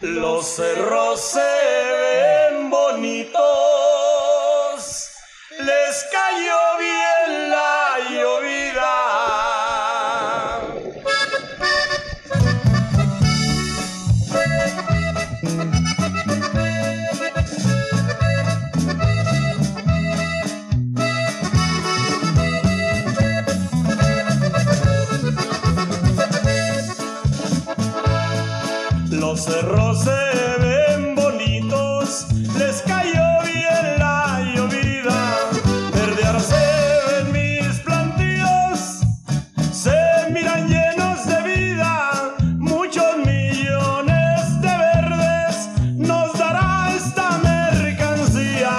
Los cerros se ven bonitos, les cayó bien la llovida. Los cerros se ven bonitos, les cayó bien la llovida. Verdear se ven mis plantíos, se miran llenos de vida. Muchos millones de verdes nos dará esta mercancía.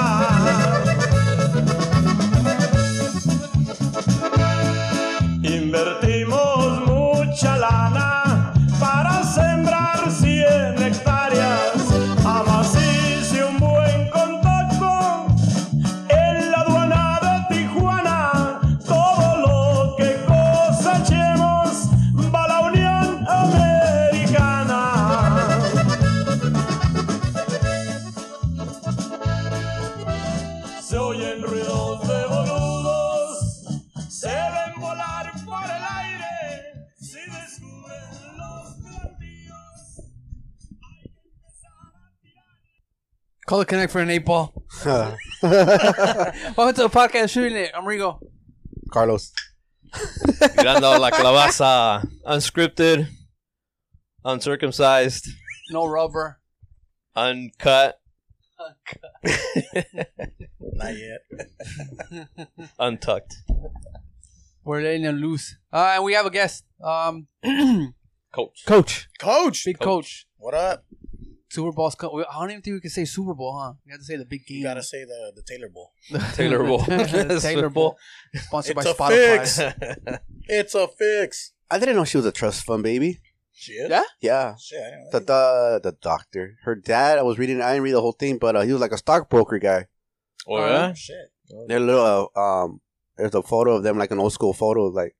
Invertimos mucha lana para sembrar 100 hectáreas. Jamás hice un buen contacto en la aduana de Tijuana. Todo lo que cosechemos va a la Unión Americana. Se oyen ruidos de boludos, se ven volar por el aire, si descubren los plantíos. Call the connect for an eight ball. Uh, Welcome to the podcast shooting it. I'm Rigo. Carlos. Mirando la calabaza. Unscripted, uncircumcised, No rubber. uncut, Not yet. untucked. We're letting them loose. Uh, and we have a guest. Um, Coach. coach. Coach. Big coach. What up? Super Bowl's co- I don't even think we can say Super Bowl, huh? We have to say the big game. You gotta say the, the Taylor Bowl. Taylor Bowl. The Taylor Bowl. Sponsored It's by a Spotify. fix. It's a fix. I didn't know she was a trust fund baby. Shit. Yeah? Yeah. Shit. I didn't know The, the, the doctor. Her dad, I was reading, I didn't read the whole thing, but uh, he was like a stockbroker guy. Oh, that. yeah? Shit. Their little, uh, um, there's a photo of them, like an old school photo, of, like,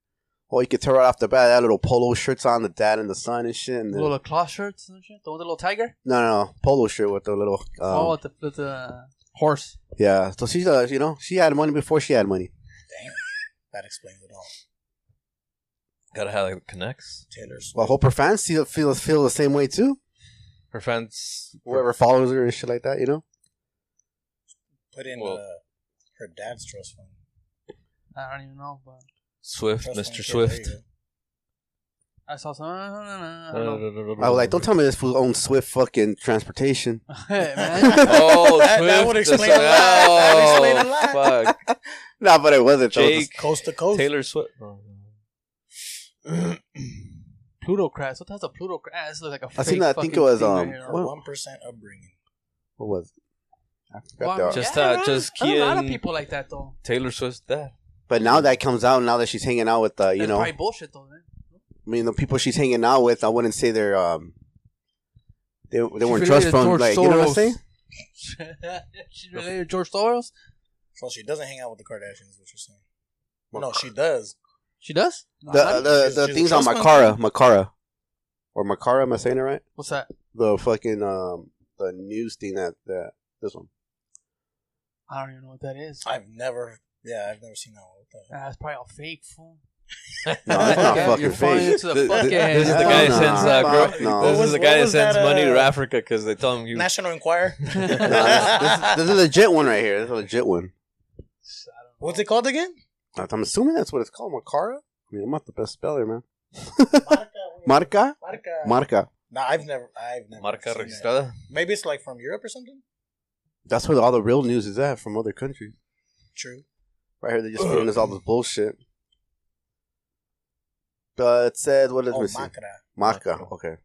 oh, you could tell right off the bat, that little polo shirt's on, the dad and the son and shit. And the, Little cloth shirts and shit. The one with the little tiger. no, no, polo shirt with the little, um, oh, with the, with the horse. yeah. So she's, uh, you know, she had money before she had money. That explains it all. Gotta have it connects. Taylor's. Well, I hope her fans feel, feel, feel the same way too. Her fans. Whoever follows her and shit like that, you know? Put in Well- uh, her dad's trust fund. I don't even know, but Swift, Trust fund Mr. kid, Swift. there you go. I saw some. I don't Uh, know. I was was Oh, like, don't tell me this fool owns Swift fucking transportation. Hey, man. Oh, That- that Swift, would that's explain like- a lot. That would explain a oh, Fuck. nah, but it wasn't. though. Jake, Coast to coast. Taylor Swift. Oh, Plutocrats. What the hell's a plutocrat? Ah, this looks like a I seen fake that. I think it fucking was, thing um, right here. Her Well- one percent upbringing. What was? It? I forgot Well, the art. Just, yeah, uh, right. just There's A lot of Kian- people like that though. Taylor Swift's dad. but now that comes out, now that she's hanging out with, uh, you That's know, probably bullshit though. Man. I mean, the people she's hanging out with, I wouldn't say they're um, they they weren't related trust to fund, George like you know what Soros. I'm saying? she related to George Soros. So she doesn't hang out with the Kardashians, what you're saying. No, she does. She does. The the, she's- the she's a things on trust Makara, fund Makara, or Makara, am I saying it right? What's that? The fucking um, the news thing that that this one. I don't even know what that is. I've never. Yeah, I've never seen that one. What the hell? Ah, That's probably all fake. Fool. No, it's not Okay, fucking you're falling fake. into the Th- th- fucking- This is the Hell guy that no. sends uh, Fuck gro- no. This What is the guy was- what that was sends that, money to uh, Africa because they tell him you. National Enquirer. No, this, this, this is a legit one right here. This is a legit one. What's it called again? I'm assuming that's what it's called, Makara. I mean, I'm not the best speller, man. Marca, Marca. Marca. No, I've never. I've never. Marca seen that. registrada. Maybe it's like from Europe or something. That's where all the real news is at from other countries. True. Right here, they're just feeding us all this bullshit. But it said, what is Oh, missing? Macra. Maka. Okay. It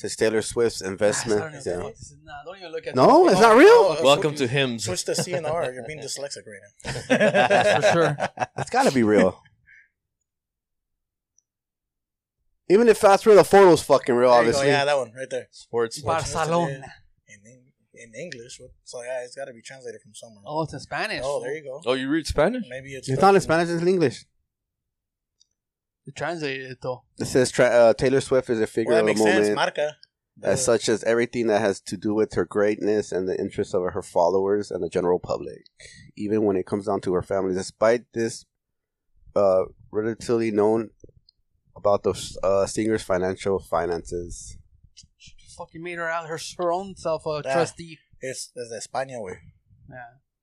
says Taylor Swift's Ah, I don't investment. even know Yeah. what this is. Nah, don't even look at No, that. it's not real. Oh, Welcome switch- to hymns. Switch to CNR. You're being dyslexic right now. That's for sure. It's got to be real. Even if that's real, the photo's fucking real, There you go. obviously. Yeah, that one right there. Sports. Barcelona. In, Eng- in English, what- so yeah, it's got to be translated from somewhere. Oh, it's in Spanish. Oh, there you go. Oh, you read Spanish? Maybe it's. It's not in Spanish, it's in English. They translated it though. It says tra- uh, Taylor Swift is a figure Well, that of the makes sense. moment. Marca. as such as everything that has to do with her greatness and the interests of her followers and the general public, even when it comes down to her family. Despite this, uh, relatively known about the uh, singer's financial finances. She fucking made her out her, her own self a uh, Yeah. trustee. Es, es de España, güey. Yeah.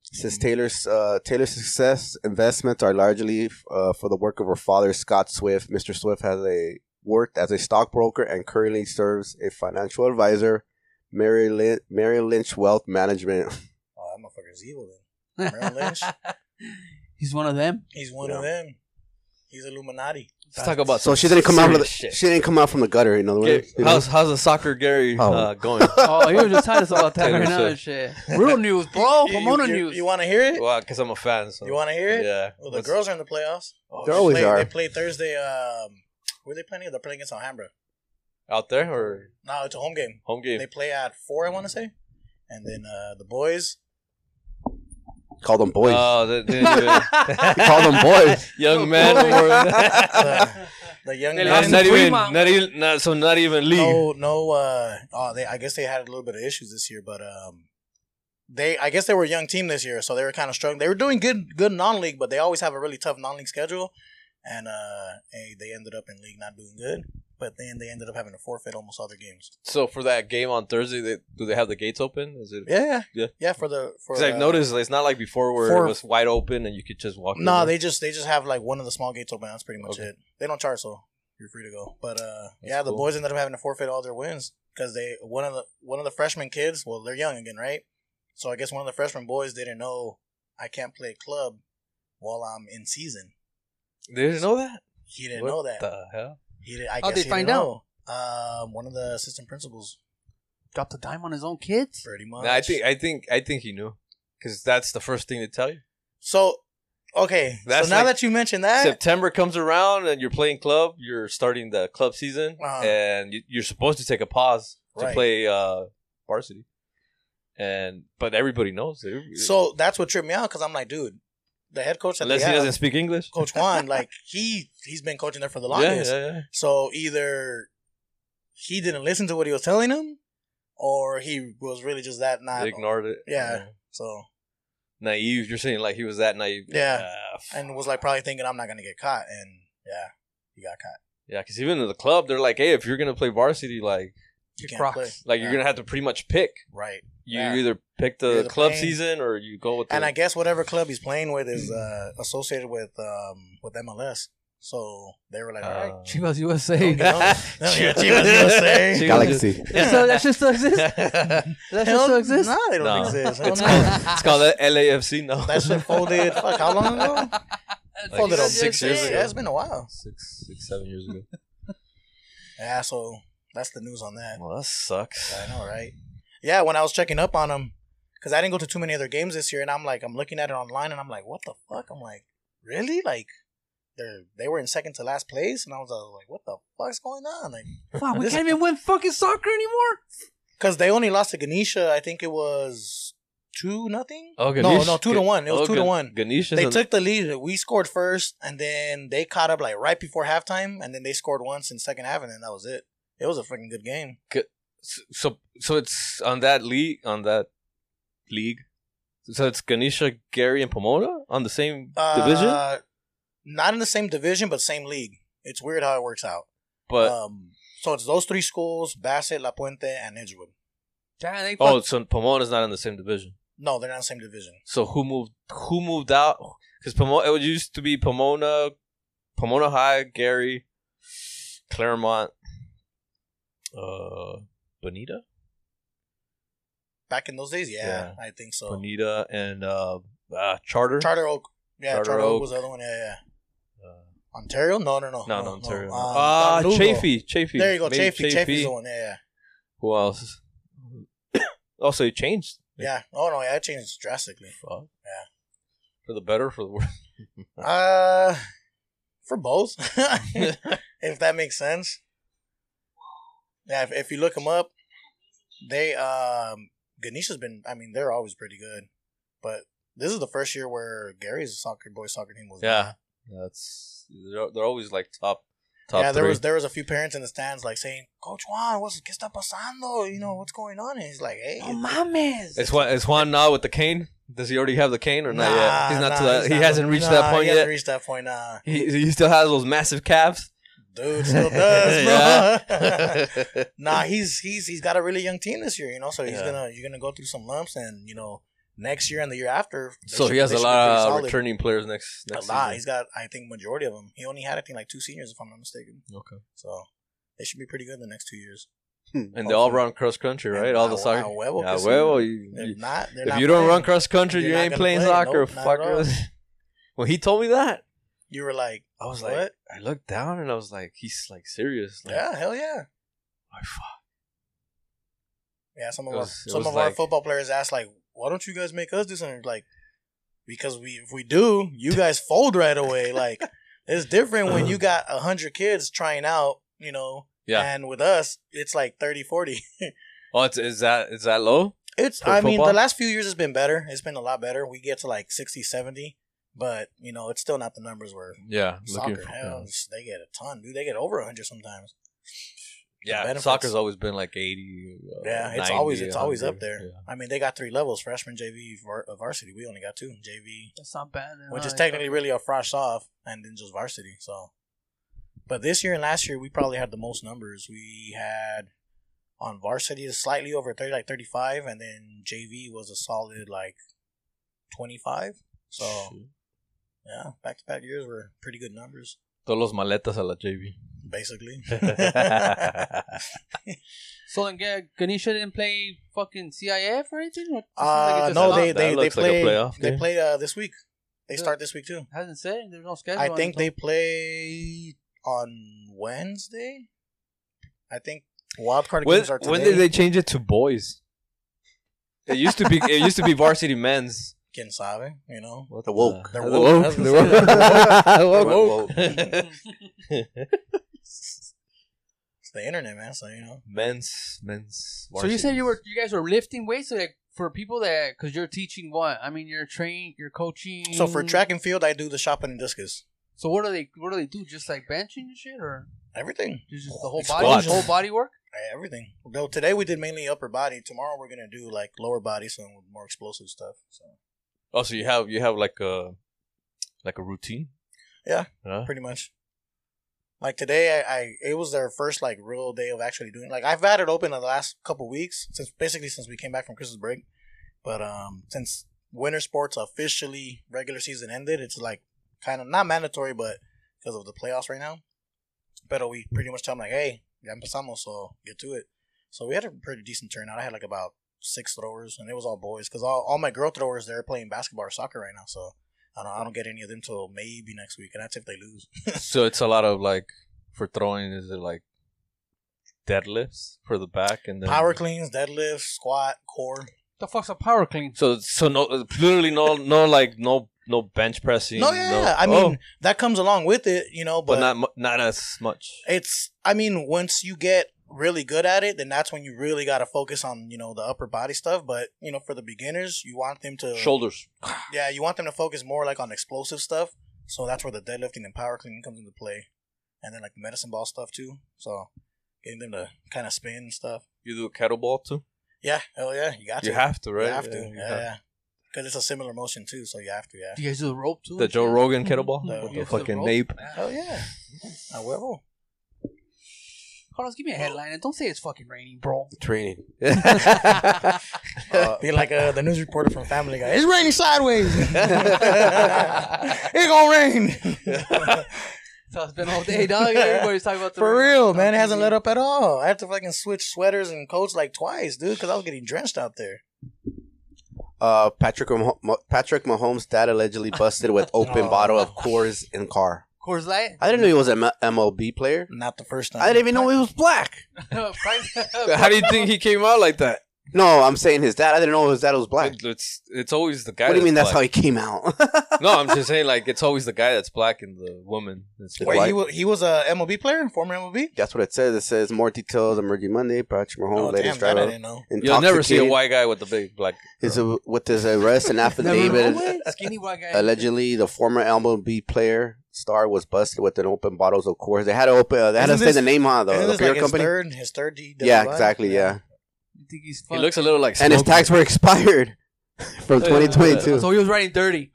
Since Taylor's uh, Taylor's success investments are largely uh, for the work of her father, Scott Swift. Mr. Swift has a worked as a stockbroker and currently serves a financial advisor, Mary, Lin- Mary Lynch Wealth Management. Oh, that motherfucker's evil, then. Merrill Lynch. He's one of them. He's one Yeah. of them. He's Illuminati. Let's talk about So some she didn't come out of the, serious shit. she didn't come out from the gutter. You know, Gary, you know? how's how's the soccer Gary Oh. uh, going? Oh, he was just telling us about that Taylor right now. and Shit. Real news, bro. You- you- Oh, Pomona you, news. You want to hear it? well, because I'm a fan. So. You want to hear it? Yeah. Well, the Let's- girls are in the playoffs. Oh, They They always play, are. They play Thursday. Um, where are they playing? They're playing against Alhambra. out there or No, it's a home game. home game? They play at four, I want to say. And then uh, the boys. Call them boys. Oh, they, they didn't even, You call them boys. young man. or- The, the young They not, lost men. not to even, Fremont. not even, not, so not even league. No, no. Uh, oh, they. I guess they had a little bit of issues this year, but um, they. I guess they were a young team this year, so they were kind of struggling. They were doing good, good non-league, but they always have a really tough non-league schedule, and uh, hey, they ended up in league not doing good. But then they ended up having to forfeit almost all their games. So for that game on Thursday, they, do they have the gates open? Is it? Yeah, yeah, Yeah. yeah. for the for. Because uh, I've noticed like, it's not like before where for- it was wide open and you could just walk. No, nah, over. they just they just have like one of the small gates open. That's pretty much Okay. it. They don't charge, so you're free to go. But uh, That's yeah, the cool. boys ended up having to forfeit all their wins because they one of the one of the freshman kids. Well, they're young again, right? So I guess one of the freshman boys didn't know I can't play club while I'm in season. they didn't know that. He didn't What know that. The hell? He did. I How'd guess they he find didn't know. Um, one of the assistant principals, dropped the dime on his own kids. pretty much. Nah, I think I think I think he knew because that's the first thing to tell you. so. Okay, That's so now like- that you mentioned that, September comes around and you're playing club. You're starting the club season, Uh-huh. and you, you're supposed to take a pause to Right. play uh, varsity. And but everybody knows. Every- so that's what tripped me out because I'm like, dude, the head coach that they unless he have- doesn't speak English, Coach Juan, like he he's been coaching there for the yeah, longest. yeah, yeah. So either he didn't listen to what he was telling him, or he was really just that not they ignored it. Uh, Uh, Yeah. So naive. You're saying like he was that naive. Yeah. Ah, f- and was like probably thinking I'm not gonna get caught, and yeah, he got caught. yeah, because even in the club, they're like, hey, if you're gonna play varsity, like, You Crocs. like you're Yeah. gonna have to pretty much pick. right. You Yeah. either pick the You're either club playing- season or you go with. The, And I guess whatever club he's playing with is uh, associated with um, with MLS. So they were like, all right. Uh, Chivas USA. don't get on- Yeah, Chivas USA. Chivas- Galaxy. so that shit still exists. That shit Hell, still exists. Oh, Nah, they don't No. exist. Hell It's no. called- it's called the LAFC. No, That shit folded. Fuck, how long ago? Folded Like up six years ago. Yeah, it's been a while. six, six, seven years ago. Yeah, so that's the news on that. Well, that sucks. I know, right? Yeah, when I was checking up on him, because I didn't go to too many other games this year, and I'm like, I'm looking at it online, and I'm like, what the fuck? I'm like, really? Like, they're they were in second to last place, and I was uh, like, what the fuck's going on? Like, Fuck, we can't even win fucking soccer anymore. because they only lost to Ganesha. I think it was two nothing. Oh, no, no, two to one. It was two two to one. Ganesh is They in- took the lead. We scored first, and then they caught up like right before halftime, and then they scored once in second half, and then that was it. It was a freaking good game. so so it's on that league on that league. So it's Ganesha, Gary, and Pomona on the same division, Uh, Not in the same division, but same league. It's weird how it works out. but um, so it's those three schools: Bassett, La Puente, and Edgewood. Damn, they oh, fuck- so Pomona's not in the same division. No, they're not in the same division. So who moved? Who moved out? Because Pomona, it used to be Pomona, Pomona High, Gary, Claremont, uh, Bonita, Back in those days, yeah, Yeah. I think so. Bonita, and uh, uh Charter. Charter Oak, yeah, Charter Charter, Oak. Oak. was the other one. Yeah, yeah. Uh, Ontario? No, no, no, no, no, Ontario. Um, Ah, Lugo. Chafee, Chafee. There you go, Maybe Chafee. Chafee's the one. Yeah, yeah. Who else? also, it changed. Yeah. Oh no, yeah, it changed drastically. Fuck. Yeah. For the better, or for the worse. Uh, for both, if that makes sense. Yeah, if, if you look them up, they um Ganesha's been. I mean, they're always pretty good, but this is the first year where Gary's soccer boy soccer team was. yeah. That's they're, they're always like top Top yeah, there three. was there was a few parents in the stands like saying, "Coach Juan, what's qué está pasando? You know what's going on?" And he's like, "Hey, mames." Is Juan, is Juan now with the cane? Does he already have the cane or not yet? He's not to that. he hasn't reached that point he hasn't yet. Reached that point, nah. He, he still has those massive calves. Dude still does, bro. Yeah. nah, he's he's he's got a really young team this year, you know. So he's Yeah. gonna you're gonna go through some lumps, and you know next year and the year after. they so should- he has they a should be lot pretty of solid. returning players next A next lot. season. He's got I think majority of them. He only had I think like two seniors, if I'm not mistaken. Okay. So they should be pretty good in the next two years. And the all round cross country, And right? All the a- soccer. a huevo Yeah, que sí. huevo, you- If you- not, they're if not you don't run playing. cross country, You're you not ain't gonna playing play. soccer, Nope, not at all. fucker. when he told me that, you were like, I was what? like, I looked down and I was like, he's like serious. Like, yeah, hell yeah. oh, fuck. Yeah, some of It our was- it some was of our like- football players ask like, "Why don't you guys make us do something?" Like, because we if we do, you guys fold right away. Like, it's different when you got a hundred kids trying out, you know. Yeah. And with us, it's like 30, 40. Oh, it's, is that is that low? It's For I mean, the football? last few years has been better. It's been a lot better. We get to like 60, 70, but you know, it's still not the numbers where Yeah, soccer for- hell, they get a ton, dude. They get over hundred sometimes. yeah. yeah benefits. soccer's always been like eighty. uh, Yeah, it's 90, always it's always up 100, there. yeah. I mean, they got three levels: freshman, JV, var- uh, varsity. We only got two: JV, That's not bad. at which all. is technically really a fresh off, and then just varsity. So, but this year and last year, we probably had the most numbers. We had on varsity slightly over thirty, like thirty-five, and then JV was a solid like twenty-five. So yeah, back-to-back years were pretty good numbers, Todos los maletas a la JV. basically. So then, yeah, Ganesha didn't play fucking CIF or anything. What- it seems like Uh, it just no, stopped. they That they, they looks like a play playoff they game. play uh, this week. They Yeah. start this week too. hasn't said there's no schedule. I on think it, they so- play on Wednesday. I think wild card When, games are today. when did they change it to boys? It used to be it used to be varsity men's. Quien sabe, you know. What The woke. They're the woke. woke. I was They're gonna woke. They're They're woke. It's the internet, man. So you know, men's men's. So you said varsities. you were you guys were lifting weights, so like for people that because you're teaching what? I mean, you're training, you're coaching. so Mm. for track and field, I do the shopping and discus, So what do they what do they do? Just like benching and shit, or everything, just the whole body, Squats. whole body work? Eh, everything. Though today we did mainly upper body. Tomorrow we're gonna do like lower body, some more explosive stuff. So Oh, so you have you have like a like a routine. Yeah. Yeah. pretty much. Like today, I, I it was their first like real day of actually doing. Like I've had it open in the last couple weeks since basically since we came back from Christmas break, but um since winter sports officially regular season ended, it's like kind of not mandatory, but because of the playoffs right now. But we pretty much tell them like, hey, ya empezamos, so get to it. So we had a pretty decent turnout. I had like about six throwers, and it was all boys because all, all my girl throwers they're playing basketball or soccer right now. So I don't I don't get any of them till maybe next week, and that's if they lose. so it's a lot of like for throwing. Is it like deadlifts for the back and then Power cleans, deadlifts, squat, core. The fuck's a power clean? So so no literally no no like no no bench pressing. No, yeah, yeah. I oh, mean that comes along with it, you know. But, but not mu- not as much. it's. I mean, once you get really good at it, then that's when you really got to focus on you know the upper body stuff. But you know, for the beginners, you want them to Shoulders. yeah, you want them to focus more like on explosive stuff. So that's where the deadlifting and power cleaning comes into play, and then like the medicine ball stuff too. So getting them to kind of spin and stuff. You do kettleball too. Yeah, hell yeah, you got You to. have to, right? You have to. Yeah, Yeah, you yeah. have- 'Cause it's a similar motion too, so you have to. Yeah. Do you guys do the rope too? The and Joe shit? Rogan kettleball. The- What Yeah, the for the fucking rope. nape. Hell yeah. I will. Carlos, give me a headline and don't say it's fucking raining, bro. Training. Be like uh, the news reporter from Family Guy. It's raining sideways. it gonna rain. So it's been all day, dog. Everybody's talking about the For rain. real, man. It hasn't let up at all. Oh, I have to fucking switch sweaters and coats like twice, dude, because I was getting drenched out there. Uh, Patrick Mah- Mah- Patrick Mahomes' dad allegedly busted with open Oh. bottle of Coors in car. Coors Light. I didn't know he was an M- MLB player. Not the first time. I didn't even know he was black. How Price- do you think he came out like that? No, I'm saying his dad. I didn't know his dad was black. It- It's it's always the guy. What do you mean? That's black. how he came out. no, I'm just saying, like, it's always the guy that's black and the woman that's Wait, white. Wait, he was, he was a MLB player, former MLB? That's what it says. It says more details emerging Monday. Patrick Mahomes, Oh, damn, latest that I driver. didn't know. You'll never see a intoxicated. white guy with a big black. His, uh, with his arrest and Never- affidavit, Skinny white guy. allegedly the former MLB player star was busted with an open bottles of Coors. They had to open. Uh, they had Isn't to say this- the name on it, Isn't though. The this beer like company. His third, his third DWI? yeah, exactly. Yeah, You think he's He fucked. looks a little like. and his Smokey. tags were expired from Yeah. 2022. so he was riding dirty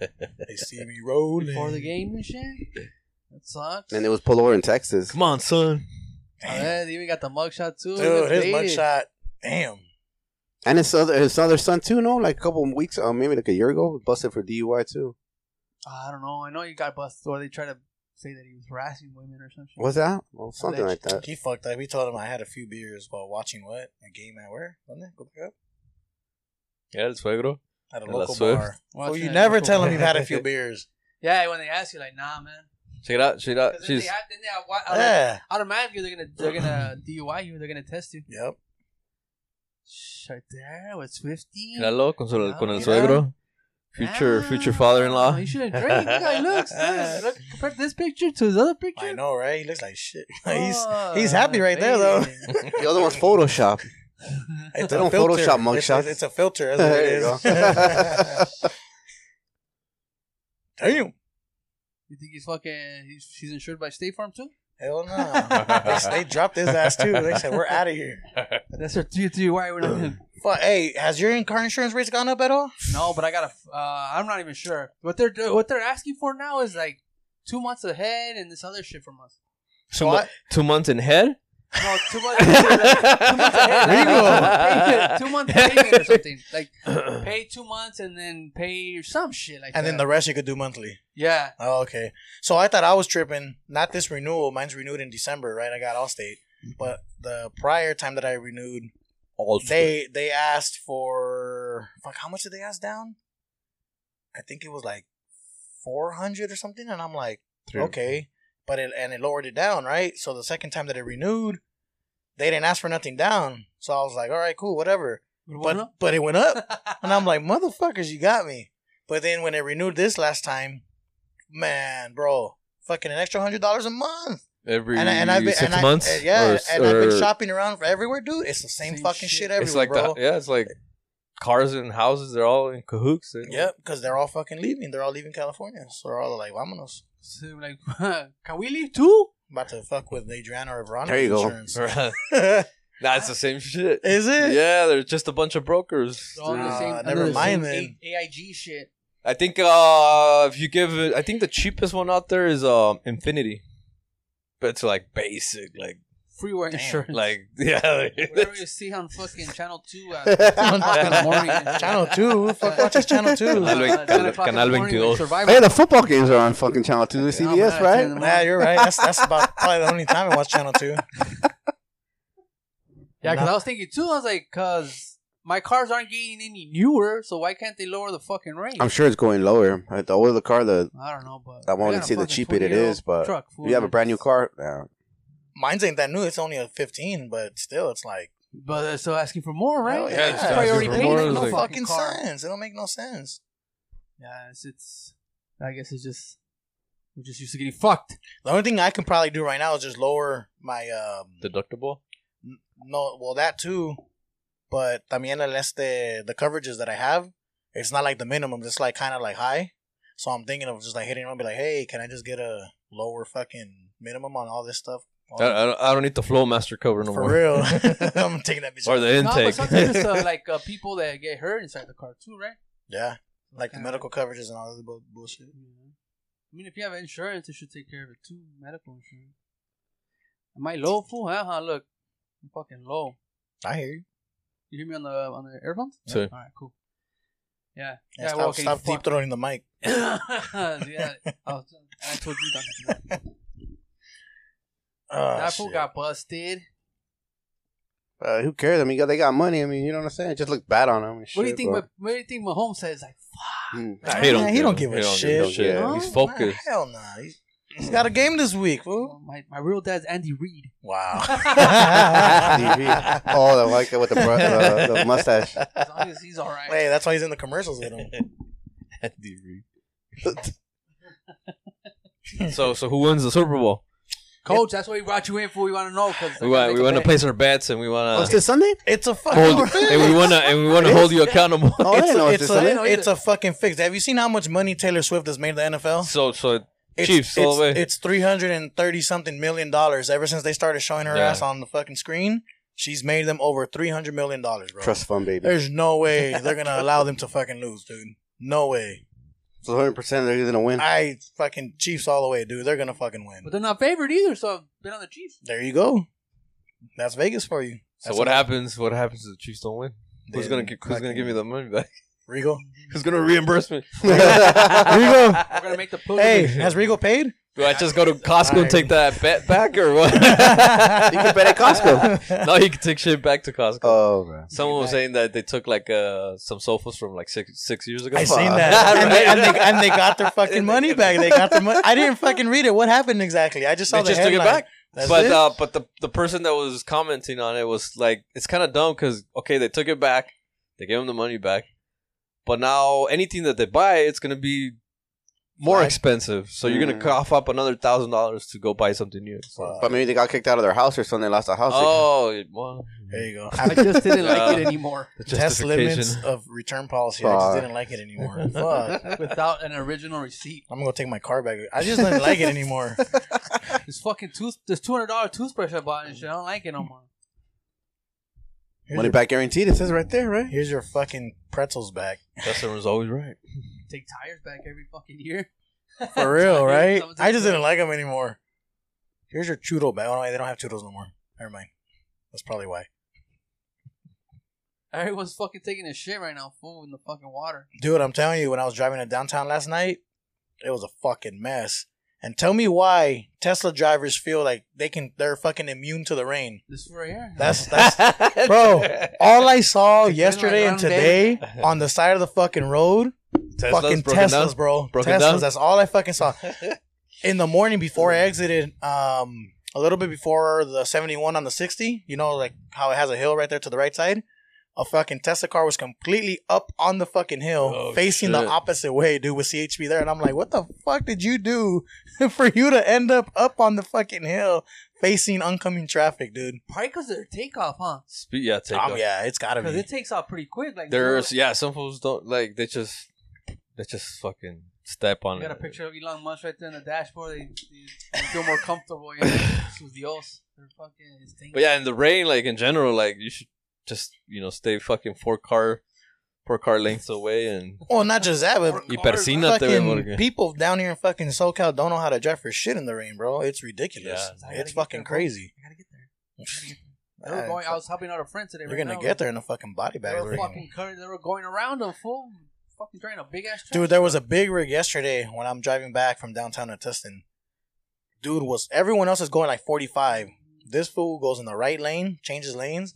They see me rolling. before the game and shit. That sucks. and it was pulled over in Texas. Come on, son. Oh, Damn. yeah, they even got the mugshot too. Dude, That's his dated. mugshot. Damn. And his other his other son too. No, like a couple of weeks, uh, maybe like a year ago, busted for DUI too. Ah, I don't know. I know he got busted, or they tried to say that he was harassing women or something. What's that? Well, something like that. He fucked up. He told him I had a few beers while watching what? A game at where? Wasn't it? Go back up. Yeah, el suegro. At a La local Swift. bar. Watching well, you that never local tell bar. him you've had a few beers. Yeah, when they ask you, like, nah, man. Check it out. Check it out. 'Cause if She's they have- then they have- why- Yeah. automatically they're gonna they're gonna DUI you. They're gonna test you. Yep. Shh, Right there, it's fifty. míralo con, su, Ah, con el Yeah. suegro. Future future father-in-law. Ah, Oh, You should have drank. Look how he looks. Look, look, compare this picture to his other picture. Oh, I know, right? He looks like shit. he's he's happy right there, though. though. The other one's Photoshop. it's They don't Photoshop mugshots. It's, it's, it's a filter. That's what it is. Damn. you think he's fucking? He's, she's insured by State Farm too. Hell no. they, they dropped his ass too. They said, we're out of here. That's her three three. Why we're not gonna? Fuck, hey, has your car insurance rates gone up at all? No, but I gotta. Uh, I'm not even sure. What they're what they're asking for now is like two months ahead and this other shit from us. two, So mo- I- two months in head. No, two months. two months ahead. two months payment or something. Like pay two months and then pay some shit like And that. then the rest you could do monthly. yeah. Oh, okay. So I thought I was tripping. Not this renewal. Mine's renewed in December, right? I got Allstate. But the prior time that I renewed, they they asked for fuck. How much did they ask down? I think it was like four hundred or something. And I'm like, okay, but it and it lowered it down, right? So the second time that it renewed, they didn't ask for nothing down. So I was like, all right, cool, whatever. But but it went up. And I'm like, motherfuckers, you got me. But then when it renewed this last time, man, bro, fucking an extra hundred dollars a month. every And, I, and I've been, six and I- months. uh, yeah, or- and I've been or- shopping around for everywhere, dude. It's the same, Same fucking shit. shit, It's everywhere, like bro. the, yeah, it's like cars and houses. They're all in cahoots. They don't- Yep, because they're all fucking leaving. They're all leaving California, so they're all like, "Vamonos." So, like, can we leave too? About to fuck with Adriana or Veronica. There you go. insurance. That's the same shit. Is it? Yeah, they're just a bunch of brokers. They're all under the Nah, same- under never the mind same then. A- AIG shit. I think uh, if you give it, I think the cheapest one out there is um Infinity, but it's like basic, like Freeware Damn. insurance. like yeah. Whatever you see on fucking Channel 2 at 10 o'clock in the morning. Channel Two. Fuck watches Channel Two. Canal Uh, 10 o'clock in the Canal morning with 22. Survivor. Hey, the football games are on fucking channel two, Yeah, I'm CBS, not right? saying them. Yeah, you're right. That's that's about probably the only time I watch Channel Two. Yeah, because I was thinking too. I was like, because my cars aren't getting any newer, so why can't they lower the fucking rate? I'm sure it's going lower. I the older the car, the I don't know, but I wanna got a see the fucking cheaper it 20-year-old is, but truck, fool, you have a man. brand new car now. Mine's ain't that new. It's only a fifteen, but still, it's like But they're still asking for more, right? Hell yeah, That's it's probably asking already for paid more, for it's the like- fucking fucking car. sense. It don't make no sense. Yeah, it's, it's. I guess it's just we're just used to getting fucked. The only thing I can probably do right now is just lower my um, Deductible. N- no, well that too, but también el este the coverages that I have, it's not like the minimum. It's like kind of like high. So I'm thinking of just like hitting them and be like, hey, can I just get a lower fucking minimum on all this stuff? I, I, don't- I don't need the Flowmaster cover no For more. real, I'm taking that bitch. or the No, but intake. sometimes it's uh, like uh, people that get hurt inside the car too, right? yeah, like the Yeah. medical coverages and all that bu- bullshit. Mhm. I mean, if you have insurance, it should take care of it too. Medical insurance. Am I low, fool? Huh? huh look, I'm fucking low. I hear you. You hear me on the on the earphones? So- All right, cool. Yeah. Yeah, Yeah. stop well, okay, stop fuck. deep throwing the mic. yeah, I, was, I told you that. Oh, that fool shit. got busted. Uh, who cares? I mean, they got money. I mean, you know what I'm saying? It just looks bad on them. and What do you shit, think? bro. What, what do you think Mahomes says? Like, Hmm. Nah, He don't he don't give give a- a he don't shit. Oh, give a shit. No? He's focused. Nah, hell nah. He's- he's got a game this week. Fool. "Well, my my real dad's Andy Reid. Wow. DV. oh, the like with the, bro- the, the mustache. As long as he's all right. Hey, that's why he's in the commercials with him. so so who wins the Super Bowl? Coach, that's what we brought you in for. We want to know because We want we want to place our bets and we Oh, want it's to this Sunday? It's a fucking hold and we want to and we want to hold you accountable. Oh, I it's, didn't know a, it's it's, this a, Sunday. know it's a fucking fix. Have you seen how much money Taylor Swift has made the NFL? So so It's, Chiefs all it's, the way. It's three hundred and thirty something million dollars. Ever since they started showing her Yeah. ass on the fucking screen, she's made them over three hundred million dollars, bro. Trust fund, baby. There's no way they're gonna allow them to fucking lose, dude. No way. So 100% they're going to win. I fucking Chiefs all the way, dude. They're gonna fucking win. But they're not favored either, so I've been on the Chiefs. There you go. That's Vegas for you. So That's what a- happens? What happens if the Chiefs don't win? Who's gonna gi- Who's gonna give me the money back? Regal? Who's gonna reimburse me? Regal. We're gonna make the push. Hey, has Regal paid? Do I just go to Costco and take that bet back or what? you can bet at Costco. no, you can take shit back to Costco. oh, man. Someone was saying that they took like uh, some sofas from like six six years ago. I seen that, and, they, and, they, and they got their fucking money back. They got their money. I didn't fucking read it. What happened exactly? I just saw They the just took it headline. back. That's but it? uh, but the the person that was commenting on it was like, it's kind of dumb because okay, they took it back, they gave them the money back, but now anything that they buy, it's gonna be more Right. expensive. So you're gonna Mm. cough up another thousand dollars to go buy something new. So- Fuck. But maybe they got kicked out of their house or something. They lost a house. oh, it- well, there you go. I just didn't like it anymore. the Test limits justification. of return policy. I just Fuck. didn't like it anymore. Fuck. Without an original receipt. I'm gonna take my car back. I just didn't like it anymore. This fucking tooth, this two hundred dollar toothbrush I bought and shit. I don't like it no more. Here's Money your- back guaranteed. It says right there, right? Here's your fucking pretzels back. Justin was always right. Take tires back every fucking year. For real, right? Someone I takes just it. didn't like them anymore. Here's your chudo back. Oh, no, they don't have chudos no more. Never mind. That's probably why. Everyone's fucking taking a shit right now, fool, in the fucking water. Dude, I'm telling you, when I was driving to downtown last night, it was a fucking mess. And tell me why Tesla drivers feel like they can they're fucking immune to the rain. This right here. That's that's bro. All I saw yesterday and Ground Day. today on the side of the fucking road, Tesla's fucking broken Teslas, down. bro. Broken Teslas. down? That's all I fucking saw. In the morning before I exited, um, a little bit before the 71 on the 60, you know, like how it has a hill right there to the right side. A fucking Tesla car was completely up on the fucking hill, Oh, facing shit. the opposite way, dude, with CHP there. And I'm like, what the fuck did you do for you to end up up on the fucking hill facing oncoming traffic, dude? Probably because of their takeoff, huh? Spe- yeah, take Oh, off. yeah, it's gotta Because be. it takes off pretty quick. Like There's yeah, some folks don't like they just they just fucking step on You it. got a picture of Elon Musk right there in the dashboard. They, they, they feel more comfortable. You know, sus Dios. They're fucking his thing. But yeah, in the rain, like in general, like you should just you know stay fucking four car four car lengths away and Well, not just that, but Y persínate, fucking porque- people down here in fucking SoCal don't know how to drive for shit in the rain, bro. It's ridiculous. I gotta it's get fucking there, bro. crazy. I gotta get there. I gotta get there. They were Uh, going, I was helping out a friend today. You're right gonna now. get there in a fucking body They bag. were fucking cutting. They were going around him, fool. Fucking trying a big ass truck. Dude, there was a big rig yesterday when I'm driving back from downtown to Tustin. Dude was everyone else is going like 45. This fool goes in the right lane, changes lanes,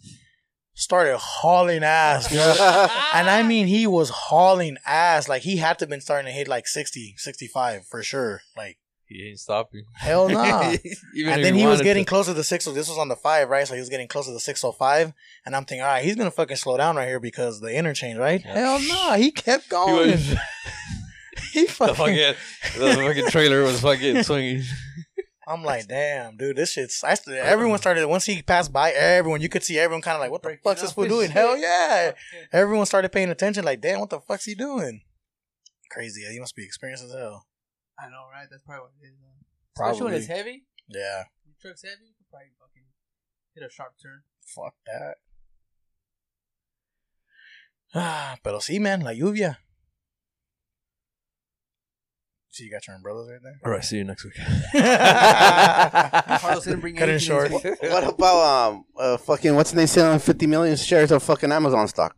started hauling ass. dude. and I mean he was hauling ass. Like he had to been starting to hit like 60, 65 for sure. Like he ain't stopping. Oh, hell nah. Even and if then he was wanted getting to. closer to the six. So this was on the five, right? So he was getting closer to the six oh five, and I'm thinking, all right, he's gonna fucking slow down right here because the interchange, right? Yeah. Hell no, he kept going. He, was- the fucking, fucking the fucking trailer was fucking swinging. I'm like, damn, dude, this shit's. I st- everyone started once he passed by everyone. You could see everyone kind of like, what the Breaking fuck's this up fool his doing? shit. Hell yeah! Fucking- Everyone started paying attention. Like, damn, what the fuck's he doing? Crazy. He must be experienced as hell. I know, right? That's probably what it is. man. Especially when it's heavy. Yeah. When the truck's heavy, you could probably fucking hit a sharp turn. Fuck that. Ah, pero sí, man, la lluvia. See, you got your umbrellas right there. All right, see you next week. Carlos didn't bring Cut it anything short. this week. what about um uh, fucking what's they selling 50 million shares of fucking Amazon stock?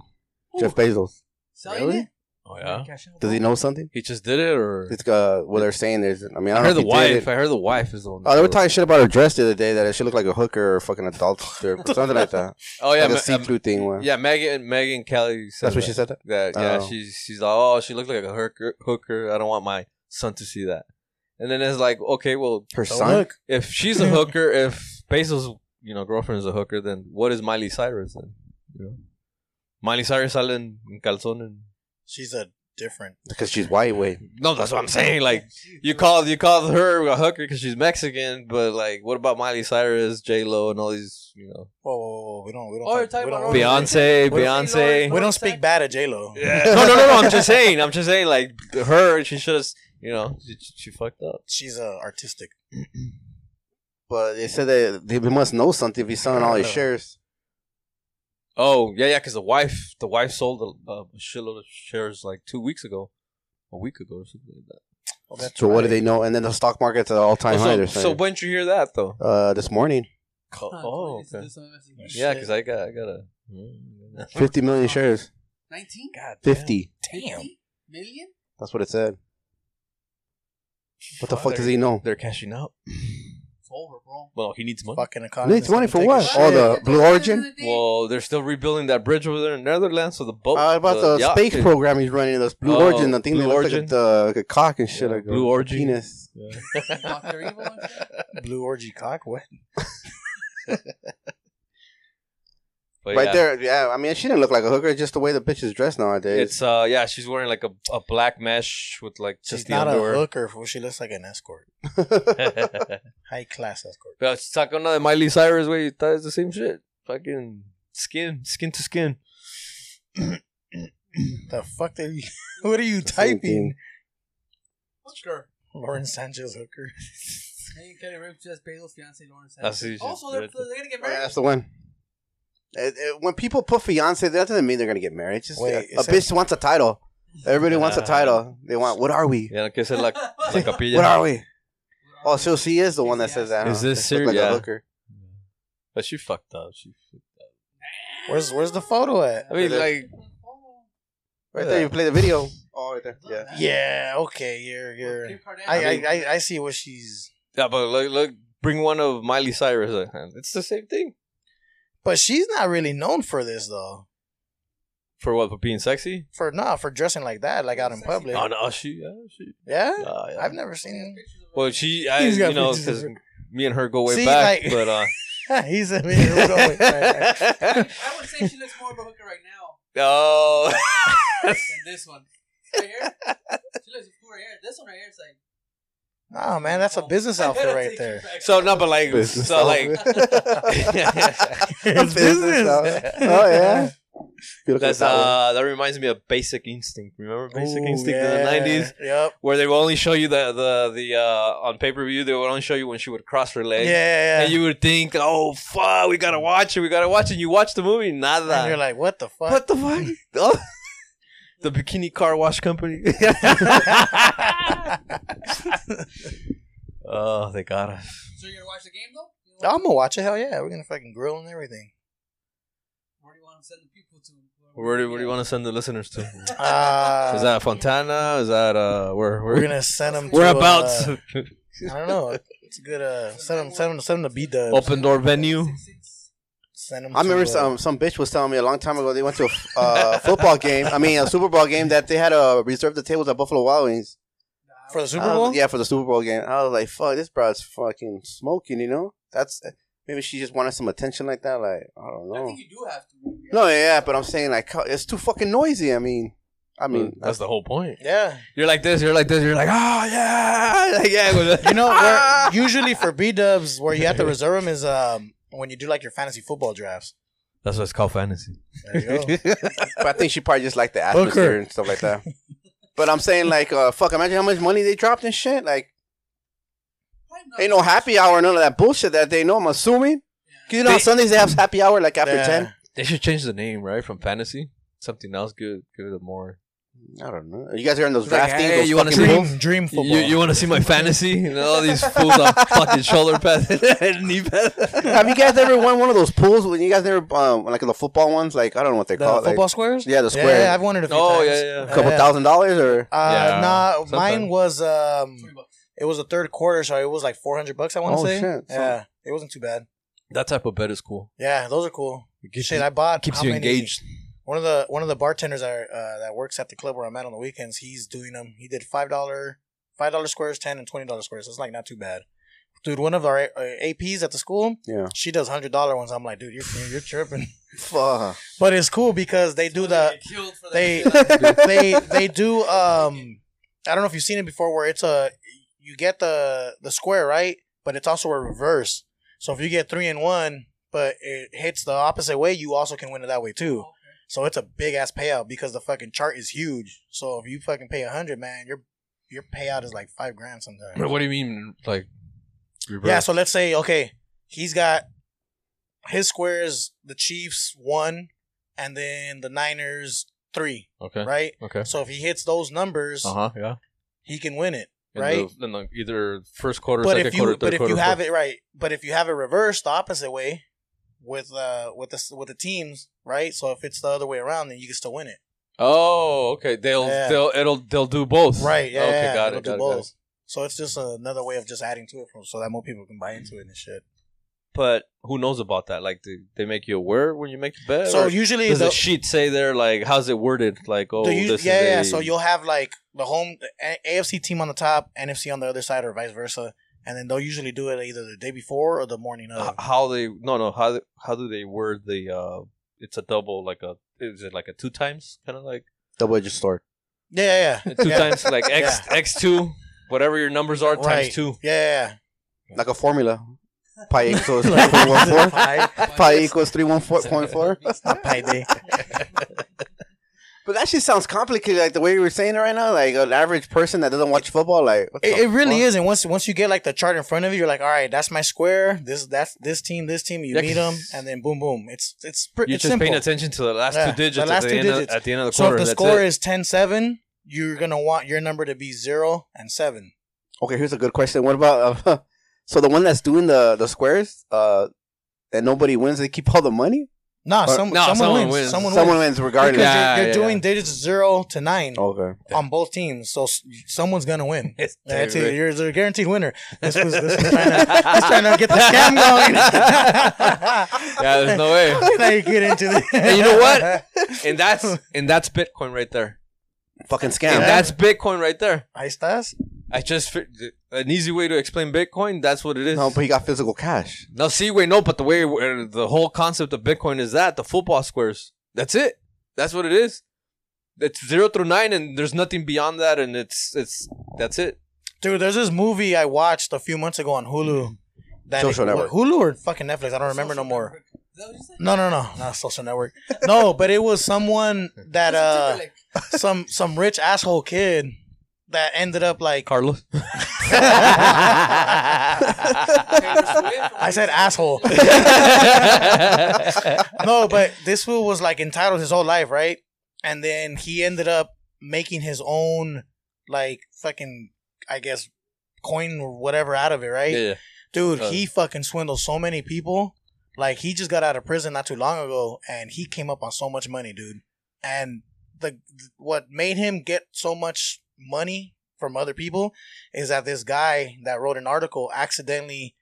Jeff Bezos. Selling Really? it? Oh yeah, Cash out. Does he know something? he just did it, or It's uh what they're saying there's I mean I, I don't heard the know if he did wife. it. I heard the wife is the one. that Oh, they were did it. talking shit about her dress the other day that she looked like a hooker or fucking adult strip or something like that. Oh yeah, like a Ma- see through thing. Where, yeah. Megan, Megan Kelly. Said that's what she that. um, said. That? That yeah, Oh. she's she's like, oh, she looked like a hooker. Hooker. I don't want my son to see that. And then it's like, okay, well, Her So son. look, if she's a hooker, if Bezos, you know, girlfriend is a hooker, then what is Miley Cyrus then? You know, Miley Cyrus sale en en calzón. And... she's a different. Because she's white, wait. No, that's what I'm saying. Like you called you called her a hooker because she's Mexican, but like, what about Miley Cyrus, J Lo, and all these, you know, Whoa, whoa, whoa, whoa, we don't, we don't. Oh, you're fuck- talking we about don't- Beyonce, What if J-Lo Beyonce. is- We don't speak bad of J Lo. no, no, no, no. I'm just saying. I'm just saying. Like her, she should have. You know, she, she fucked up. She's uh, artistic. But they said that they must know something if he's selling all his Uh. shares. Oh yeah, yeah, because the wife, the wife sold a, a shitload of shares like two weeks ago, a week ago or something like that. Oh, Oh, that's so what do right. they know? And then the stock market's at all time high. so, they're so saying. when'd you hear that though? uh, this morning, Co- Huh, oh, it's- okay. it's on message. yeah, shit. because I got, I got a. fifty million shares. 19? God, Fifty. Damn. 50 million? That's what it said. What the Fuck, fuck does they're- he know? They're cashing out. It's over, bro. Well, he needs money. Fucking economy. Needs money for what? Why All is Oh, the it Blue the Origin? end of the day? Well, they're still rebuilding that bridge over there in Netherlands, so the boat. Uh, about the, yacht space could- program he's running, those Blue Oh, Origin, the thing Blue that looks Origin. like the like a cock and shit, Yeah, like a Blue Origin. penis. Dr. Evil and shit? Blue orgy cock. What? But right yeah, there, yeah. I mean, she didn't look like a hooker. it's Just the way the bitch is dressed nowadays. It's uh, yeah, she's wearing like a, a black mesh with like just She's the not a underwear. hooker. fool. She looks like an escort. High class escort. But it's like another Miley Cyrus way. That is the same shit. Fucking skin, skin to skin. The fuck are you? What are you Same typing? thing. Hooker. Lauren Sanchez hooker. Hey, Kelly Ripa just Basil's fiance, Lauren Sanchez. That's easy. Also, they're, they're gonna get Oh, married. yeah, that's the one. It- it- when people put fiance, that doesn't mean they're gonna get married. It's Just Wait, a, it a says- bitch wants a title. Everybody wants a Uh, title. They want what are we? Yeah, like I said, like like a What pilla. are we? Oh, so she is the one that says that. Is huh? this Just serious? Look like Yeah. a hooker. But she fucked up. She. Where's Where's the photo at? I mean, Yeah. like Right Yeah. there, you play the video. Oh, right there. Yeah. Yeah. Okay. You're. You're. Kim Kardashian. I. I. I, I see what she's. yeah, but look, look, bring one of Miley Cyrus. uh, It's the same thing. But she's not really known for this though. For what? For being sexy? For not for dressing like that, like out in public. Oh no, she, yeah, she. Yeah. yeah, yeah. I've never seen. Well, she, I, He's got you know, pictures because of me and her go way See, back. like- but uh, He's a man. I would say she looks more of a hooker right now oh, than this one. Right here, she looks poor here. This one right here is like Nah, man, that's a business I outfit gotta right take you there. back. so no, but like, Business so like, Business outfit. Oh yeah. Beautiful that's salad. uh, that reminds me of Basic Instinct. Remember Basic Ooh, Instinct in the yeah. nineties, Yep. where they would only show you the the the uh on pay per view. They would only show you when she would cross her Yeah, leg. yeah. And you would think, oh fuck, we gotta watch it, we gotta watch it. You watch the movie, nada. And you're like, what the fuck? What the fuck? Oh. the bikini car wash company. oh, they got us. So you're gonna watch the game though? You know what? I'm gonna Oh, watch it. Hell yeah, we're gonna fucking grill and everything. Where do you want to send the people to? Where do, where do you want to send the listeners to? Is Uh, that Fontana? Is that uh where we're where gonna send them. we're to, about Uh, I don't know. It's a good. Uh, send them. Send them. Send them to B Dubs. open door venue? Send them. I remember to, uh, some some bitch was telling me a long time ago they went to a f- uh, football game. I mean, a Super Bowl game that they had uh, reserved the tables at Buffalo Wild Wings. uh, for the Super I was- Bowl. um, yeah, for the Super Bowl game. I was like, "Fuck, this broad's fucking smoking." You know, that's maybe she just wanted some attention like that. Like, I don't I know. think you do have to. No, yeah, but I'm saying like co- it's too fucking noisy. I mean, I mean, that's the whole point. Yeah. You're like this. You're like this. You're like oh yeah, like, yeah. You know, where, usually for B Dubs, where you have to reserve them is um when you do like your fantasy football drafts. That's what it's called fantasy. There you go. but I think she probably just liked the Hooker. atmosphere and stuff like that. But I'm saying like, uh, fuck, imagine how much money they dropped and shit. Like, Probably not. ain't no happy hour, none of that bullshit that they know. I'm assuming. 'Cause, you know, on They- Sundays they have happy hour like after Yeah. ten. They should change the name right from fantasy. Something else good, good or more. I don't know. You guys are in those It's like, drafting. hey, those you wanna fucking see- moves? Dream, dream football. You, you want to see my fantasy? And all these fools on fucking shoulder pads and knee pads. Have you guys ever won one of those pools? When you guys never um, like the football ones, like I don't know what they the call it. football Like, squares. yeah, the Yeah, square. yeah, I've wanted a few Oh, times. yeah, yeah. a couple yeah. thousand dollars or Uh, Yeah, nah, mine sometimes. was um, Three bucks. it was the third quarter, so it was like four hundred bucks. I want to Oh, say, shit. So- yeah, it wasn't too bad. That type of bet is cool. Yeah, those are cool. It keeps Shit, you, I bought. keeps how you many- engaged. One of the one of the bartenders I, uh, that works at the club where I'm at on the weekends, he's doing them. He did five dollar, five dollar squares, ten and twenty dollar squares. It's like not too bad. Dude, one of our uh, APs at the school, yeah. she does hundred dollar ones. I'm like, dude, you're you're tripping. Fuck. But it's cool because they do the They get killed for that they shit. they they do um I don't know if you've seen it before where it's a you get the the square right but it's also a reverse so if you get three and one but it hits the opposite way you also can win it that way too so it's a big ass payout because the fucking chart is huge so if you fucking pay a hundred man you're your payout is like five grand sometimes. What do you mean, like? reverse? Yeah, so let's say okay, he's got his square is the Chiefs one, and then the Niners three, okay. right? Okay. So if he hits those numbers, Uh huh. Yeah. he can win it, In right? The, in the either first quarter, but second if you quarter, third but if quarter. you have it right, but if you have it reversed the opposite way with uh with the with the teams, right? So if it's the other way around, then you can still win it, Oh, okay. They'll Yeah. they'll it'll they'll do both. right? Yeah, Okay. yeah, got it'll it. do Got it. Got both. it. So it's just another way of just adding to it, from, so that more people can buy into it and shit. But who knows about that? Like, do they make you aware when you make the bet? So or usually does the, the, sheet say there like how's it worded? Like, oh, the usu- this yeah, is yeah. a- So you'll have like the home the A- AFC team on the top, NFC on the other side, or vice versa, and then they'll usually do it either the day before or the morning h- of. how they no no how they- how do they word the uh it's a double like a is it like a two times kind of like Double edged sword. Yeah, yeah, yeah. two Yeah. times like x x two whatever your numbers are Right. times two. Yeah, yeah, Like a formula. Pi equals 3.14. Pi equals 314.4. yeah. Pie day. But that shit sounds complicated, like the way you were saying it right now. Like an average person that doesn't watch football, like what It, the it really fuck? is, and once once you get like the chart in front of you, you're like, all right, that's my square. This that's this team, this team. You Yeah, meet 'cause them, and then boom, boom. It's it's pretty You're it's just simple. paying attention to the last Yeah, two digits, the last at, the two end digits. Of, at the end of the So quarter. if the that's score it. is 10-7, you're gonna want your number to be zero and seven. Okay, here's a good question. What about uh, so the one that's doing the the squares uh, that nobody wins, they keep all the money. Nah, Or- some, no, someone, someone wins. wins. Someone, Someone Oh, wins. wins Because regardless. Yeah. you're, you're doing digits zero to nine. Okay. on both teams. So s- someone's gonna win. It's That's it. direct. You're a guaranteed winner. This was this was trying to, this trying to get the scam going. yeah, there's no way. Now you get into this. And you know what? And that's and that's Bitcoin right there. Fucking scam. And Yeah. that's Bitcoin right there. Ahí estás. I just fi- an easy way to explain Bitcoin. That's what it is. No, but he got physical cash. No, see, wait, no, but the way uh, the whole concept of Bitcoin is that the football squares. That's it. That's what it is. It's zero through nine, and there's nothing beyond that, and it's it's that's it. Dude, there's this movie I watched a few months ago on Mm. Hulu. That Social Network. Hulu or fucking Netflix? I don't remember no more. No, no, no, not social network. No, but it was someone that uh, some some rich asshole kid that ended up like Carlos. I said asshole. no, but this fool was like entitled his whole life, right? And then he ended up making his own like fucking I guess coin or whatever out of it, right? yeah, Dude, Uh. he fucking swindled so many people. Like he just got out of prison not too long ago and he came up on so much money, dude. And the what made him get so much money from other people is that this guy that wrote an article accidentally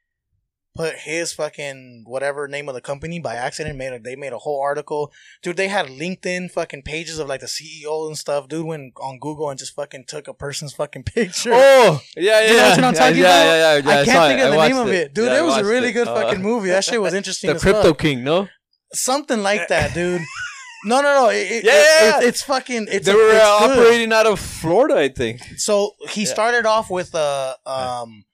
put his fucking whatever name of the company by accident made a, they made a whole article dude they had linkedin fucking pages of like the ceo and stuff dude went on google and just fucking took a person's fucking picture Oh, yeah, yeah. You know what I'm yeah, talking yeah, about? Yeah, yeah, yeah, I can't saw think it. of the I name watched of it, dude. Yeah, I it was a watched really it. good Uh, fucking movie. That shit was interesting. The as Crypto fuck. King, no? something like that, dude. No, no, no. It, it- Yeah, yeah, yeah. it- it's fucking. It's they were it's uh, good. operating out of Florida, I think. So he Yeah. started off with a um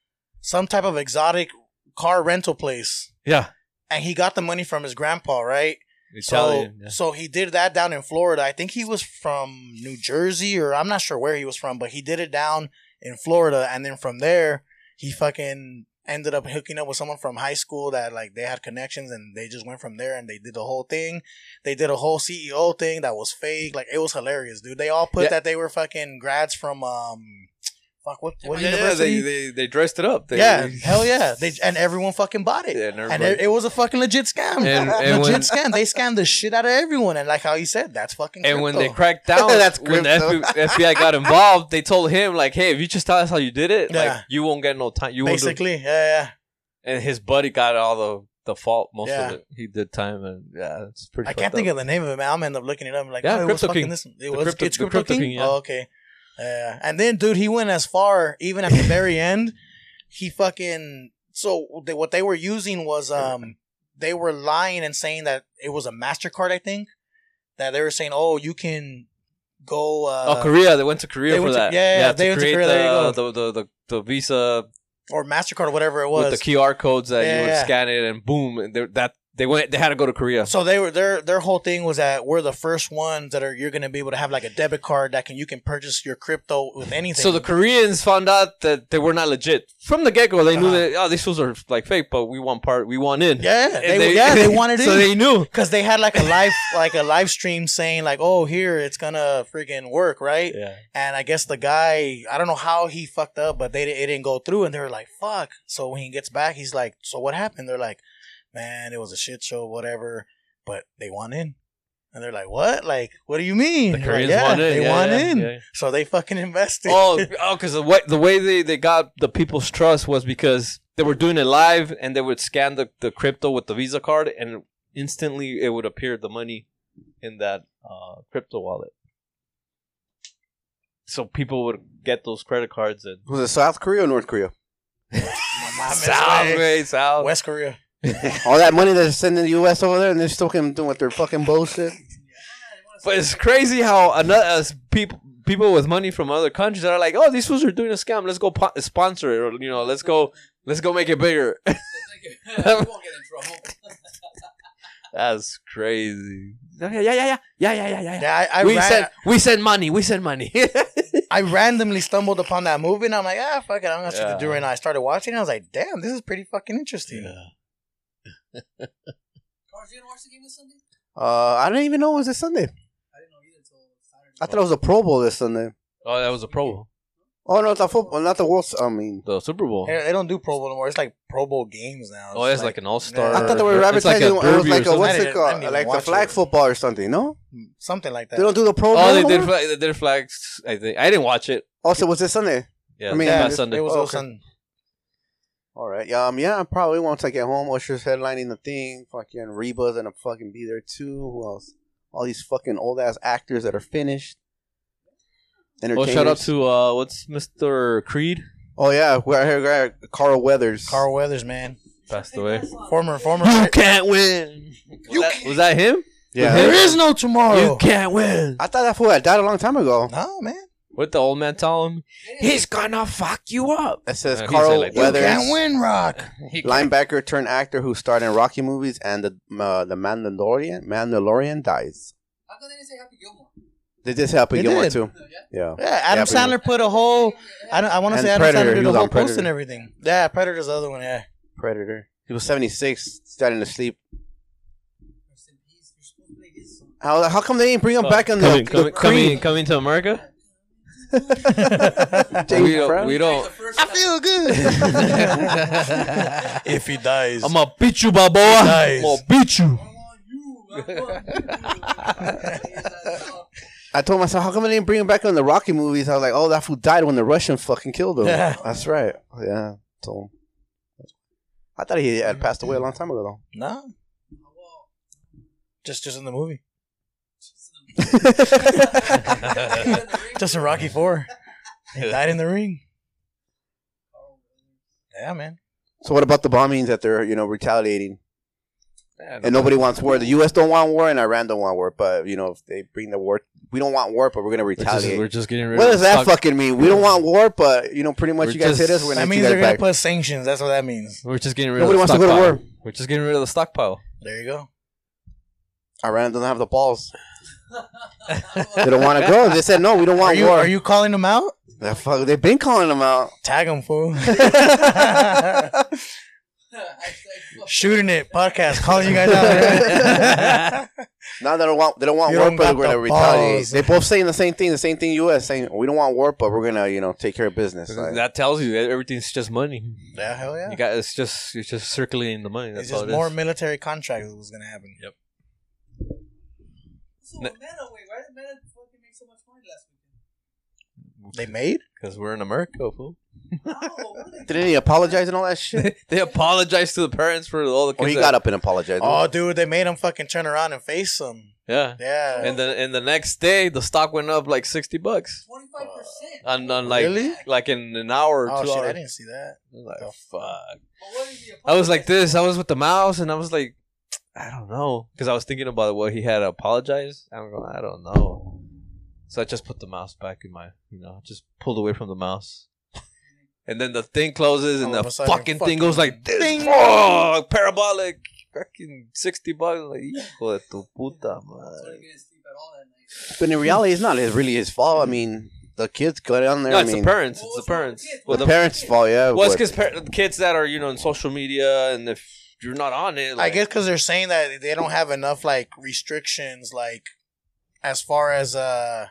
some type of exotic car rental place, Yeah, and he got the money from his grandpa, right? Italian. so so he did that down in Florida. I think he was from New Jersey, or I'm not sure where he was from, but he did it down in Florida, and then from there he fucking ended up hooking up with someone from high school that like they had connections and they just went from there and they did the whole thing. They did a whole CEO thing that was fake. Like it was hilarious, dude. They all put Yeah. that they were fucking grads from um fuck what yeah, what yeah, yeah university? they, they they dressed it up. They, yeah, hell yeah. They and everyone fucking bought it. Yeah, And everybody- it, it was a fucking legit scam. And- and legit when- scam. They scammed the shit out of everyone. And like how you said, that's fucking. And when they crypto. cracked down, That's when the crypto. FBI, FBI got involved, they told him like, "Hey, if you just tell us how you did it, Yeah. like you won't get no time. You won't." Do-. basically, yeah, And his buddy got all the the fault, most Yeah. of it. He did time, and yeah, it's yeah. pretty. I can't think of the name of it, man. I'm end up looking it up. and like, Yeah, oh, it was Crypto fucking King. this. It The was Crypto- it's the crypto Crypto king. King, yeah. Oh, okay. Yeah, and then dude, he went as far even at the very end. He fucking so they, what they were using was um they were lying and saying that it was a Mastercard. I think that they were saying, oh, you can go. Uh, oh, Korea. They went to Korea they for went to- that. yeah, yeah, they went to create Korea, there the, you The, the, the the visa or Mastercard, or whatever it was. with the QR codes that Yeah, you would yeah. scan it, and boom, and there- that They went. They had to go to Korea. So they were their their whole thing was that we're the first ones that are you're gonna be able to have like a debit card that can you can purchase your crypto with anything. So the Koreans found out that they were not legit from the get go. They knew Uh-huh. that oh, these fools are like fake, but we want part. We want in. yeah, they, And yeah they wanted So in. they knew. Cause they had like a live like a live stream saying like, oh here it's gonna freaking work, right? Yeah. And I guess the guy, I don't know how he fucked up, but they di- it didn't go through, and they were like, "Fuck!" So when he gets back, he's like, "So what happened?" They're like, "Man, it was a shit show, whatever." But they want in, and they're like, "What? Like, what do you mean?" The They're like, Koreans yeah, want in. They yeah, want yeah, in, yeah, yeah. so they fucking invested. Oh, oh, because the way the way they, they got the people's trust was because they were doing it live and they would scan the, the crypto with the Visa card and instantly it would appear the money in that uh, crypto wallet. So people would get those credit cards and Was it South Korea or North Korea? My man's South, way. way, South. West Korea. All that money that's sending the U.S. over there, and they're still fucking doing what they're fucking bullshit. But it's crazy how another as people people with money from other countries are like, oh, these fools are doing a scam. Let's go po- sponsor it, or you know, let's go, let's go make it bigger. we won't get in trouble. That's crazy. Yeah, yeah, yeah, yeah, yeah, yeah, yeah, yeah. Yeah, I, I, we ran- send we send money. We send money. I randomly stumbled upon that movie, and I'm like, "Ah, fuck it, I'm gonna see Yeah. the do right now." I started watching, and I was like, "Damn, this is pretty fucking interesting." Cars, you gonna watch the game this Sunday? Uh, I didn't even know it was this Sunday. I didn't know either until Saturday. I thought it was a Pro Bowl this Sunday. oh, that was a Pro Bowl, Oh no, it's a football, not the World. I mean, the Super Bowl. They, they don't do Pro Bowl anymore. It's like Pro Bowl games now. Oh, it's like, an All Star. I thought they were advertising. it was like a something. what's I it didn't- I called? didn't even Like the watch flag it. football or something? No, something like that. they don't do the Pro Bowl. Oh, they did. anymore? Flag, they did flags. I think I didn't watch it. Also, was this Sunday? Yeah, I mean, this yeah, past it, Sunday. It was Oh, also okay. All right. Yeah, um, yeah, I probably once I get home, Usher's headlining the thing. Fucking Reba's gonna fucking be there too. Who else? All these fucking old ass actors that are finished. Oh, shout out Entertainers. to uh, what's Mr. Creed Oh yeah, we're here. Right, Carl Weathers. Carl Weathers, man, passed away. former former. can't win. Oh. Was that, was that him? Yeah. there is no You tomorrow. can't win. I thought that fool had died a long time ago. No man, What the old man told him? He's gonna fuck you up. That says Uh, he said Carl like that. you Weathers, can't win, Rock. linebacker turned actor who starred in Rocky movies and the uh, the Mandalorian. Mandalorian dies. How come they didn't say Happy Gilmore? They just help They you one did. too. Yeah. Yeah, Adam Yeah, but- Sandler put a whole. I don't, I want to And say Adam Predator, Sandler he did a was whole on post Predator. and everything. Yeah, Predator's the other one. Yeah, Predator. He was seventy six, starting to sleep. Rest in peace. You're supposed to play his song. How, how come they didn't bring him back on coming, the, coming, the coming, coming to America? we don't. We The don't. first I feel if he dies, I'm gonna beat you, my boy. I'm Nice. gonna beat you. you. I want you. I told myself, how come they didn't bring him back on the Rocky movies? I was like, oh, that fool died when the Russian fucking killed him. Yeah. That's right. Yeah. So I thought he had passed away a long time ago, though. no, just just in the movie, just in Rocky Four. He died in the ring. Yeah, man. So what about the bombings that they're, you know, retaliating? And nobody wants war. The U.S. don't want war, and Iran don't want war. But you know, if they bring the war, we don't want war, but we're gonna We're just, we're retaliate. just getting rid What of does that stock- fucking mean? We don't want war, but you know, pretty much We're you guys just- hit us. We're gonna That hit means you they're guys gonna back. put sanctions. That's what that means. We're just getting rid Nobody of wants the to go stockpile. to war. We're just getting rid of the stockpile. There you go. Iran doesn't have the balls. They don't want to go. They said no. We don't Are want you war. are you calling them out? The fuck, they've been calling them out. Tag them, fool. Shooting it podcast, calling you guys out. Now they don't want they don't want You war, don't but got we're gonna the retaliate. balls. They both saying the same thing. The same thing. U.S. saying we don't want war, but we're gonna you know take care of business. Like, That tells you that everything's just money. yeah, hell yeah. You got it's just it's just circulating the money. That's it's all just it is. more military contracts was gonna happen. So Meta, wait, why did Meta fucking make so much money last weekend? They made? Because we're in America, fool. How? What Uh, are they Didn't he apologize and all that shit? they apologize to the parents for all the kids. Oh, he that- got up and apologized. Oh dude, they made them fucking turn around and face them. Yeah. Yeah. And then and the next day, the stock went up like sixty bucks. 25%. On, on like Really? like in an hour or oh two. shit, I hours. didn't see that. I was like, But fuck. what is the I was like apology? this. I was with the mouse, and I was like, I don't know, because I was thinking about what he had to apologize. I'm going, I don't know. So I just put the mouse back in my, you know, just pulled away from the mouse. And then the thing closes, and the All of a sudden, fucking thing fucking goes like this, ding. Oh, parabolic. fucking 60 bucks. Like, hijo de tu puta madre. But in reality, it's not really his fault. I mean, the kids got on there. No, I it's mean, the parents. Well, It's it's the not the parents. kids. Well, the the, parents' fault. Yeah. well, it's but- because par- the kids that are, you know, in social media and if you're not on it, I like, guess because they're saying that they don't have enough like restrictions, like as far as uh,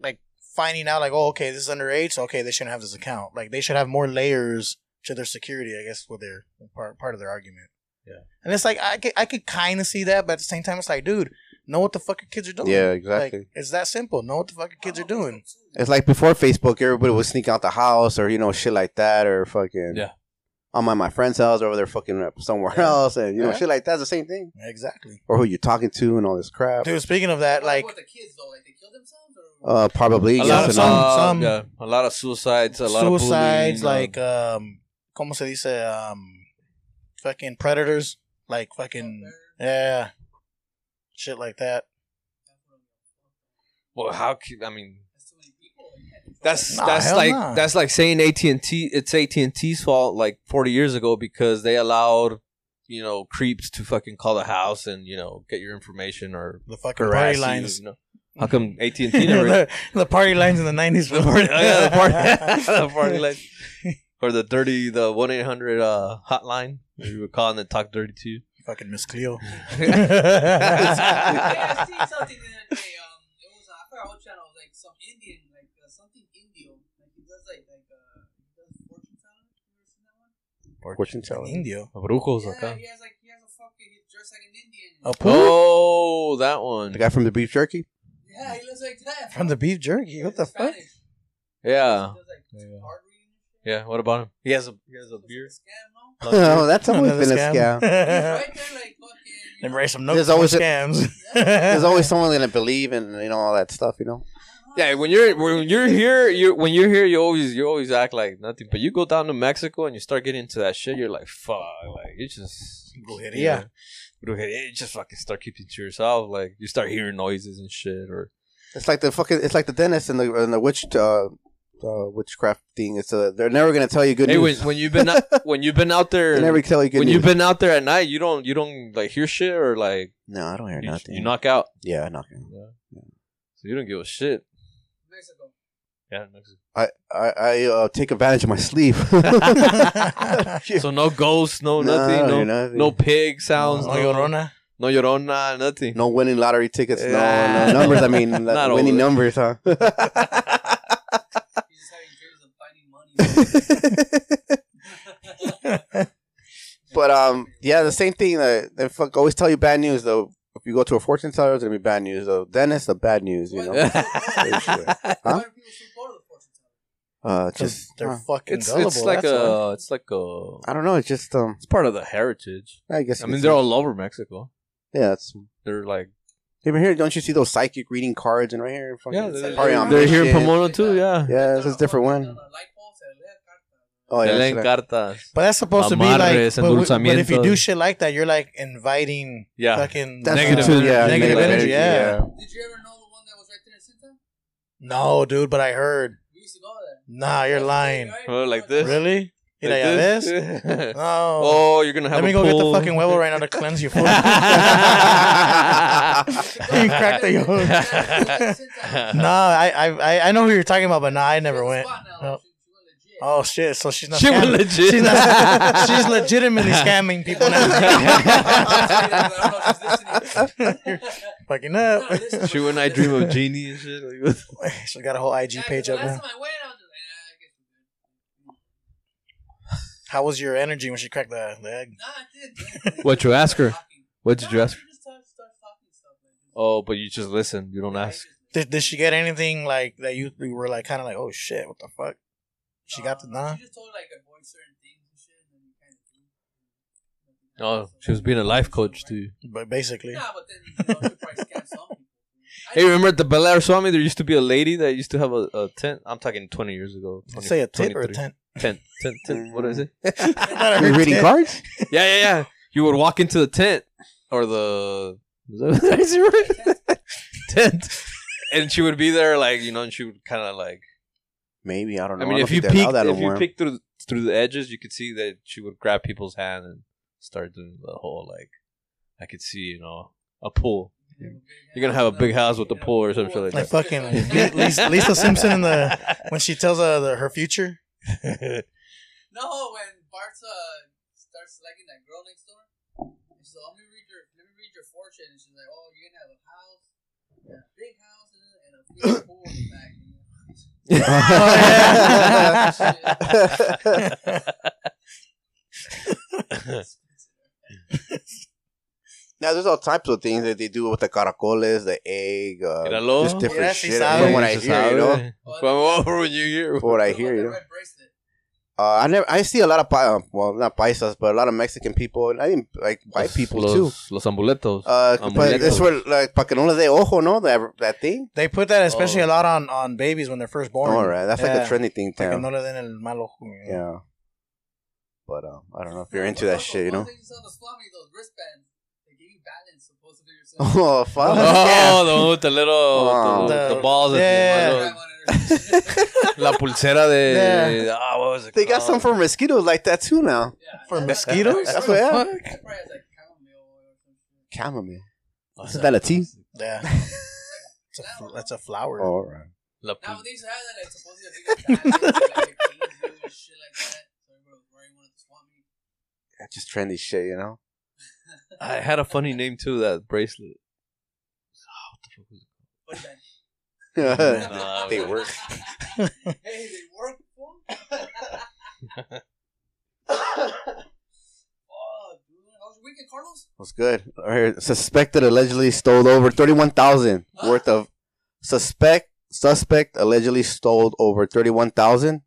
like finding out, like oh, okay, this is underage, so okay, they shouldn't have this account. Like they should have more layers to their security. I guess with their part part of their argument. Yeah. and it's like I could, I could kind of see that, but at the same time, it's like, dude, know what the fuck your kids are doing. Yeah, exactly. Like, it's that simple. Know what the fuck your kids are doing. It's like before Facebook, everybody would sneak out the house or you know shit like that or fucking Yeah. I'm at my friend's house or over there fucking up somewhere Yeah. else and you know Yeah. shit like that's the same thing. Exactly, Or who you're talking to and all this crap. dude. Speaking of that, like with the kids though, like they kill themselves or Oh. Uh, probably a yes lot of and no. some- uh, some- yeah, a lot of suicides, a lot suicides, of bullying, like um, como se dice, um, fucking predators, like fucking yeah, shit like that. well, how? c- I mean, that's Nah, that's hell like nah. that's like saying AT and T. It's AT and T's fault, like forty years ago, because they allowed you know creeps to fucking call the house and you know get your information or The fucking harass party you, lines, you know? How come AT and T never? the, the party lines in the nineties. the party, oh, yeah, the party, the party line. Or the dirty, the one eight hundred uh, hotline. that You were calling and talk dirty to you. fucking Miss Cleo. yeah, I seen something the other day. Um, it was uh, I forgot what channel. It was like some Indian, like uh, something Indio. Like he does like like uh, he does fortune telling. You ever seen that one? Fortune telling. Oh, Indio. Brujos Yeah, he has like he has a fucking he's dressed like an Indian. A Oh, pool that one. The guy from the beef jerky? Yeah, he looks like that. from the beef jerky. What the fuck? Spanish. Yeah. He does, like, Yeah. artery and shit. Yeah, what about him? Oh. He has a he has a Looks like beard. scam, no? oh, that's always Another been a scam. He's right there, like fucking. you know, Embrace some no There's always a- scams. There's always someone gonna believe in you know all that stuff, you know. Yeah, when you're when you're here, you when you're here, you always you always act like nothing. But you go down to Mexico and you start getting into that shit, you're like, fuck, like you just Brujeria. Yeah. brujeria. You just fucking start keeping to yourself. Like you start hearing noises and shit, or It's like the fucking. It's like the dentist and the and the witch uh, uh witchcraft thing. It's uh they're never gonna tell you good hey, when, news. when you've been out, when you've been out there, they never tell you good when news. you've been out there at night, you don't you don't like hear shit or like no, I don't hear you, nothing. you knock out, yeah, I knock. so you don't give a shit. Mexico. Yeah, Mexico. I I, I uh, take advantage of my sleep. so no ghosts, no, No, nothing, no you're nothing. no pig sounds, no llorona. no llorona, nothing. no winning lottery tickets. No, Yeah. no numbers. I mean, Not winning all numbers, huh? He's just having dreams of finding money. but um, yeah, the same thing. That they fuck always tell you bad news though. If you go to a fortune teller, it's gonna be bad news. Though dentist, the bad news. You know, Why do people still go to the fortune teller? uh, Because just they're uh, fucking it's gullible. it's like that's why. a it's like a I don't know. It's just um, it's part of the heritage. I guess. I you mean, could they're say- all over Mexico. yeah. It's They're like Even here, don't you see those psychic reading cards and right here? in front yeah, of you? they're, Probably on they're my here in shit. Pomona too. Yeah, Yeah, it's a different one. Oh yeah, They that's leen right. cartas. But that's supposed to be Amarres, like. But, we- but if you do endulzamientos. shit like that, you're like inviting Yeah. fucking That's the Negative two- energy. Yeah, Negative energy, yeah. Did you ever know the one that was right there in Sinta? No, dude. But I heard. We used to go there. Nah, you're lying. Oh, like this? Really? Like Mira, ya this? ves? No. oh, you're gonna have. Let me a go get the pool. fucking huevo right now to cleanse you. fool. You cracked the no, I, I I- I know who you're talking about, but nah, I never went. No. Oh shit! So she's not. She was scamming. legit. She's, not, she's legitimately scamming people now. Fucking up. she when I dream of genie and shit. Like, what- She's got a whole IG page up now. How was your energy when she cracked the, the egg? What you ask her? what did you ask? Oh, Oh, but you just listen. You don't ask. Did, did she get anything like that? You, you were like kind of like, oh shit, what the fuck? She got the nah. She just told like avoid certain things and shit, and then you kind of do. Oh, she was being a life coach too. But basically, Yeah, but then you know, she probably scam some people. I Hey, remember at the Bel Air Swami? There used to be a lady that used to have a, a tent. I'm talking 20 years ago. 20, say a tit or a 23. tent. Tent, tent, tent. What is it? You're reading cards? Yeah, yeah, yeah. You would walk into the tent or the. Is that, is it right? tent. And she would be there, like, you know, and she would kind of like. Maybe I don't I know. mean, don't if you think they allow peek, that if anymore. you peek through, through the edges, you could see that she would grab people's hand and start doing the whole like, I could see you know a pool. You're gonna have a big house with a pool or something like Like that. fucking Li- Lisa Lisa Simpson in the when she tells uh, the, her future. No, when Bart uh, starts liking that girl next door, and she's like, "Let me read your, let me read your fortune," and she's like, "Oh, you're gonna have a house, a big house, and a- and a big pool in the back." Now there's all types of things that they do with the caracoles, the egg, uh, Hello? just different Yeah, sí shit. sabe. From what I hear, you know, From what were you here? from what I What hear, about you that know. red bracelet? Uh, I never, I see a lot of, pa- um, well, not paisas, but a lot of Mexican people, and I mean, like white people los, too. Los ambuletos. Uh, but Amuletos. that's where, like, pa' que no les dé ojo, no, that that thing. They put that especially Oh. a lot on on babies when they're first born. All right, that's Yeah. like a trendy thing, Like, too. no le den el mal ojo, you know. Yeah. But um, I don't know if you're What into about that shit, you those know. ones that sell at the salami, those wristbands? They give you balance, supposedly, or something. Oh fuck! Yeah. Oh, the one with the little Oh. the, the The- balls. at the yeah. end. Grab on it or something. La pulsera de. Yeah. Ah, what was it They got oh. some called? for mosquitoes like that too now. Yeah, For that's- mosquitoes? That's That's what probably yeah. has, like chamomile or something. Chamomile. Oh, Isn't that a tea? Yeah. It's a, fl- that's a flower. All right. La Now pul- these guys are like supposedly big guys, like, they tease you and shit like that. So everyone was wearing one at the swap meet. That's Just trendy shit, you know. I had a funny name too. That bracelet. Ah, what the fuck was it? But then- Nah, they work. hey, they work. fool. oh, dude, how was your weekend, Carlos? What's good? All right. Suspected allegedly stole over thirty-one thousand worth of suspect suspect allegedly stole over thirty-one thousand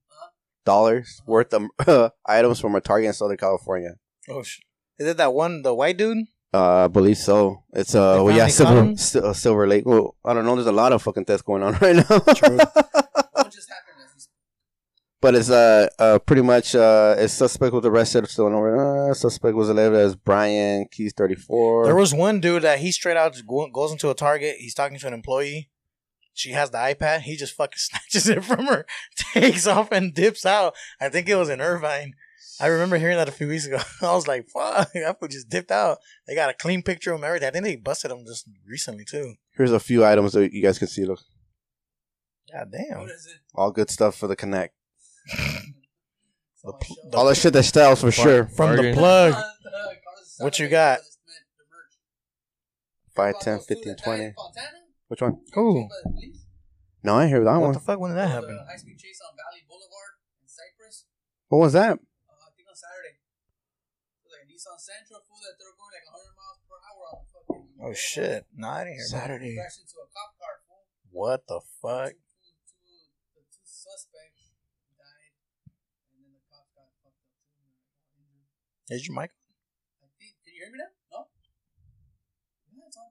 dollars worth of items from a Target in Southern California. Oh, sh- is it that one, the white dude? Uh, I believe so. It's uh, They well, yeah, finally caught Silver him? S- uh, Silver Lake. Well, I don't know. There's a lot of fucking deaths going on right now. Oh. What just happened? As he's- but it's uh, uh pretty much uh, a suspect was arrested. Still no uh, suspect was labeled as Brian Keys, thirty There four. was one dude that he straight out go- goes into a Target. He's talking to an employee. She has the iPad. He just fucking snatches it from her, takes off, and dips out. I think it was in Irvine. I remember hearing that a few weeks ago. I was like, fuck, that fool just dipped out. They got a clean picture of him, everything. I think they busted him just recently, too. Here's a few items that you guys can see. Look, God What damn. is it? all good stuff for the connect. So I pl- showed- All that shit that sells for sure. From the Bargain. plug. Uh, Carlos is What you selling got? this mint, the merch. 5, About 10, those two 15, that died in 20. Fontana? Which one? Ooh. But please, No, I hear that What one. the fuck? When did that there was happen? a high-speed uh, chase on Valley Boulevard in Cypress. What was that? Uh, I think on Saturday. It was like a Nissan Sentra fool that they're going like 100 miles per hour on the fucking. Oh, boulevard. shit. No, I didn't hear about it. They Crashed into a cop car fool. What the fuck? Two, two, two, the two suspects died, and then the cop got fucked up too. and got injured. Is your mic? I think. Can you hear me now? No. No, it's on.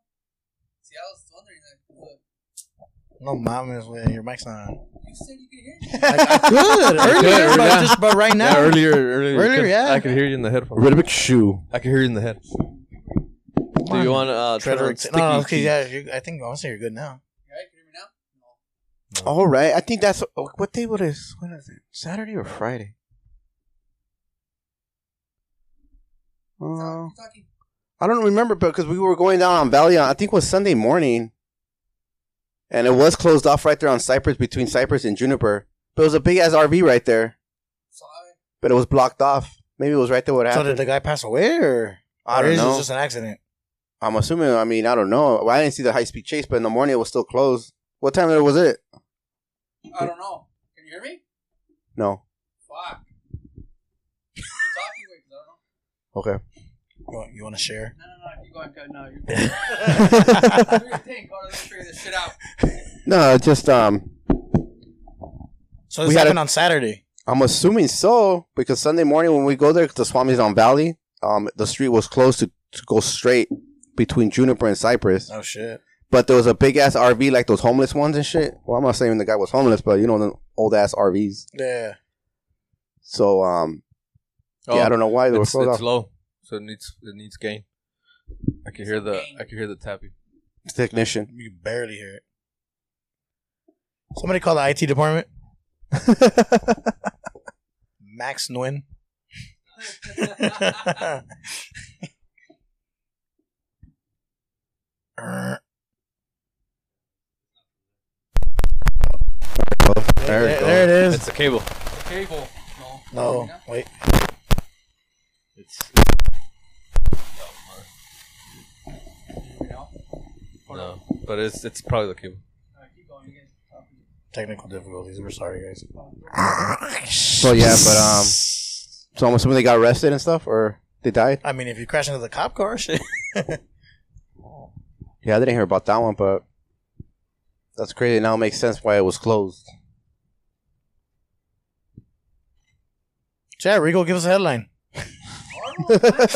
See, I was wondering like, look, No, mom is with your mic's not on. you said you could hear I, me. I could earlier, right but now. just but right now. Yeah, earlier, earlier, Earlier, could- yeah. I could hear you in the headphones. Rhythmic shoe. I can hear you in the head. Do you want uh, turn on Trevor? sticky? No, no, okay, key? yeah. You, I think honestly you're good now. Yeah, you can hear me now. No. All right. I think that's oh, what day was it? When is it? Saturday or Friday? Uh, Talk- you talking. I don't remember because we were going down on Valley. On, I think it was Sunday morning, and it was closed off right there on Cypress between Cypress and Juniper. But it was a big ass RV right there, Sorry. but it was blocked off. Maybe it was right there. What So happened? did the guy pass away, or I or don't is know. It just an accident. I'm assuming. I mean, I don't know. Well, I didn't see the high speed chase, but in the morning it was still closed. What time was it? I don't know. Can you hear me? No. Fuck. Keep talking, wait, 'cause I don't know. Okay. You want, you want to share? No, no, no. Keep going. Go. No, you're good. Do your thing, Carlos. Let's figure this shit out. no, just um, So We this had happened on Saturday. I'm assuming so because Sunday morning when we go there, the Swami's on Valley. Um, the street was closed to, to go straight between Juniper and Cypress. Oh shit! But there was a big ass RV, like those homeless ones and shit. Well, I'm not saying the guy was homeless, but you know, the old ass RVs. Yeah. So, um, yeah, I don't know why they were Oh, It's, closed it's off. low, so it needs it needs gain. I can hear the I can hear the tapping. Technician. You can barely hear it. Somebody call the IT department. Max Nguyen. there There it there it goes. is. It's a cable. Cable. No. No, wait. It's You know? Hold on. no, but it's it's probably the cable. Alright, keep going. You guys talk. Technical difficulties. We're sorry, guys. So yeah, but um, so I'm assuming they got arrested and stuff, or they died. I mean, if you crash into the cop car, shit. Yeah, I didn't hear about that one, but that's crazy. Now it makes sense why it was closed. Chad, Rico, give us a headline.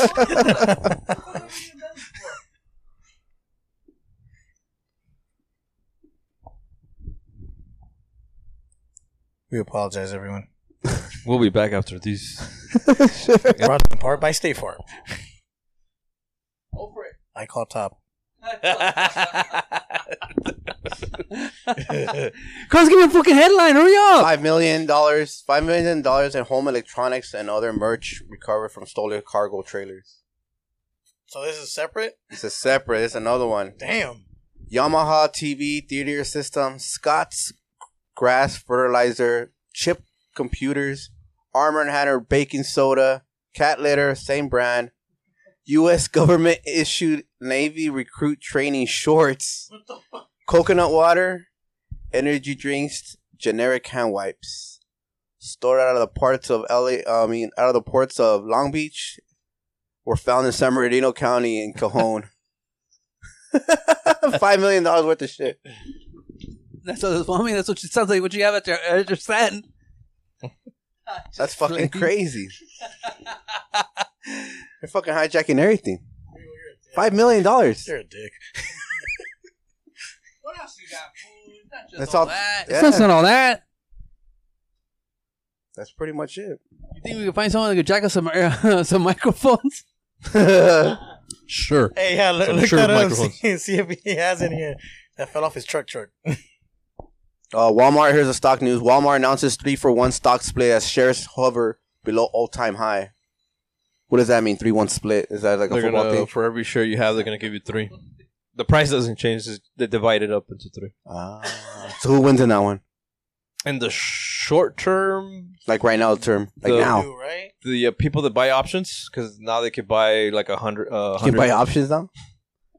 We apologize, everyone. We'll be back after these. Brought in part by State Farm. Go for it. I call top. Carlos, give me a fucking headline. Hurry up. Five million dollars, five million dollars in home electronics and other merch recovered from stolen cargo trailers. So this is separate. It's a separate. It's another one. Damn. Yamaha TV theater system, Scott's grass fertilizer, chip computers, Armor and Hammer baking soda, cat litter, same brand. U.S. government issued Navy recruit training shorts, What the fuck? coconut water, energy drinks, generic hand wipes. Stored out of the parts of L.A. I mean, out of the ports of Long Beach, were found in San Bernardino County in Cajon. Five million dollars worth of shit. That's what, I mean, that's what it sounds like what you have at your, at your stand. That's fucking crazy. They're fucking hijacking everything. Five million dollars. You're a dick. What else you got, fool? It's not just That's all, all- that. yeah. That's not all that. That's pretty much it. You think we can find someone that could jack us some, uh, some microphones? Uh, Sure. Hey, yeah, look, Some look sure that up. microphones. See, see if he has any. uh, That fell off his truck truck. Uh, Walmart. Here's the stock news. Walmart announces three for one stock split as shares hover below all time high. What does that mean? Three one split? Is that like a They're football gonna thing? for every share you have, they're gonna give you three. The price doesn't change; it's- they divide it up into three. Ah. So who wins in that one? In the short term, Like right now, the term. Like The- now, Dude, right? the uh, people that buy options, because now they could buy like a hundred. Uh, you can buy 100 options now.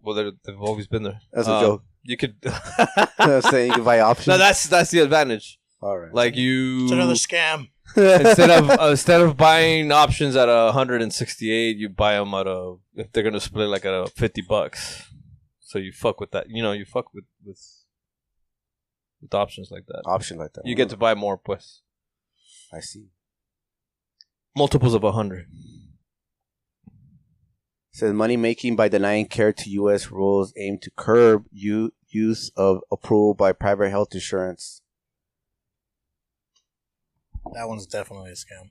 Well, they're- they've always been there. That's a Uh, joke. You could. You know what I'm saying you can buy options. no, that's that's the advantage. all right. Like you, It's another scam. instead of uh, instead of buying options at a hundred and sixty eight, you buy them at a if they're gonna split like at a fifty bucks. So you fuck with that. You know, you fuck with with with options like that. option like that. You get to buy more, pues. I see. Multiples of a hundred. says money making by denying care to U.S. rules aim to curb u- use of approval by private health insurance. That one's definitely a scam.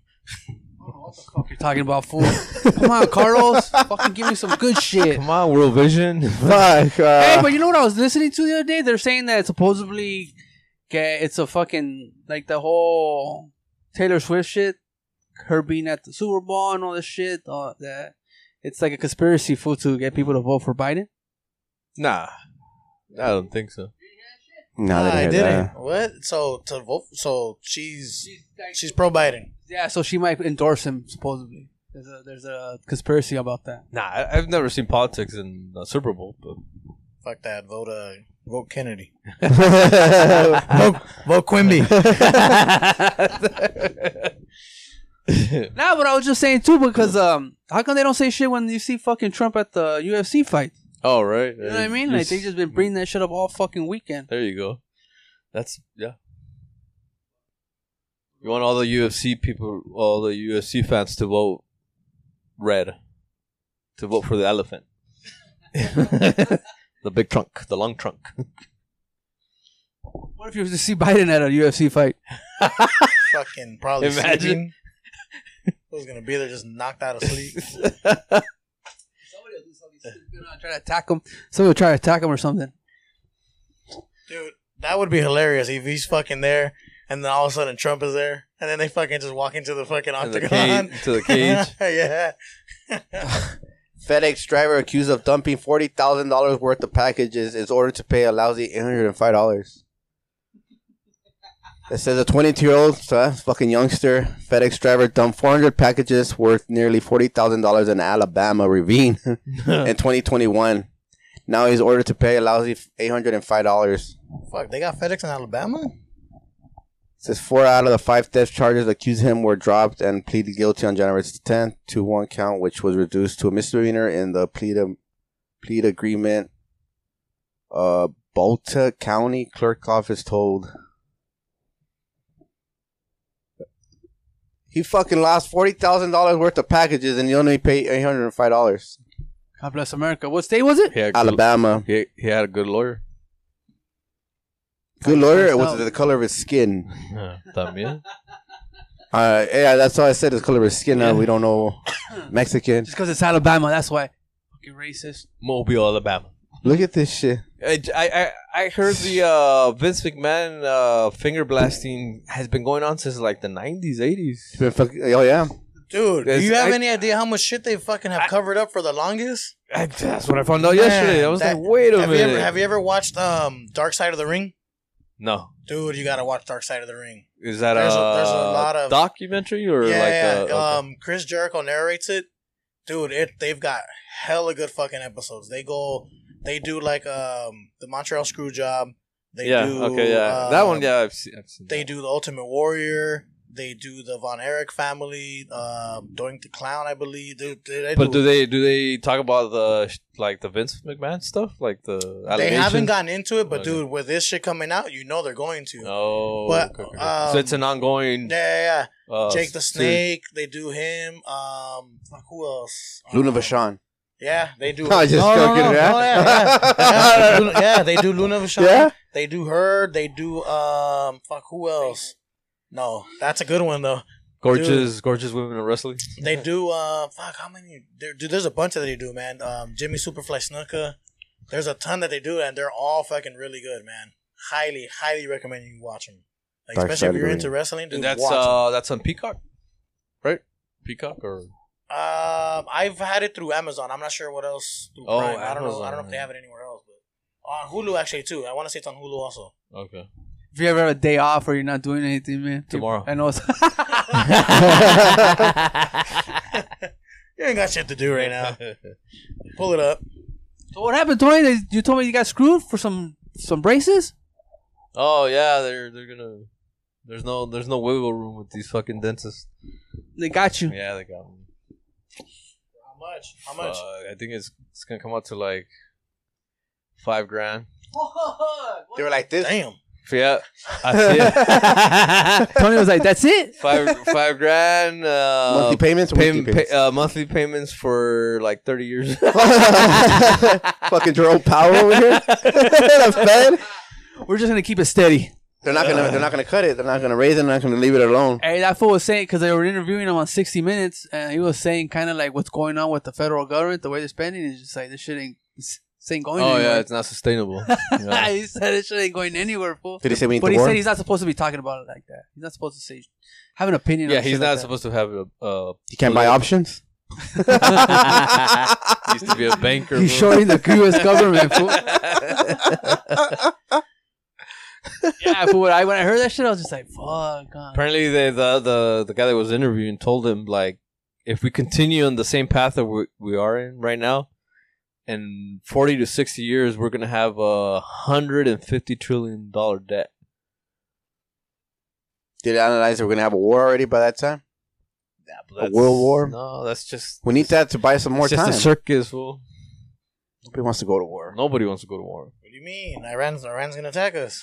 what the fuck you're talking about, fool? Come on, Carlos. Fucking give me some good shit. Come on, World Vision. Fuck. Hey, Uh, but you know what I was listening to the other day? They're saying that supposedly okay, it's a fucking like the whole Taylor Swift shit, her being at the Super Bowl and all this shit. All that it's like a conspiracy fool to get people to vote for Biden. nah, I don't think so. no, I I didn't. Hear didn't. that. What? So to vote? So she's she's pro Biden. yeah, so she might endorse him supposedly. There's a there's a conspiracy about that. Nah, I, I've never seen politics in a Super Bowl, but Fuck that. Vote uh, vote Kennedy. vote, vote Quimby. Nah, but I was just saying too because um, how come they don't say shit when you see fucking Trump at the UFC fight? oh right, You know what I mean? Like they just been bringing that shit up all fucking weekend. There you go. That's yeah. You want all the UFC people, all the UFC fans to vote red, to vote for the elephant, the big trunk, the long trunk. What if you was to see Biden at a UFC fight? Fucking probably. Imagine. Imagine. Who's gonna be there? Just knocked out of sleep. Somebody will do something stupid. Try to attack him. Somebody will try to attack him or something. Dude, that would be hilarious if he's fucking there and then all of a sudden Trump is there and then they fucking just walk into the fucking To the octagon. cage. To the cage. yeah. FedEx driver accused of dumping forty thousand dollars worth of packages is ordered to pay a lousy eight hundred and five dollars. It says a 22-year-old uh, fucking youngster FedEx driver dumped 400 packages worth nearly forty thousand dollars in Alabama ravine in 2021. Now he's ordered to pay a lousy eight hundred and five dollars. Fuck, they got FedEx in Alabama? Says four out of the five theft charges accused him were dropped and pleaded guilty on January 10th to one count, which was reduced to a misdemeanor in the plead, plead agreement. Uh, Balta County Clerk Office told. He fucking lost forty thousand dollars worth of packages, and he only paid eight hundred and five dollars. God bless America. What state was it? He had, good, Alabama. he, he had a good lawyer. Good lawyer. It was the color of his skin. También. Uh, yeah, that's all I said. His color of his skin. Uh, we don't know Mexican. Just because it's Alabama, that's why. Fucking racist. Mobile, Alabama. Look at this shit. I, I, I heard the uh, Vince McMahon uh, finger blasting has been going on since like the 90s, 80s. It's been fuck- oh yeah. Dude, Yes, do you have I- any idea how much shit they fucking have covered up for the longest? I, that's what I found out yesterday. I was that- like, wait a have minute. You ever, have you ever watched um, Dark Side of the Ring? no. Dude, you gotta watch Dark Side of the Ring. Is that There's a, a- there's a lot of- documentary or yeah, like yeah. a. okay. um, Chris Jericho narrates it. Dude, it they've got hella good fucking episodes. They go, they do like um the Montreal Screw Job. They yeah, do, okay, yeah. that one, um, yeah, I've seen. I've seen They that. do the Ultimate Warrior. They do the Von Erich family. Um, Doink the Clown, I believe. They, they, they But do they do they talk about the sh- like the Vince McMahon stuff, like the They allegations? haven't gotten into it, but Okay. dude, with this shit coming out, you know they're going to. Oh, But, okay, okay. um, so it's an ongoing. Yeah, yeah, yeah. uh, Jake the series. Snake. They do him. Um, fuck, who else? Um, Luna Vachon. Yeah, they do. No, just No, no, joking, no, yeah. no, yeah, yeah. Luna- yeah, they do Luna Vachon. Yeah? They do her. They do um. Fuck, who else? No, that's a good one though. gorgeous, gorgeous women in wrestling. They do. Uh, fuck, how many? There, dude, there's a bunch that they do, man. Um, Jimmy Superfly Snuka. There's a ton that they do, and they're all fucking really good, man. Highly, highly recommend you watch them. Like, Dark especially Side if you're Green. into wrestling, dude. And that's watch 'em. uh, that's on Peacock, right? Peacock or Um, I've had it through Amazon. I'm not sure what else. Through Oh, Prime. I don't know. I Amazon, don't know if they yeah. have it anywhere else, but on Hulu actually too. I want to say it's on Hulu also. okay. If you ever have a day off or you're not doing anything, man. Tomorrow. I know. It's You ain't got shit to do right now. Pull it up. so what happened, Tony? They- You told me you got screwed for some some braces. oh yeah, they're they're gonna. There's no there's no wiggle room with these fucking dentists. They got you. Yeah, they got one. How much? How much? Uh, I think it's it's gonna come out to like five grand. They were like this. Damn. Yeah, I see it. Tony was like, "That's it." five five grand. Uh, monthly payments. Or pay- weekly pay- payments? uh, monthly payments for like 30 years. Fucking Jerome Powell over here. That's bad. We're just gonna keep it steady. They're not gonna. They're not gonna cut it. They're not gonna raise it. They're not gonna leave it alone. Hey, that fool was saying because they were interviewing him on 60 Minutes, and he was saying kind of like what's going on with the federal government, the way they're spending. He's just like, "This shit ain't, this ain't going oh, yeah, anywhere." it's not sustainable. Yeah. he said this shit ain't going anywhere, fool. Did he say we need But he to war? said he's not supposed to be talking about it like that. He's not supposed to say have an opinion. Yeah, on he's shit not like supposed to have a. Uh, You can't buy options. he used to be a banker. That. He's bro. shorting the U.S. government. Fool. Yeah, fool. When I, when I heard that shit, I was just like, "Fuck." God. Apparently, the, the the the guy that was interviewing told him like, if we continue on the same path that we, we are in right now, in forty to sixty years, we're gonna have a hundred and fifty trillion dollar debt. Did analyze that we're gonna have a war already by that time? Yeah, but A world war? No, that's just We need that to buy some more it's just time. a circus. Fool. Nobody wants to go to war. Nobody wants to go to war. What do you mean? Iran's Iran's gonna attack us.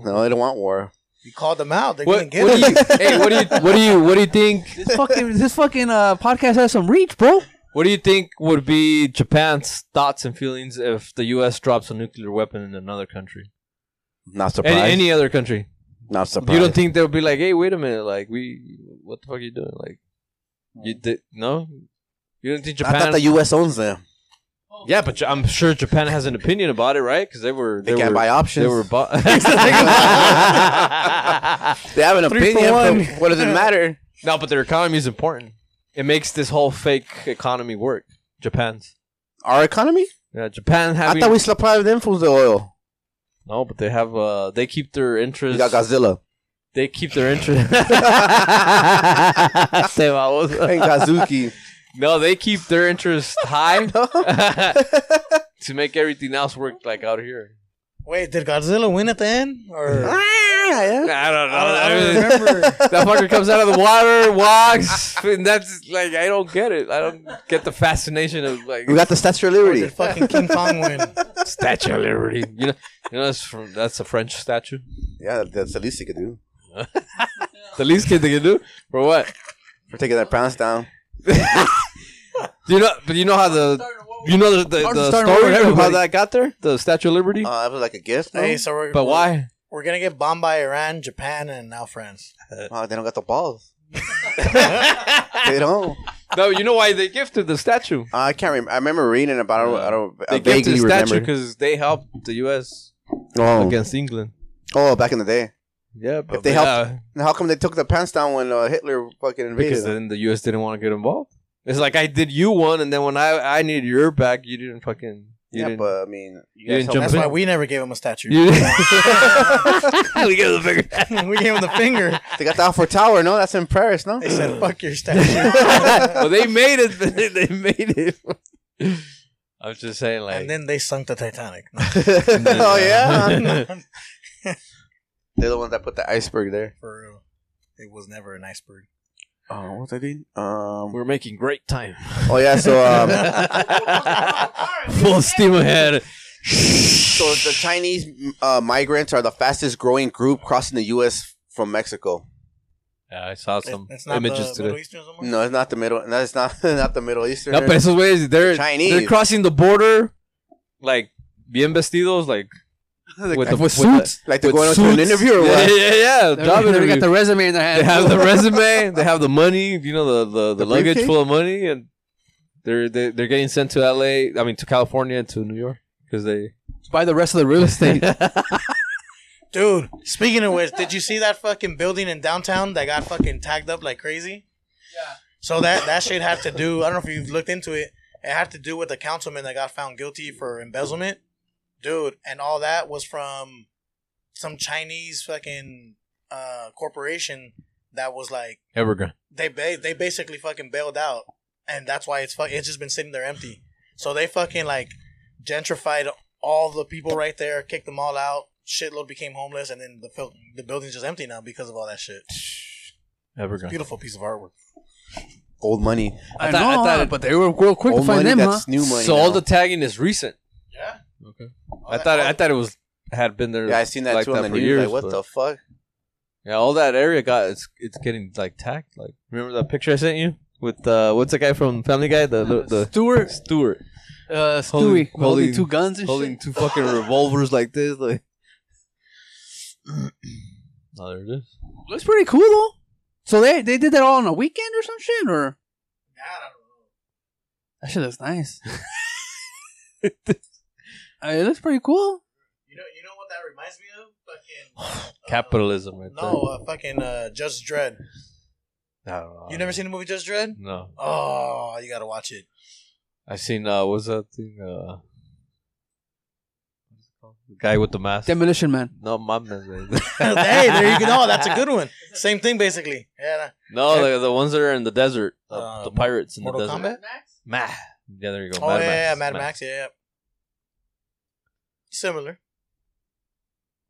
No, they don't want war. You called them out. They're gonna What, get what do us. you? hey, what do you? What do you? What do you think? This fucking this fucking uh, podcast has some reach, bro. What do you think would be Japan's thoughts and feelings if the U.S. drops a nuclear weapon in another country? Not surprised. Any, any other country? not surprised. You don't think they'll be like, "Hey, wait a minute! Like, we, what the fuck are you doing? Like, you did no? You don't think Hmm. I thought Japan? the U.S. owns them. Yeah, but Ja- I'm sure Japan has an opinion about it, right? Because they were They, they, can't were, buy options. They were bought. They have an Three for opinion. one. But what does it matter? no, but their economy is important. It makes this whole fake economy work. Japan's. Our economy? Yeah, Japan I, having thought we supplied them fools the oil. no, but they have uh they keep their We interest. got Godzilla They keep their interest. Te vamos. and Kazuki. no, they keep their interest high to make everything else work like out here. Wait, did Godzilla win at the end? Or I don't know. I I don't mean- remember. that fucker comes out of the water, walks, and that's like I don't get it. I don't get the fascination of like we got the Statue of Or did Liberty. fucking King Kong win? Statue of Liberty. You know, you know that's from that's a French statue. Yeah, that's the least you could do The least kid they can do for what? for taking that pounds down. You know, but you know how the Started a war with- you know the, the, I'm the just starting to story worry of how everybody. that got there, the Statue of Liberty. Uh, it was like a gift. No? hey, so we're but we're- why? We're gonna get bombed by Iran, Japan, and now France. Oh, they don't got the balls. they don't. Uh, No, you know why they gifted the statue. I can't remember. I remember reading about it. I don't. I They vaguely gifted the statue remember. because they helped the U.S. Oh. against England. oh, back in the day. Yeah, but they yeah, And how come they took the pants down when uh, Hitler fucking invaded? because them? then the U.S. didn't want to get involved. It's like I did you one, and then when I I needed your back, you didn't fucking you yeah, didn't. but I mean, you didn't guys jump helped That's in. us. why we never gave him a statue. you we get the figure. we gave him the finger. They got the Eiffel Tower. No, that's in Paris. No, They said, "Fuck your statue," well, they made it. They made it. I was just saying, like, and then they sunk the Titanic. oh yeah, No, they're the ones that put the iceberg there. For real, it was never an iceberg. Oh, what's that mean? Um. we're making great time. Oh yeah. So um. Full steam ahead. so the Chinese uh, migrants are the fastest growing group crossing the U.S. from Mexico. Yeah, I saw It- some it's not images the Middle today. Eastern somewhere? No, it's not the middle. No, it's not not the Middle Eastern. No, but esos güeyes, they're Chinese. they're crossing the border, like bien vestidos, like with, the, like, with suits. like they're with going on to an suits. interview or yeah, what? Yeah, yeah, yeah. They Job already interview. got the resume in their hand. they have the resume. They have the money. You know the the, the, The luggage briefcase? full of money, and they're they, they're getting sent to L.A. I mean to California and to New York because they. buy the rest of the real estate. Dude, speaking of which, did you see that fucking building in downtown that got fucking tagged up like crazy? Yeah. So that that shit had to do. I don't know if you've looked into it. It had to do with the councilman that got found guilty for embezzlement, dude, and all that was from some Chinese fucking uh, corporation that was like Evergreen. they ba- they basically fucking bailed out, and that's why it's fuck. It's just been sitting there empty. So they fucking like gentrified all the people right there, kicked them all out. Shitload became homeless, and then the fil- the building's just empty now because of all that shit. Evergreen. Beautiful piece of artworwork. Old money. I, I thought, thought- I thought it- but they were real quick Old to find money. them, huh? That's new money. So all now. the tagging is recent. Yeah. Okay. I thought I thought it was had been there. yeah, I seen that like too on the for news. years, like, what but- the fuck? Yeah, all that area got it's it's getting like tagged. Like remember that picture I sent you with uh what's the guy from Family Guy the the, the Stewart, Stewart uh, Stewie, Holding- holding, holding- two guns and holding shit. two fucking revolvers like this like. Oh, there it is. Looks pretty cool though. So they they did that all on a weekend or some shit, or that shit looks nice. I mean, it looks pretty cool. You know, you know what that reminds me of? Fucking uh, Capitalism, right No, uh, fucking uh, Judge Dredd. there. I don't know. You never seen the movie Judge Dredd? No, Oh, you gotta watch it. I seen. Uh, what's that thing? Uh, what's it called? The guy with the mask. Demolition Man. no, my man. hey, there you go. No, that's a good one. Same thing, basically. Yeah. No, the, the ones that are in the desert, the, Uh, the pirates in Mortal the desert. Kombat? Mad Max? Ma. Yeah, there you go. Oh yeah, yeah, Mad Max. Yeah, yeah. Similar.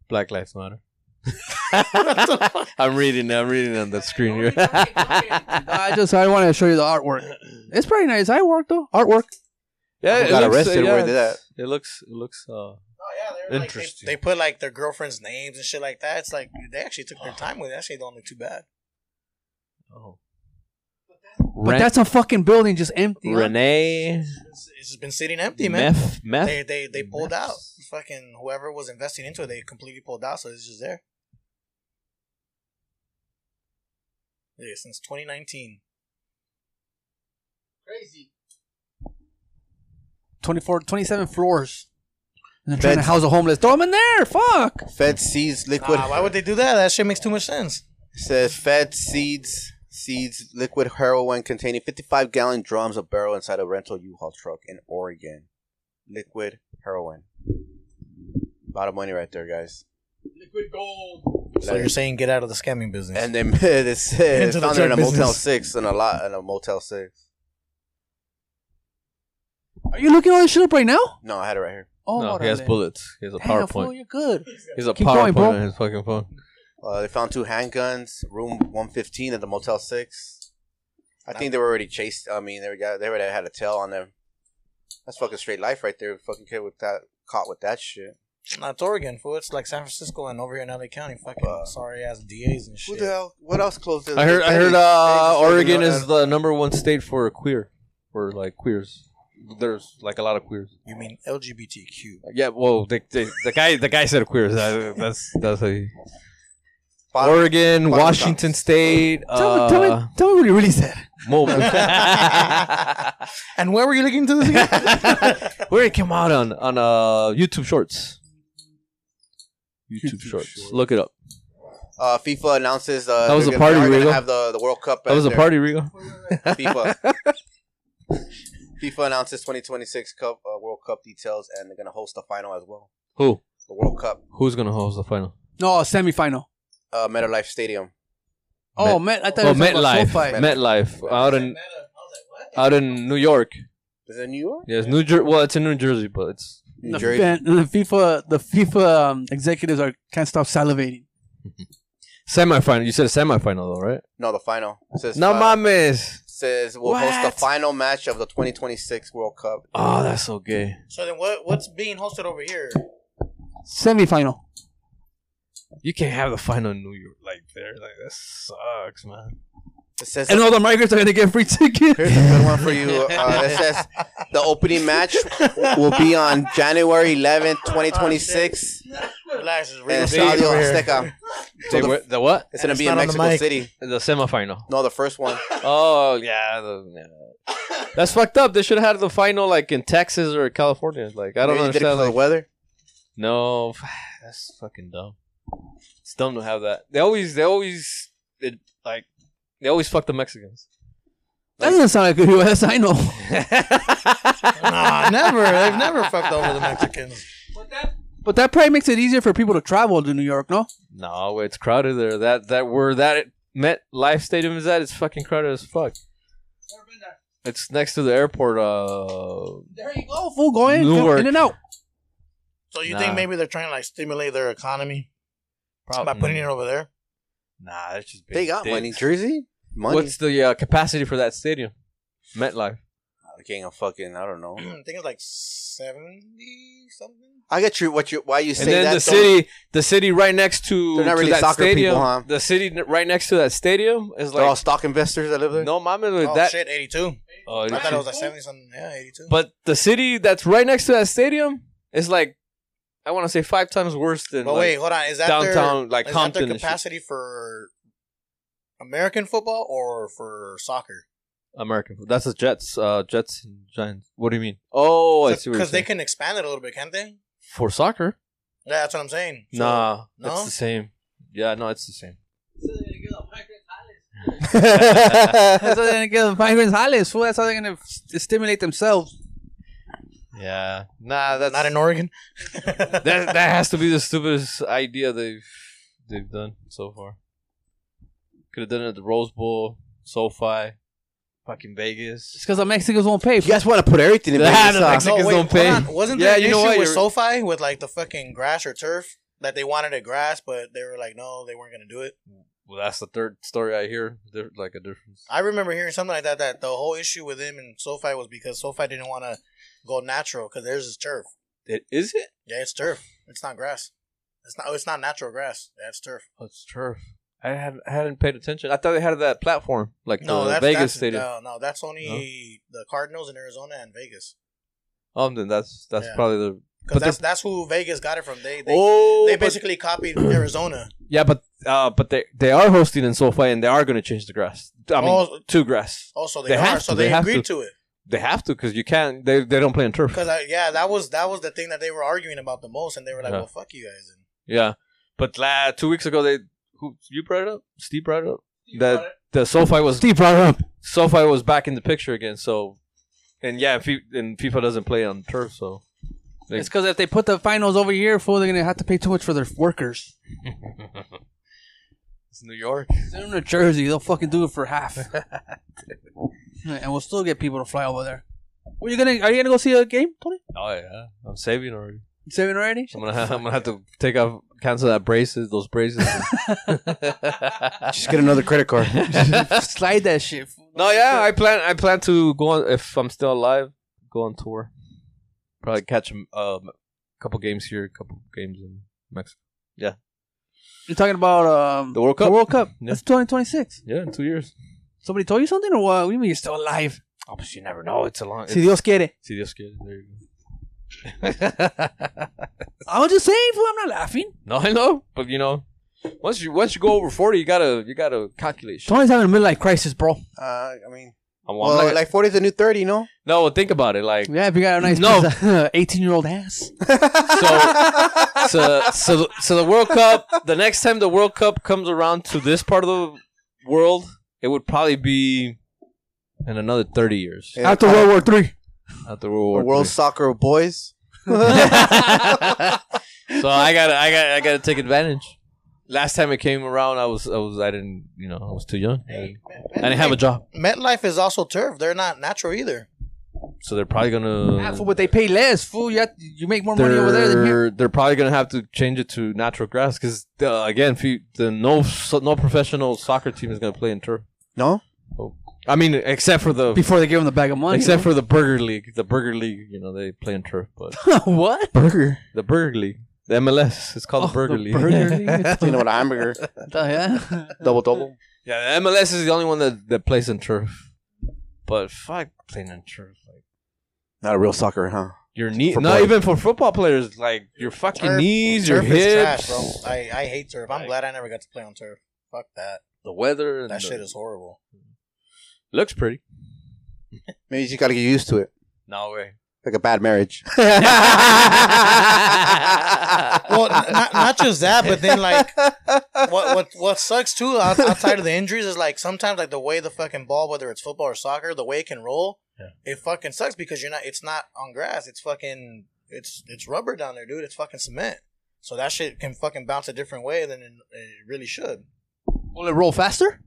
Black Lives Matter. I'm reading. I'm reading on the Oh, screen here. yeah, I just I wanted to show you the artwork. It's pretty nice. artwork though. Artwork. it got looks, arrested yeah, where they it's- It looks. It looks. Uh, Oh yeah, were, like, they- Interesting. they, put like their girlfriends' names and shit like that. It's like they actually took their time with it. Actually, don't look too bad. oh. But Ren- that's a fucking building just empty. huh? Renee. It's, it's just been sitting empty, man. Meth. They Meth. they they pulled Meth. out. Fucking whoever was investing into it, they completely pulled out. So it's just there. Yeah, since 2019. Crazy. 24, 27 floors. And they're trying to house the homeless. Throw them in there. Fuck. Fed seeds liquid. Nah, Ah, why would they do that? That shit makes too much sense. says fed seeds seeds liquid heroin containing 55 gallon drums of barrel inside a rental U-Haul truck in Oregon. Liquid heroin. A lot of money right there, guys. Liquid gold. So you're saying get out of the scamming business? and then it said Into the found it in a drug Motel business. Six and a lot in a Motel Six. Are you looking all this shit up right now? No, I had it right here. Oh, no, he has bullets. He has a Damn, fool, PowerPoint. you're good. He has a Keep PowerPoint going, bro. on his fucking phone. Uh, they found two handguns, room 115 at the Motel 6. I think they were already chased. I mean, they got they already had a tail on them. That's fucking straight life right there. Fucking kid with that caught with that shit. Nah, it's Oregon, fool. It's like San Francisco and over here in LA County. Fucking Uh, sorry ass DAs and Who shit. the hell? What else closed? I heard. I heard. Uh, Oregon is the number one state for queer, for like queers. There's like a lot of queers. You mean LGBTQ? Yeah. Well, they, they, the guy. The guy said queers. I, that's that's a Oregon. Oregon, bottom Washington tops. State. Tell, Uh, me, tell, me, tell me what he really said. Mobile. And where were you looking to this again? Where it came out on on uh YouTube Shorts. YouTube, shorts. Look it up. Uh, FIFA announces uh, That was they're a gonna- party, they are gonna Rigo. Have the, the World Cup. That at was a their- party, Rigo. FIFA. FIFA announces 2026 Cup uh, World Cup details, and they're gonna host the final as well. Who? The World Cup, Who's gonna host the final? No, semifinal. uh, MetLife Stadium. Oh, Met. I thought Oh, it was MetLife. MetLife. SoFi. MetLife out in out in New York. Is it New York? Yes, New Jer- Well, it's in New Jersey, but it's New The, Jersey. fan- the FIFA, the FIFA um, executives are can't stop salivating. semifinal. You said semifinal, though, right? No, the final. It says No fi- mames. says we'll host the final match of the 2026 World Cup. Oh, that's so gay. so then, what what's being hosted over here? Semifinal. You can't have the final in New York like there. Like that sucks, man. It says And all the migrants are gonna get free tickets. here's a good one for you. Uh, it says the opening match will be on January 11th, 2026 Relax, it's in real shit Estadio over here. Azteca. They the- were- the what? It's gonna It's be in not on the Mexico mic. City. The semifinal. No, the first one. Oh yeah, the- yeah. that's fucked up. They should have had the final like in Texas or California. Like I don't Maybe they did it 'cause understand. of Like, the weather. no, that's fucking dumb. It's dumb to have that. They always, they always, it, like they always fuck the Mexicans. That doesn't sound like a U.S. I know. Nah, never. They've never fucked over the Mexicans. But that But that probably makes it easier for people to travel to New York, no? no, it's crowded there. That that where that Met Life Stadium is at, it's fucking crowded as fuck. never been there. It's next to the airport. Uh, There you go. Oh, fool, go in, go Newark. in and out. So you Nah. Oh. think maybe they're trying to like stimulate their economy prob- by putting it over there? Nah, it's just big They got dicks. money. Jersey? Money. What's the uh, capacity for that stadium? MetLife. I can't even fucking, I don't know. I think it's like seventy something. I get you what you why you say and then that. the don't- city, the city right next to, They're not to really that soccer stadium, people, huh? the city n- right next to that stadium is They're all like stock investors that live there. no, mama, Oh that. shit, eighty two. Oh, I it's- thought it was like seventy something. Yeah, eighty two. but the city that's right next to that stadium is like, I want to say five times worse than. But like- wait, hold on. Is that downtown, their, like is Compton That and their shit? capacity for American football or for soccer? American. football. That's the Jets. Uh, Jets and Giants. What do you mean? Oh, I see. Because Because they can expand it a little bit, can't they? for soccer. Yeah, that's what I'm saying. So- nah, no? it's the same. Yeah, no, it's the same. So there you go. Migrant islands. That's how they're gonna get the migrants highlights, fool. That's how they're gonna st- stimulate themselves. yeah, nah, that's not in Oregon. that that has to be the stupidest idea they've they've done so far. Could have done it at the Rose Bowl, SoFi, fucking It's Vegas. because the Mexicans won't pay. You guys want to put everything in Nah, Vegas, the huh? Mexicans wait, don't hold pay. on. Wasn't Yeah, there an you issue know what, with you're- SoFi with like the fucking grass or turf that they wanted a grass, but they were like, no, they weren't gonna do it. Well, that's the third story I hear. There, like a difference. I remember hearing something like that. That the whole issue with them and SoFi was because SoFi didn't want to go natural because theirs is turf. It, is it? Yeah, it's turf. It's not grass. It's not. oh, It's not natural grass. Yeah, it's turf. Oh, it's turf. I hadn't, I hadn't paid attention. I thought they had that platform, like the Vegas stadium. No, no, that's only the Cardinals in Arizona and Vegas. Um, then that's that's Yeah. probably the. Because But that's that's who Vegas got it from. They they, oh, they but- basically copied Arizona. yeah, but uh, but they they are hosting in SoFi, and they are going to change the grass. I mean, Oh. to grass. Also, they, They are have so to, they, they have agreed to. it. They have to because you can't. They they don't play on turf. Because yeah, that was that was the thing that they were arguing about the most, and they were like, Yeah. "Well, fuck you guys." And Yeah, but la- two weeks ago they who you brought it up? Steve brought it up. You That- brought it- The SoFi was Steve brought up. SoFi was back in the picture again. So, and yeah, Fi- and FIFA doesn't play on turf. So They- It's because if they put the finals over here, fool, they're gonna have to pay too much for their workers. it's New York. They're in New Jersey. They'll fucking do it for half, and we'll still get people to fly over there. Are you gonna Are you gonna go see a game, Tony? Oh yeah, I'm saving already. You Saving already? I'm gonna have, I'm gonna have to take off cancel that braces those braces. Just get another credit card. Slide that shit. fool. no, yeah, I plan I plan to go on if I'm still alive. Go on tour. Probably catch um, a couple games here, a couple games in Mexico. You're talking about um, The World Cup. The World Cup. Yeah. That's 2026. Yeah, in two years. Somebody told you something or what? We mean you're still alive. Oh, but you never know. It's a long. Si Dios quiere. See this kid? There you go. I was just saying, fool. I'm not laughing. no, I know, but you know, once you once you go over forty, you gotta you gotta calculate. Shit. Tony's having a midlife crisis, bro. Uh, I mean, I'm, I'm well, like, like 40 is the new 30, no? no, think about it. Like Yeah, if you got a nice No. Mm. piece of 18 year old ass. so, so, so, so the World Cup. The next time the World Cup comes around to this part of the world, it would probably be in another thirty years Yeah, After kinda World War Three. after World the War. World III. Soccer of Boys. so I got, to I got, to I got to take advantage. Last time it came around, I was, I was, I didn't, you know, I was too young. I I didn't have a job, MetLife is also turf; they're not natural either. so they're probably Ah, fool, gonna. but they pay less, fool. You, have, you make more money over there than here. They're, they're probably gonna have to change it to natural grass because uh, again, if you, the no so, no professional soccer team is gonna play in turf. No? I mean, except for the Before they give them the bag of money. except for the Burger League. The Burger League, you know, they play in turf, but for what? Burger. the Burger League, the MLS, it's called Oh, the Burger the League. Burger League. What You know what, a hamburger, the hell? double double. yeah, the MLS is the only one that, that plays in turf. But fuck, playing in turf, like Not a real soccer, huh? your knee, For not boys. even for football players, like your fucking Turf- knees, your Turf is trash, hips, bro. I, I hate turf. I'm Like- glad I never got to play on turf. Fuck that. the weather. And That the- shit is horrible. looks pretty. Maybe you just gotta get used to it. No way. Like a bad marriage. Well, n- not, not just that, but then like what what what sucks too out- outside of the injuries is like sometimes like the way the fucking ball, whether it's football or soccer, the way it can roll, it fucking sucks because you're not. It's not on grass. It's fucking. It's it's rubber down there, dude. It's fucking cement. So that shit can fucking bounce a different way than it it really should. Will it roll faster?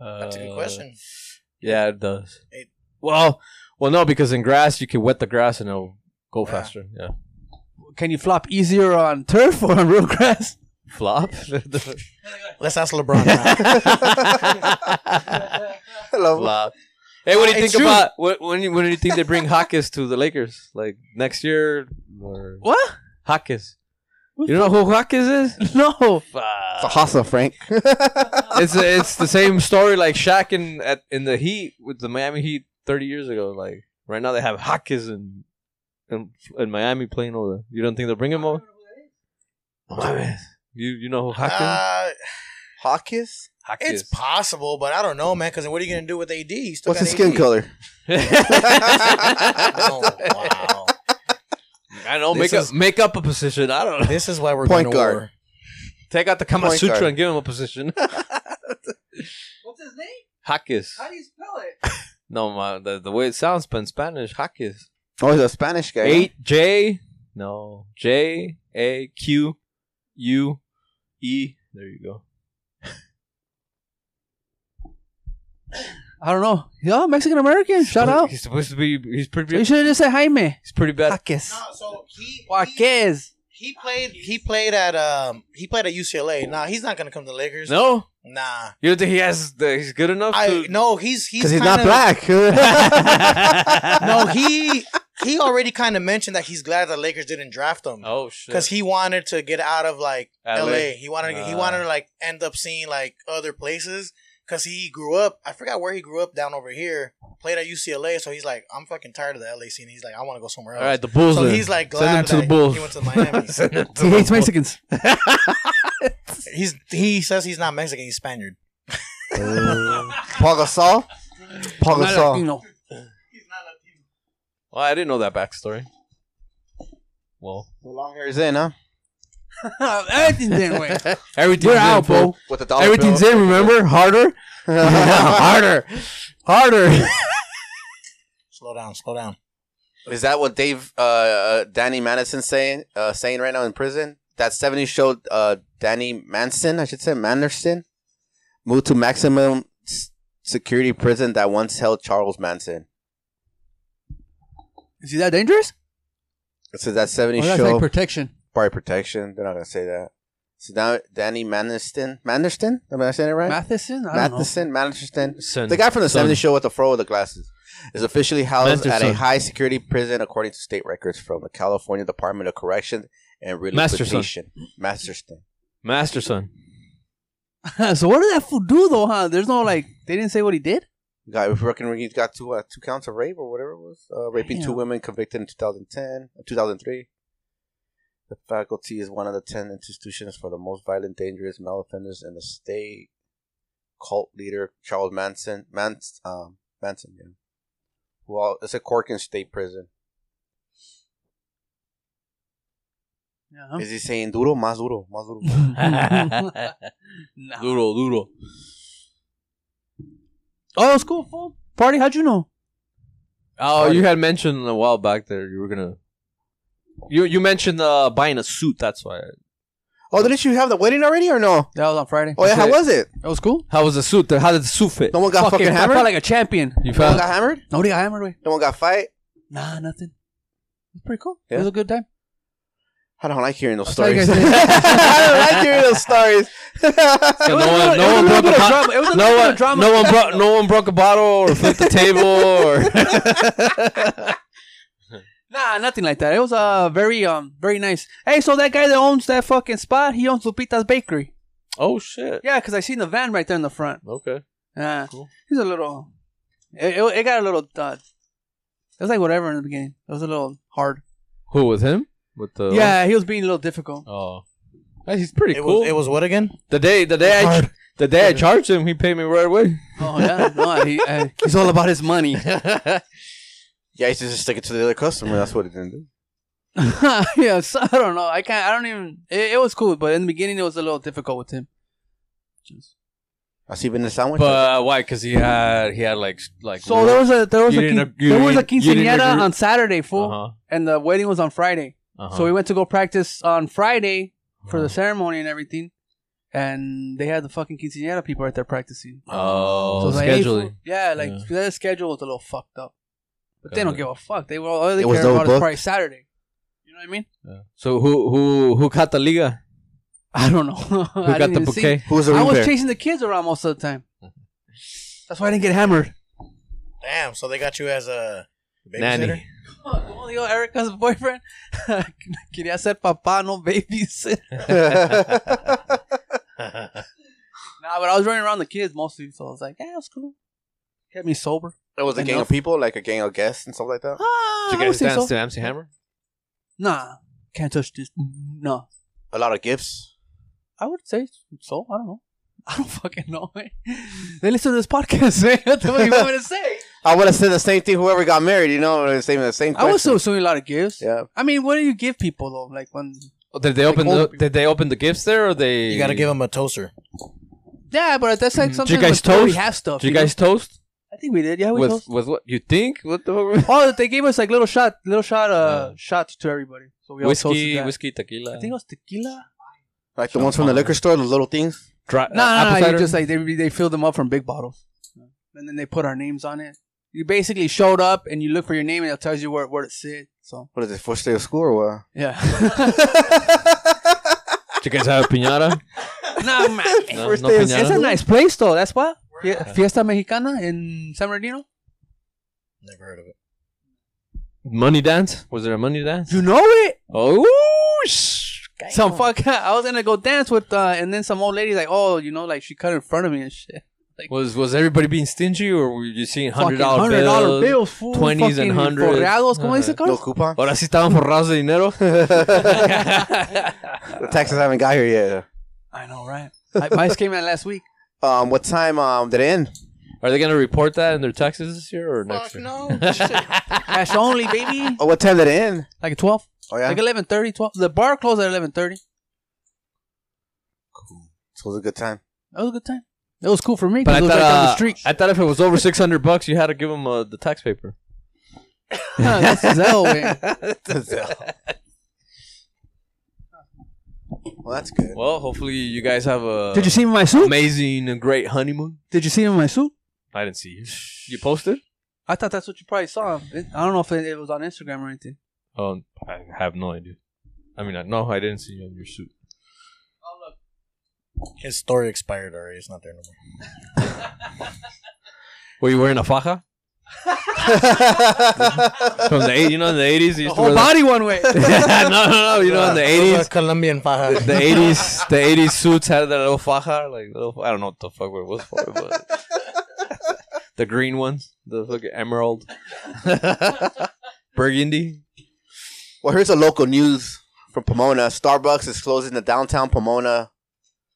That's Uh, a good question. Yeah, it does. It- well, well, no, because in grass you can wet the grass and it'll go Yeah. faster. Yeah, Can you flop easier on turf or on real grass? flop. Let's ask LeBron. Now. Hello. flop. Hey, what do Uh, you think it's true. about what, when? You, when do you think they bring Hawkins to the Lakers? Like next year or What? Hawkins? You know who Hawkins is? No. It's a hustle, Frank. it's it's the same story like Shaq in at, in the Heat with the Miami Heat thirty years ago. Like right now they have Hawkins in in, in Miami playing over. You don't think they'll bring him over? No mames. You you know who Hawkins? Uh, Hawkins? it's possible, but I don't know, man. Because what are you gonna do with AD? You still What's got his skin AD. color? Oh, wow. I know. This Make up is- make up a position. I don't know. This is why we're Point going guard. to war. Take out the Kama Point Sutra guard. and give him a position. What's his name? Hawkins. How do you spell it? No, ma, the, the way it sounds in Spanish, Hawkins. Oh, he's a Spanish guy. Eight J. No, J A Q U E. There you go. I don't know. Yo, Mexican American. Shout out. He's supposed to be. He's You pretty. should have just said Jaime. He's pretty bad. Jaques. No, so he, he Jaques. he played he played at um he played at UCLA. Nah, he's not gonna come to Lakers. No, Nah. you don't think he has? The, he's good enough I to. no, he's he's Because he's, kinda- not black. No, he he already kind of mentioned that he's glad the Lakers didn't draft him Oh shit. because he wanted to get out of like LA. LA. He wanted to, he Ah. wanted to like end up seeing like other places because he grew up. I forgot where he grew up down over here. Played at UCLA, so he's like, I'm fucking tired of the LA scene. He's like, I want to go somewhere else. All right, the Bulls. So then. he's like Send him glad to the that Bulls. he went to Miami. Send him to He the hates Bulls. Mexicans. he's he says he's not Mexican. He's Spaniard. Oh. Paul Gasol? Paul Not Gasol. Latino. Well, I didn't know that backstory. Well, The long hair is in, huh? Everything's in, way. everything's We're out, bro. With a dollar bill. in. Remember, harder, harder, harder. Slow down, slow down. Is that what Dave, uh, uh, Danny Manison's saying, uh, saying right now in prison? That 70 show, uh, Danny Manson, I should say, Manderson, moved to maximum s- security prison that once held Charles Manson. Is he that dangerous? So that 70 Oh, that's show, like protection. probably protection. They're not going to say that. So now Danny Manderson, Manderson, am I saying it right? Matheson? I don't Matheson, Manderson. Son, The guy from the Son. 70s show with the fro with the glasses is officially housed Masterson. at a high security prison according to state records from the California Department of Corrections and Rehabilitation. Masterson. Masterson. know. so what did that fool do though, huh? There's no like they didn't say what he did? The guy was working when he got two uh, two counts of rape or whatever it was, uh, raping two Damn. women convicted in 2010, uh, 2003. The faculty is one of the 10 institutions for the most violent, dangerous male offenders in the state. Cult leader Charles Manson, Mans, um, Manson, yeah. Well, it's a Corkin state prison. Yeah. Is he saying duro? Más duro, más duro. nah. Duro, duro. Oh, it's cool, fool. Party, how'd you know? Oh, you had mentioned a while back there you were gonna. You you mentioned uh, buying a suit. That's why. oh, didn't you have the wedding already or no? That was on Friday. Oh, yeah, how was it? That was cool. How was the suit? There? How did the suit fit? No one got fucking, I hammered? felt like a champion. no You one found got hammered? Nobody got hammered, way. No one got fight? Nah, nothing. It was pretty cool. Yeah. It was a good time. I don't like hearing those I'll tell you stories. I guys don't like hearing those stories. Yeah, It was no a one, little- it was a little no one broke a bit of bottle. drama- it was a no little bit one, of drama no one with broke, that, no one broke a bottle or flipped the table or. Nah, nothing like that. It was uh very um very nice. Hey, so that guy that owns that fucking spot, he owns Lupita's Bakery. oh shit! Yeah, cause I seen the van right there in the front. Okay. Yeah, Cool. he's a little. It, it, it got a little. Uh, it was like whatever in the beginning. It was a little hard. Who with him? With the Yeah, he was being a little difficult. Oh, Hey, he's pretty It cool. was it was what again? the day, the day, I, Hard. ch- the day I charged him, he paid me right away. Oh yeah, no, he, uh, he's all about his money. Yeah, he's just sticking to the other customer. That's what he didn't do. yeah, so I don't know. I can't. I don't even. It, it was cool, but in the beginning, it was a little difficult with him. Just- I see even the sandwich. But uh, why? Because he had, he had like, like. So there was a there was You a didn't quin- agree- there was a you didn't quinceañera agree- on Saturday, fool, Uh-huh, and the wedding was on Friday. uh-huh. So we went to go practice on Friday for the Uh-huh. ceremony and everything, and they had the fucking quinceañera people right there practicing. Oh, it was like, hey, scheduling. fool- yeah, like Yeah. their schedule was a little fucked up, but they Got don't it. give a fuck. They were all they It was care about is overbooked? probably Saturday. You know what I mean? Yeah. So who, who, who caught the liga? I don't know. Who I didn't got the even see. bouquet? Who was the I was ring bearer? chasing the kids around most of the time. That's why I didn't get hammered. Damn, so they got you as a babysitter? Nanny. Oh, yo, Erica's boyfriend. Quería ser papá, no babysitter. Nah, but I was running around the kids mostly, so I was like, yeah, it's cool. Kept me sober. It was a gang of Enough. people, like a gang of guests and stuff like that. Ah, Did you I would guys say dance so. to MC Hammer? Nah, can't touch this. No, A lot of gifts. I would say so. I don't know. I don't fucking know. Man. they listen to this podcast, man. What the fuck you want me to say? I would have said the same thing. Whoever got married, you know, the same the same. I Question. was still assuming a lot of gifts. Yeah. I mean, what do you give people though? Like when? Oh, Did they Like open older the? people. Did they open the gifts there, or they? You gotta give them a toaster. Yeah, but that's like Mm-hmm. something. you guys we already toast? have stuff. Did you know? guys toast I think we did. Yeah, we with toast. with what you think? What the fuck? Oh, they gave us like little shot, little shot, uh, shots to everybody. So we all toasted Oh. whiskey, Uh, that. whiskey, tequila. I think it was tequila. like the ones from the liquor store, the little things. Dry, No, no, uh, apple no, you cider? just like they they filled them up from big bottles, and then they put our names on it. You basically showed up and you look for your name and it tells you where where to sit. So What is it? First day of school or what? yeah, Did you guys have piñata? nah, man. No, First no day of piñata? It's a nice place though. That's why Fie- Fiesta Mexicana in San Bernardino. Never heard of it. Money dance? Was there a money dance? You know it. Oh, sh- Some fuck. I was gonna go dance with, uh, and then some old lady like, oh, you know, like she cut in front of me and shit. was was everybody being stingy, or were you seeing hundred dollar Fucking $100 bills? bills, fool. 20s and Fucking 100s. forreados, ¿cómo dice, No Carlos? coupon. Ahora sí estaban forrados de dinero. The taxes haven't got here yet. I know, right? I, mine came out last week. Um, what time um did it end? Are they gonna report that in their taxes this year or next Fuck year? no. Cash only, baby. Oh, what time did it end? Like at 12? Oh yeah, Like 11.30, 12. The bar closed at 11.30. so it was a good time. That was a good time. It was cool for me But I because it was thought, right down the uh, street. I thought if it was over six hundred bucks, you had to give them uh, the tax paper. That's Zell, man. Well, that's good. Well, hopefully you guys have a Did you see me in my suit? amazing and great honeymoon. Did you see me in my suit? I didn't see you. You posted? I thought that's what you probably saw. It, I don't know if it, it was on Instagram or anything. Um, I have no idea. I mean, I no, I didn't see you in your suit. Oh, look. His story expired already. It's not there no more. Were you wearing a faja from the eight? You know, in the eighties, you used to Whole wear Oh, body one way. that- no, no, no. You know, in the eighties, Colombian faja. the eighties, the eighties suits had that little faja, like little, I don't know what the fuck it was for, but the green ones, the fucking emerald, burgundy. Well, here's a local news from Pomona. Starbucks is closing the downtown Pomona.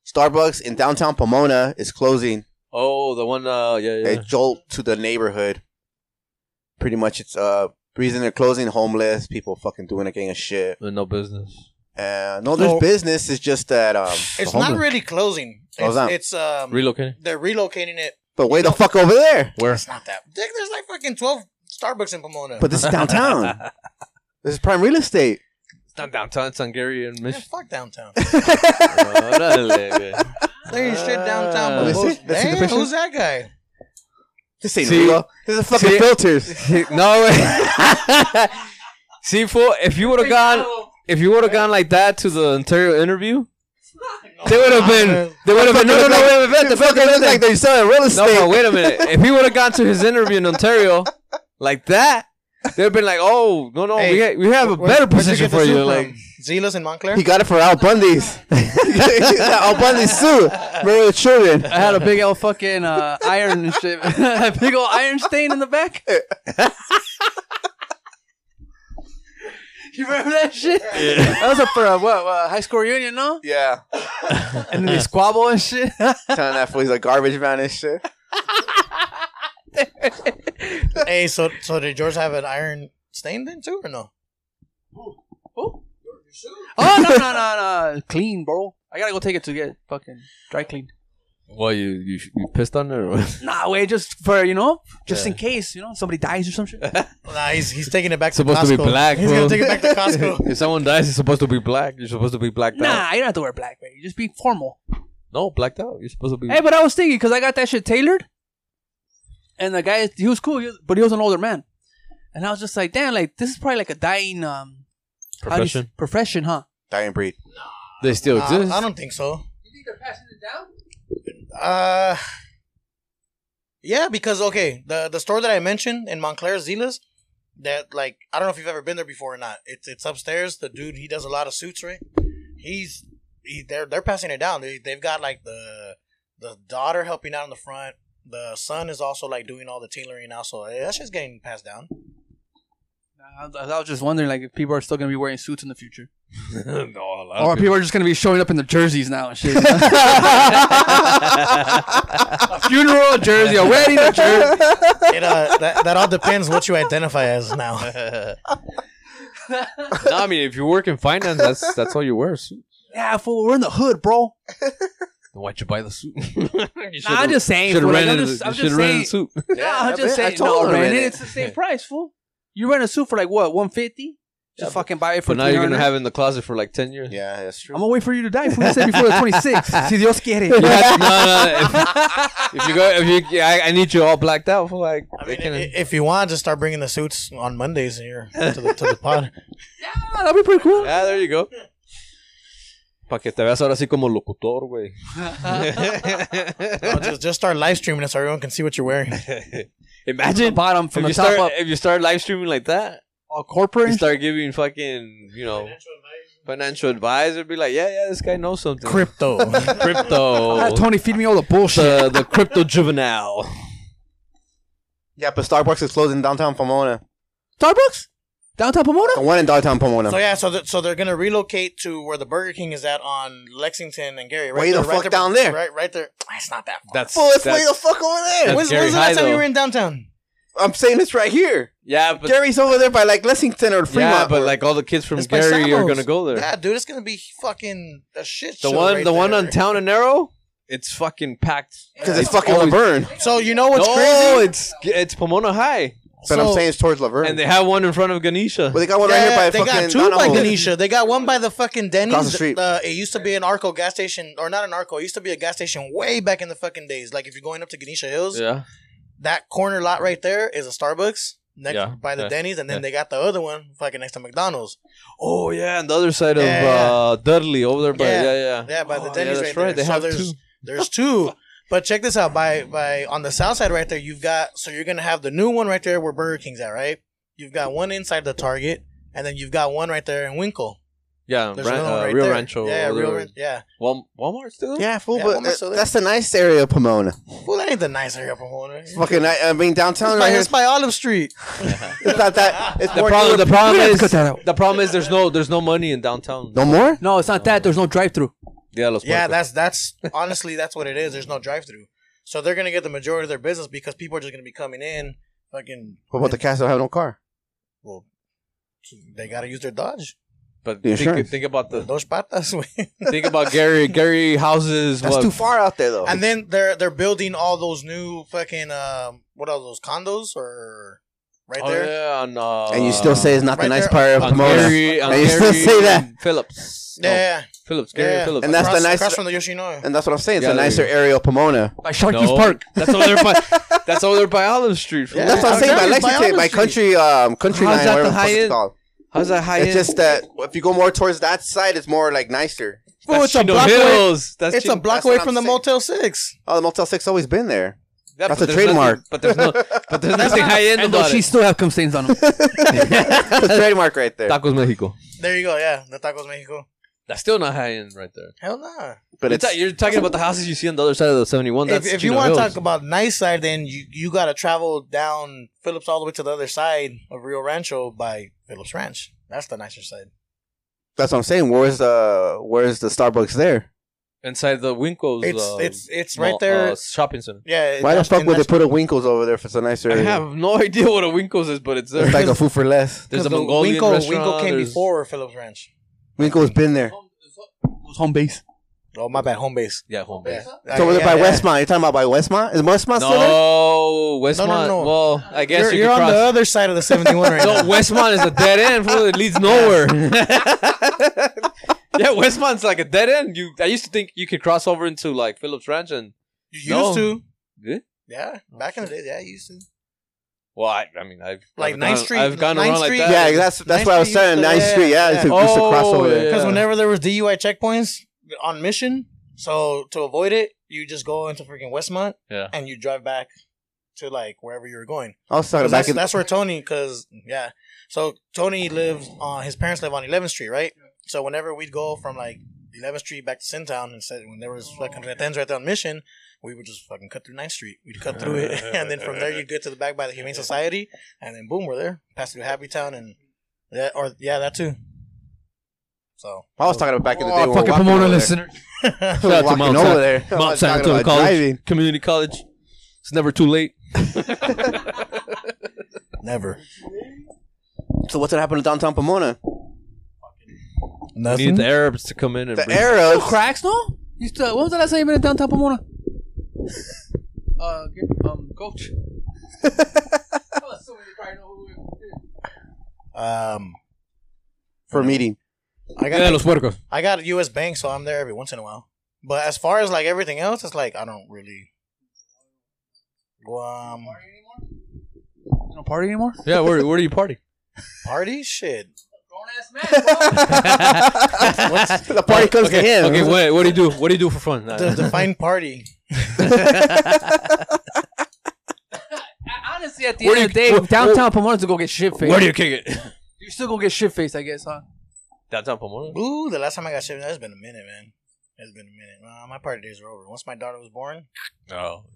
Starbucks in downtown Pomona is closing Oh, the one, uh, yeah, yeah. a jolt to the neighborhood. Pretty much, it's uh reason they're closing homeless people fucking doing a gang of shit. With no business. Uh, no, there's So- business. It's just that um, It's the not homeless- really closing. It's, How's that? it's um, Relocating. they're relocating it. But way the fuck over there. Where? It's not that. Dick, there's like fucking twelve Starbucks in Pomona. But this is downtown. this is prime real estate. It's not downtown. It's on Gary and yeah, Mission. fuck downtown. Órale, güey. There ain't shit Ah. downtown. but Let's see- most- let's see the Damn, picture. who's that guy? This ain't See? real. This is fucking See? filters. no. güey. See, fool, if you would have gone, if you would have gone like that to the Ontario interview, they would have been, they would have been. No, no, no, wait, wait, wait, It fucking looks like they're selling real No, estate. but wait a minute. If he would have gone to his interview in Ontario like that, they'd have been like, "Oh, no, no, Hey, we, ha- we have a Where- better where'd you position get the for suit you." from? Like, Zila's in Montclair. He got it for Al Bundy's. Al Bundy's suit. Married with children. I had a big old fucking uh, iron and shit. a big old iron stain in the back. you remember that shit? That was up for a what, uh, high school reunion, no? Oh, Yeah. And then they squabble and shit. Telling that fool he's a garbage man and shit. hey, so so did George have an iron stain then too, or no? Oh no no no no! Clean, bro. I gotta go take it to get fucking dry cleaned. well, you, you you pissed on it? Or what? Nah, wait, just for you know, just in case you know somebody dies or some shit. Nah, he's he's taking it back. Supposed to to be Costco. black, He's bro. gonna take it back to Costco. if someone dies, it's supposed to be black. You're supposed to be blacked out. nah, you don't have to wear black, baby. Just be formal. No, blacked out. You're supposed to be. Hey, but I was thinking because I got that shit tailored, and the guy he was cool, he was- but he was an older man, and I was just like, damn, like this is probably like a dying um how do you s- profession. profession, huh? Dying breed. They still Nah, exist. I don't think so. You think they're passing it down? Uh, yeah, because okay, the the store that I mentioned in Montclair, Zila's, that like I don't know if you've ever been there before or not. It's it's upstairs. The dude he does a lot of suits, right? He's he, they're they're passing it down. They they've got like the the daughter helping out in the front. The son is also like doing all the tailoring now, so eh, that's just getting passed down. I, I was just wondering like if people are still gonna be wearing suits in the future, no, a lot of or people- people are just gonna be showing up in their jerseys now and shit. a funeral, a jersey, a wedding, a jersey. It uh that, that all depends what you identify as now. no, I mean, if you work in finance, that's that's all you wear. Suit. Yeah, fool, we're in the hood, bro. Then why'd you buy the suit? Nah, I'm just saying. Should have fool, like, I'm rented. the- just, I'm you just should've rented saying. the suit. Yeah, I'm just I saying. told No, her man, rent it. it's the same price, fool. You rent a suit for like what, one fifty? Just fucking buy it for. But now you're gonna 300. have it in the closet for like ten years. Yeah, that's I'm true. gonna wait for you to die. Fool, you said before the 26th. Si Dios quiere. You have to- no, no, no. If, if you go, if you, I, I need you all blacked out for like. I they mean, can- i- if you want, just start bringing the suits on Mondays here to the to the pod. Yeah, that'd be pretty cool. yeah, Ah, there you go. Pa que te veas ahora así como locutor, güey. No, just just start live streaming it so everyone can see what you're wearing. Imagine Bottom if from you the top start up. if you start live streaming like that, All you corporate. start giving fucking you know financial advice. It'd be like, yeah, yeah, this guy knows something. Crypto. Ah, crypto, Tony, feed me all the bullshit. the the crypto juvenile. Yeah, but Starbucks is closing downtown Pomona. Starbucks? Downtown The Pomona? one in downtown Pomona. So yeah, so th- so they're gonna relocate to where the Burger King is at on Lexington and Gary. Right Way the there, right fuck down there. Right, right there. Ah, It's not that far. That's Fool, it's way that's- the fuck over there. that's When's, Gary when's the High, last time you though. were in downtown? I'm saying it's right here. yeah, but Gary's over there by like Lexington or Fremont. yeah, but or- like all the kids from It's by Gary are Samos. gonna go there. Yeah, dude, it's gonna be fucking a shit. the show one, right the one there. on Town and Arrow, it's fucking packed. because it's fucking Laverne. So you know what's no, crazy? it's it's Pomona High, But I'm So- saying it's towards Laverne. and they have one in front of Ganesha. but they got one right Yeah, here by they fucking got two by Donahoe. Ganesha. They got one by the fucking Denny's. Across the street. Uh, it used to be an Arco gas station, or not an Arco. It used to be a gas station way back in the fucking days. Like if you're going up to Ganesha Hills, Yeah, that corner lot right there is a Starbucks next Yeah, by the yeah, Denny's, and then yeah. they got the other one fucking next to McDonald's. Oh yeah, on the other side of Yeah, yeah. uh, Dudley over there by yeah Yeah, yeah yeah, by the Oh, Denny's that's right They there. So have there's- two. There's two. But check this out. By by on the south side right there, you've got so you're gonna have the new one right there where Burger King's at, right? You've got one inside the Target, and then you've got one right there in Winkle. yeah There's Ran- another uh, one right Rio there. Rancho Yeah, over Real there. Ran- yeah. Wal- Walmart still Yeah, fool, Yeah, but Walmart's uh, still there. that's the nice area of Pomona. Well, that ain't the nice area of Pomona. Fucking, I, I mean, downtown It's right by, here. it's by Olive Street. It's not that. It's The more problem, the newer- problem We have to is cut that out. the problem is there's no there's no money in downtown. No more. No, it's not that. There's no drive through. Yeah, Los Yeah, Puercos. that's that's honestly that's what it is. There's no drive through, so they're gonna get the majority of their business because people are just gonna be coming in. Fucking What about the cats that have no car? well, they gotta use their Dodge. But The think, insurance. think about the Dos patas. güey. think about Gary Gary houses. That's what, too far out there, though. and then they're they're building all those new fucking um what are those condos or right Oh, there. yeah, on, uh, And you still say it's not the right nice there part of on Pomona. Gary, on And you still Gary say that. Phillips. Yeah, No, yeah, Phillips. yeah, Gary yeah. Phillips. And that's the Across- nice- across from the Yoshinoya. And that's what I'm saying. It's Yeah, a there nicer you area of Pomona. By Sharky's No, Park. That's over there by that's over there by Olive Street. fool. Yeah. That's what I'm saying. By Exactly, by Lexington, Olive by Street. country, um, country How's line, that whatever the the fuck high it's end? called. How's that high It's end? just that if you go more towards that side, it's more like nicer. Well, that's it's a Chino block away. Hills. That's It's a Chino- block that's what away I'm from the saying. Motel Six. Oh, the Motel Six always been there. Yeah, that's a but there's nothing- trademark. but there's no but there's nothing high end And though about she it. still have cum stains on them. It's a trademark right there. Tacos Mexico. There you go. Yeah, the Tacos Mexico. That's still not high end right there. Hell nah. But You're, it's ta- you're talking about the houses you see on the other side of the 71. That's if, if you Chino want to Hills. talk about nice side, then you, you got to travel down Phillips all the way to the other side of Rio Rancho by Phillips Ranch. That's the nicer side. that's what I'm saying. Where's the where's the Starbucks there? inside the Winkles, It's uh, it's it's mall- right there. uh, shopping center. Why yeah. the that's- fuck and would they that's- put a Winkles over there if it's a nicer I area? have no idea what a Winkles is, but it's there. It's like a food for less. There's a 'cause the Mongolian Winko, restaurant. Winko came there's- before Phillips Ranch. Winkles been there. Oh, It's home base. Oh my bad, home base. Yeah, home Yeah. base. It's over Yeah, there by yeah. Westmont. You're talking about by Westmont? Is Westmont still there? No, Westmont. no. Well, I guess You're, you you're could on the cross. other side of the 71 right No, now. Westmont is a dead end. Fool. It leads nowhere. yeah, Westmont's like a dead end. You, I used to think you could cross over into like Phillips Ranch and You used No. to. Yeah? Yeah, back in the day, yeah, you used to. well, I, I mean, I've Like I've Ninth gone- Street- I've gone Ninth around Street- like that. Yeah, that's that's Ninth what I was Street saying. used to- Ninth yeah, Street, yeah, yeah. It's, a, it's a Oh, crossover. yeah. there. Because whenever there was DUI checkpoints on Mission, so to avoid it, you just go into freaking Westmont Yeah. and you drive back to like wherever you were going. I was 'Cause talking That's, back in that's where Tony, because yeah, so Tony lives on his parents live on 11th Street, right? So whenever we'd go from like 11th Street back to Sintown, and said when there was like Retens right there on Mission, we would just fucking cut through 9th Street. We'd cut through it, and then from there you'd get to the back by the Humane Society, and then boom, we're there. Pass through Happy Town and yeah, or yeah, that too. So I was talking about back in the day. Oh, when we fucking were walking Pomona over there. listener. We're Shout out to walking Mount over San- there. I Mount was talking San Antonio about College, driving. community college. It's never too late. never So what's gonna happen to downtown Pomona? We nothing. need the Arabs to come in and The bring- Arabs. Cracks, no? You still, when was the last time you been in downtown Pomona? Uh, get- um, coach. oh, so you probably know who it is. Um, for a meeting. I got Yeah, Los Puercos. I got a U.S. Bank, so I'm there every once in a while. But as far as like everything else, it's like I don't really. Um, Party anymore? You don't party anymore? Yeah, where where do you party? party shit. Grown ass man. bro. the party comes okay, to him. Okay, wait, what do you do? What do you do for fun? The defined party. I- Honestly, at the Where end of do the you- day, where- downtown Pomona's to go get shit faced. where do you kick it? You're still gonna get shit faced, I guess, huh? Downtown Pomona. Ooh, the last time I got shit, that's been a minute, man. It's been a minute. Nah, my party days are over. Once my daughter was born, No.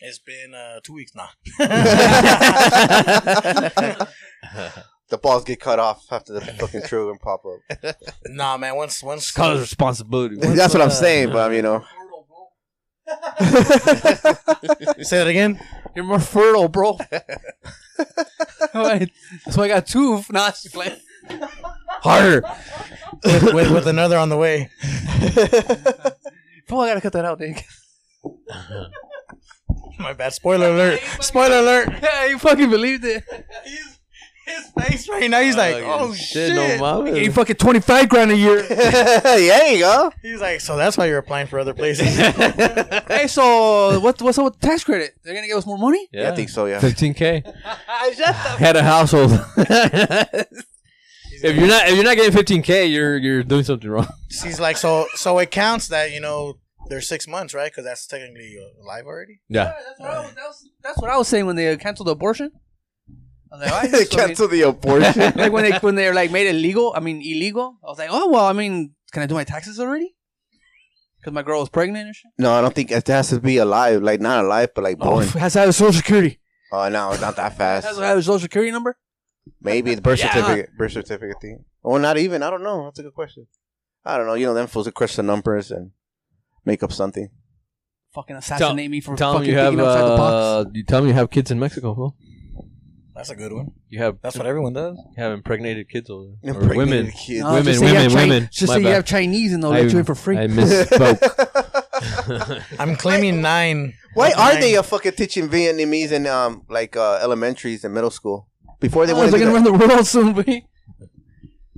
it's been uh, two weeks now. the balls get cut off after the fucking trigger and pop up. Nah, man. Once once Cause responsibility. That's what I'm saying, but you know. Portal, bro. say that again. You're more fertile, bro. Alright. so I got two. Nah, it's just like- Harder. With, with, with another on the way. bro, I gotta cut that out, Nick. My bad. Spoiler alert. Spoiler alert. yeah, you fucking believed it. His, his face right now. He's like, oh shit. no You mames. fucking twenty five grand a year. there you go. He's like, so that's why you're applying for other places. hey, so what, what's up with the tax credit? They're gonna give us more money? Yeah, I think so. Yeah. 15k. Head of household. if you're not if you're not getting 15k, you're you're doing something wrong. He's like, so so it counts that you know they're six months, right? Because that's technically live already. Yeah. Yeah, that's what I was- that was- That's what I was saying when they uh, canceled the abortion. I was like, "Why is they this fucking-" cancel the abortion. like when they when they like made it legal. I mean illegal. I was like, oh well. I mean, can I do my taxes already? Because my girl was pregnant and shit. No, I don't think it has to be alive. Like not alive, but Oh, like born. has to have a social security. Oh, no, not that Has fast. to have a social security number. Maybe the birth Yeah. certificate, birth certificate thing. Or not even. I don't know. That's a good question. I don't know. You know, them fools that crush the numbers and make up something. Fucking assassinate me for Tell them fucking you have thinking outside the box. uh, you tell them you have kids in Mexico, fool. That's a good one. You have That's what everyone does. you have impregnated Oh, kids over there. Or Impregnated women. kids. No, women, just say you have Chi- women, women. Just My say you bad. have Chinese and they'll let you in for free. I misspoke. I'm claiming nine. Why Nine. are they uh, fucking teaching Vietnamese in um like uh, elementaries and middle school? Before they Oh, went, they're gonna run the world soon. baby.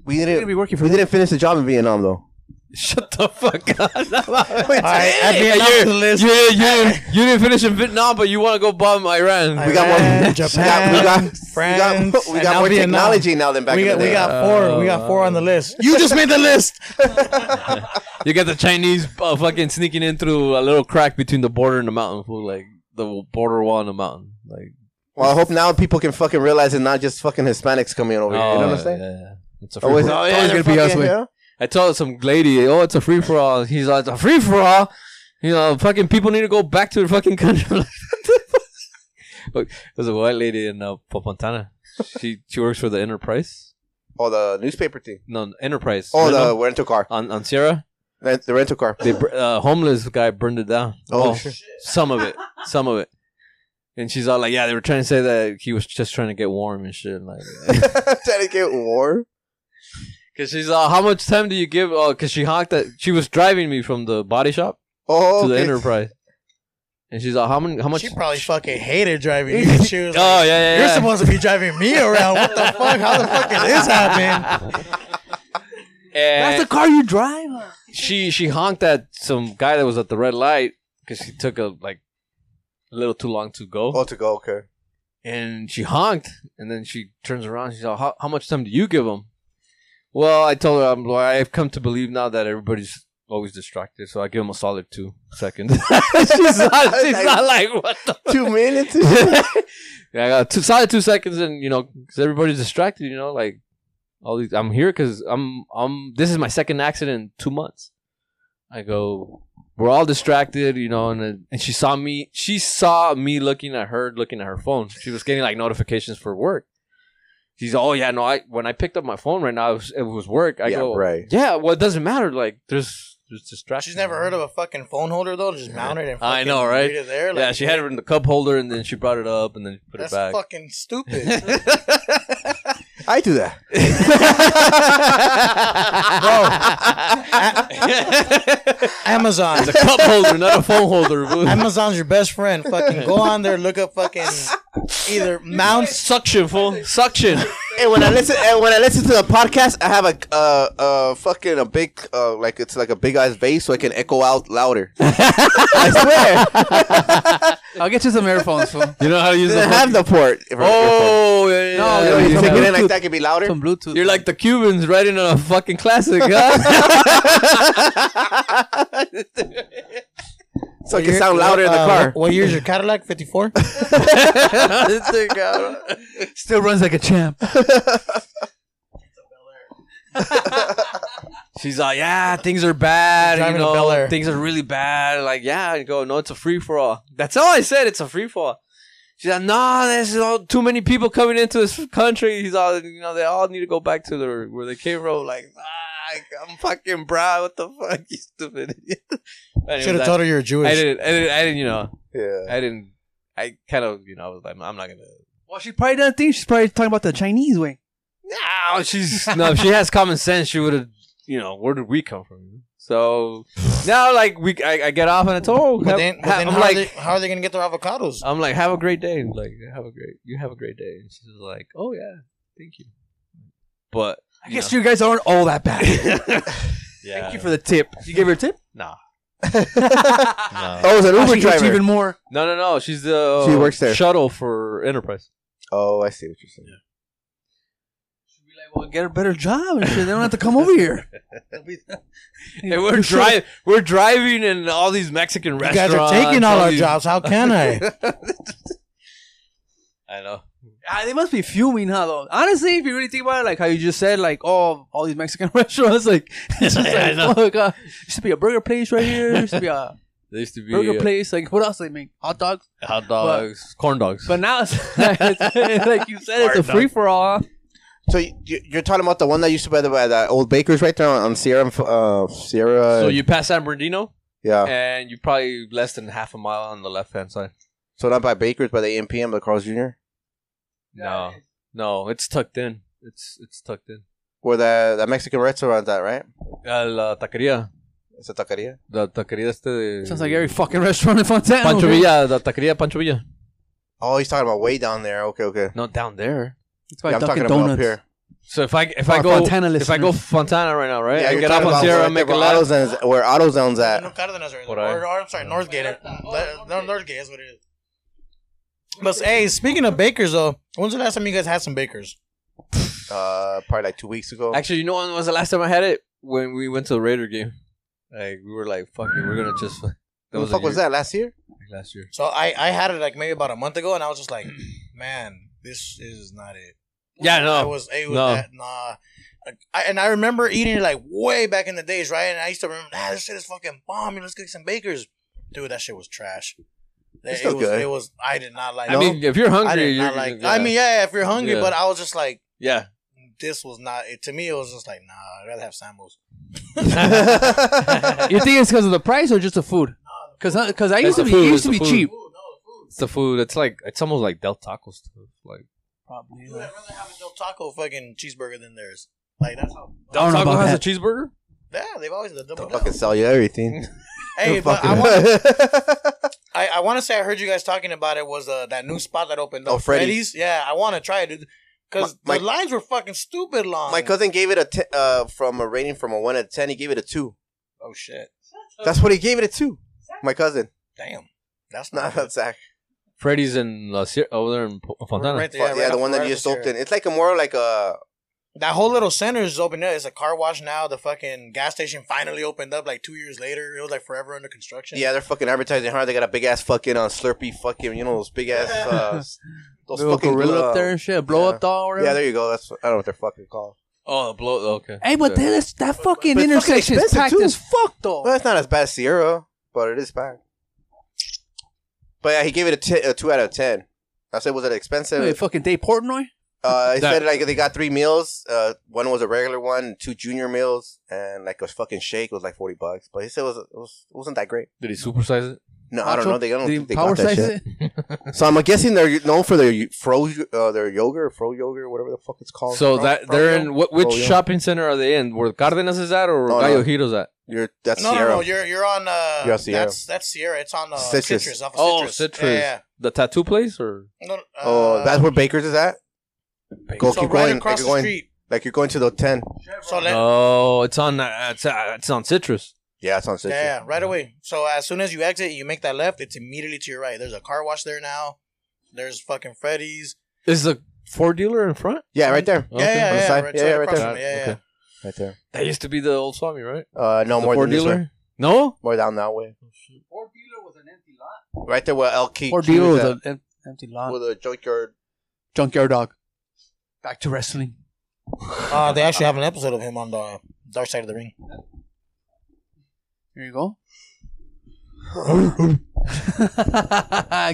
we They're gonna didn't. be working for We didn't finish the job in Vietnam though. Shut the fuck up. All right, add Vietnam you're- to the list. you, you, you didn't finish in Vietnam, but you want to go bomb Iran. We got Iran, more. Japan, we got, we got, France, we got, we and got now more Vietnam. technology now than back we in got the we day. got four. we got four on Uh, the list. You just made the list. You got the Chinese uh, fucking sneaking in through a little crack between the border and the mountain, fool, like the border wall and the mountain. Like, well, I hope now people can fucking realize it's not just fucking Hispanics coming over here. Oh, You know what Oh, I'm saying? Oh, Yeah, yeah. It's a free Always, for all. it's always gonna be us, fucking- wait. yeah. I told some lady, oh, it's a free for all. He's like, it's a free for all. You know, fucking people need to go back to their fucking country. Look, There's a white lady in uh, Popontana. She she works for the Enterprise. Oh, the newspaper thing. No, Enterprise. Oh, Rental. the rental car. on on Sierra. Rent, the rental car. They br- uh, homeless guy burned it down. Oh, Well, shit. some of it, some of it. And she's all like, "Yeah, they were trying to say that he was just trying to get warm and shit." Like, Trying to get warm. because she's all, "How much time do you give?" Oh, because she honked at. She was driving me from the body shop Oh, to the okay. Enterprise, and she's all, "How many? How much?" She probably fucking hated driving. You and she was like, oh yeah, yeah, You're yeah. supposed to be driving me around. What the fuck? How the fuck did this happen? And That's the car you drive. huh? she she honked at some guy that was at the red light because she took a like a little too long to go. Oh, to go. Okay. and she honked and then she turns around she's like how, how much time do you give them well i told her i'm well, i've come to believe now that everybody's always distracted so i give them a solid two seconds she's, not, she's not like what the Two minutes. yeah, I got two, solid two seconds, and you know, because everybody's distracted. You know, like all these. I'm here because I'm I'm. This is my second accident in two months. I go. We're all distracted, you know, and then- and she saw me. She saw me looking at her, looking at her phone. She was getting like notifications for work. She's oh yeah no I when I picked up my phone right now it was, it was work I yeah, go right. yeah well it doesn't matter like there's there's distractions She's never heard of a fucking phone holder though. Just mount it and I fucking know, right? read it there. yeah like, she had it in the cup holder and then she brought it up and then she put That's it back fucking stupid, I do that. bro. Amazon. It's a cup holder, not a phone holder. boo. Amazon's your best friend. Fucking go on there, look up fucking either mounts. Suction, fool. Suction. And when I listen, and when I listen to the podcast, I have a uh, uh fucking a big uh like it's like a big ass bass, so I can echo out louder. I swear, I'll get you some earphones, fool. You know how to use I the have the port. for- Oh, yeah, yeah, No, yeah, for- no, yeah, you yeah. take it in like that, can be louder. some Bluetooth. You're like the Cubans writing on a fucking classic, huh? so it can sound louder in the Uh, car. What year's your Cadillac? Fifty four. still runs like a champ. She's like, yeah, things are bad. Driving You to Bel know, Air. things are really bad. Like, yeah, I go, no, it's a free for all. That's all I said. It's a free for all. She's like, nah, there's all too many people coming into this country. He's all, you know, they all need to go back to their where they came from. Like, ah, I'm fucking bro. What the fuck, you stupid idiot. Anyways, Should have I- told her you're Jewish. I didn't, I didn't, I didn't, you know, Yeah. I didn't, I kind of, you know, I was like, I'm not gonna. Well, she probably doesn't think she's probably talking about the Chinese way. No, she's no. If she has common sense, she would have. You know, where did we come from? So now, like, we, I, I get off and I told. But then, but then I'm how, like, are they, how are they gonna get their avocados? I'm like, have a great day. Like, have a great, you have a great day. And she's like, oh yeah, thank you. But I guess you guys aren't all that bad. yeah, Thank you for the tip. You gave her a tip? nah. oh, Oh, it's an Uber she eats driver. even more. No, no, no. She's the She works there. shuttle for Enterprise. Oh, I see what you're saying. Should be like, well, Get a better job and shit. They don't have to come over here. And we're You should- driving, we're driving, and all these Mexican You guys restaurants. are taking all our these- jobs. How can I? I know. Ah, they must be fuming, huh? Though honestly, if you really think about it, like how you just said, like oh, all these Mexican restaurants, like it's just Yeah, I like know. fuck. Uh, should be a burger place right here. There should be a There used to be burger uh, place. Like what else they make? Hot dogs. hot dogs, corn dogs. But now it's, it's like you said, it's a free for all. So you, you- you're talking about the one that used to be by that old baker's right there on, on Sierra, and F- uh, Sierra. so you pass San Bernardino, yeah. and you're probably less than half a mile on the left hand side. so not by baker's, by the AMPM, the Carl's Jr. No, no, it's tucked in. It's it's tucked in. Where that that Mexican restaurant that right? Uh, la taquería, It's a taqueria. la taquería este. de- Sounds like every fucking restaurant in Fontana. Pancho Villa, la taquería Pancho Villa. Oh, he's talking about way down there. Okay, okay. No, down there. It's Yeah, by I'm talking Dunkin' about up Donuts. here. So if I if For I our go Fontana if I go listeners. Fontana right now, right? Yeah, I you're get off talking on about Sierra, where- make a where left. AutoZone's- where AutoZone's No at. Cárdenas or, Por ahí. or, or I'm sorry, Northgate. it- Oh, Le- No, Northgate. Northgate is what it is. But hey, speaking of bakers though, when's the last time you guys had some bakers? Uh, probably like two weeks ago. Actually, you know when was the last time I had it? When we went to the Raider game. Like we were like, "Fuck it, we're gonna just." That What the was a fuck was year- that last year? like, last year? So I I had it like maybe about a month ago, and I was just like, man, this is not it. Yeah, no. it was it was No. that nah. I, and I remember eating it like way back in the days, right? And I used to remember, nah, this shit is fucking bomb. Let's get some bakers, dude. That shit was trash. It, still was, good. it was. I did not like. I mean, if you're hungry, I did you're not like. yeah. I mean, yeah, if you're hungry, Yeah. but I was just like. yeah. this was not it, to me. It was just like, nah, I'd rather have Samos. You think it's because of the price or just the food? Because I It's used to the be food, it it's used to the be food. cheap. It's the food. It's like it's almost like Del Taco stuff. Like Probably. Dude, I'd rather have a Del Taco fucking cheeseburger than theirs. Like that's how. I don't know Taco about has that. a cheeseburger. Yeah, they've always the double. Fucking Del. sell you everything. Hey, but I want I, I want to say I heard you guys talking about it was uh, that new spot that opened up. Oh, Freddy's. Yeah, I want to try it, dude. Because My- the my- lines were fucking stupid long. My cousin gave it a t- uh, from a rating from a one to ten. He gave it a two. oh shit, That's what he gave it a two. My cousin, damn, that's not not. not Zach. Freddy's in La Sierra over there in Po- Fontana. Right there, Yeah, right yeah, the off one that right you off just the opened. stair. It's like a more like a That whole little center is open up. It's a car wash now. The fucking gas station finally opened up like two years later. It was like forever under construction. yeah. They're fucking advertising hard. They got a big ass fucking uh, Slurpee fucking you know those big ass uh, s- those Little fucking gorilla glue- up there and shit, a blow yeah. up doll or whatever. Yeah, there you go. That's I don't know what they're fucking called. Oh, blow. Okay. Hey, but Yeah. that, that fucking But it's fucking intersection is expensive, packed too. as fuck, though. Well, it's not as bad as Sierra, but it is bad. But yeah, he gave it a, t- a two out of ten. I said, was it expensive? Wait, fucking Dave Portnoy? Uh, he That- said like they got three meals. Uh, one was a regular one, two junior meals, and like a fucking shake was like forty bucks. But he said it was it was it wasn't that great. Did he supersize it? No, I don't know. They I don't Did think they he power got that size shit. it? So I'm guessing they're known for their fro uh, their yogurt, fro yogurt, whatever the fuck it's called. So Fro- that fro they're yogurt? in what? Which Fro yogurt. shopping center are they in? Where Cardenas is at, or No, no. Gallo Giro's at? You're that's No, Sierra. no, no. You're you're on. Uh, You're on Sierra. That's that's Sierra. It's on uh, Citrus. citrus. off of Oh, citrus. Citrus. Yeah, yeah. The tattoo place, or No, no, oh, uh, that's where Baker's is at. Go so keep right going. across keep the going. street. Like you're going to the ten. So let, oh, it's on. Uh, it's, uh, it's on Citrus. Yeah, it's on yeah, Citrus. yeah, right away. So as soon as you exit, you make that left. It's immediately to your right. There's a car wash there now. There's fucking Freddy's. Is the Ford dealer in front? Yeah, right there. Yeah, yeah, On the yeah, side? right, Yeah, so yeah, right right across there. from it, yeah, yeah. Okay. Right there. That used to be the old Swami, right? Uh, no the more Ford than this way. dealer. No. More down that way. Fort Bueller was an empty lot. Right there where LK Poor dealer was an em- empty lot. with a junkyard. Junkyard dog. Back to wrestling. Uh, they actually have an episode of him on the Dark Side of the Ring. There you go.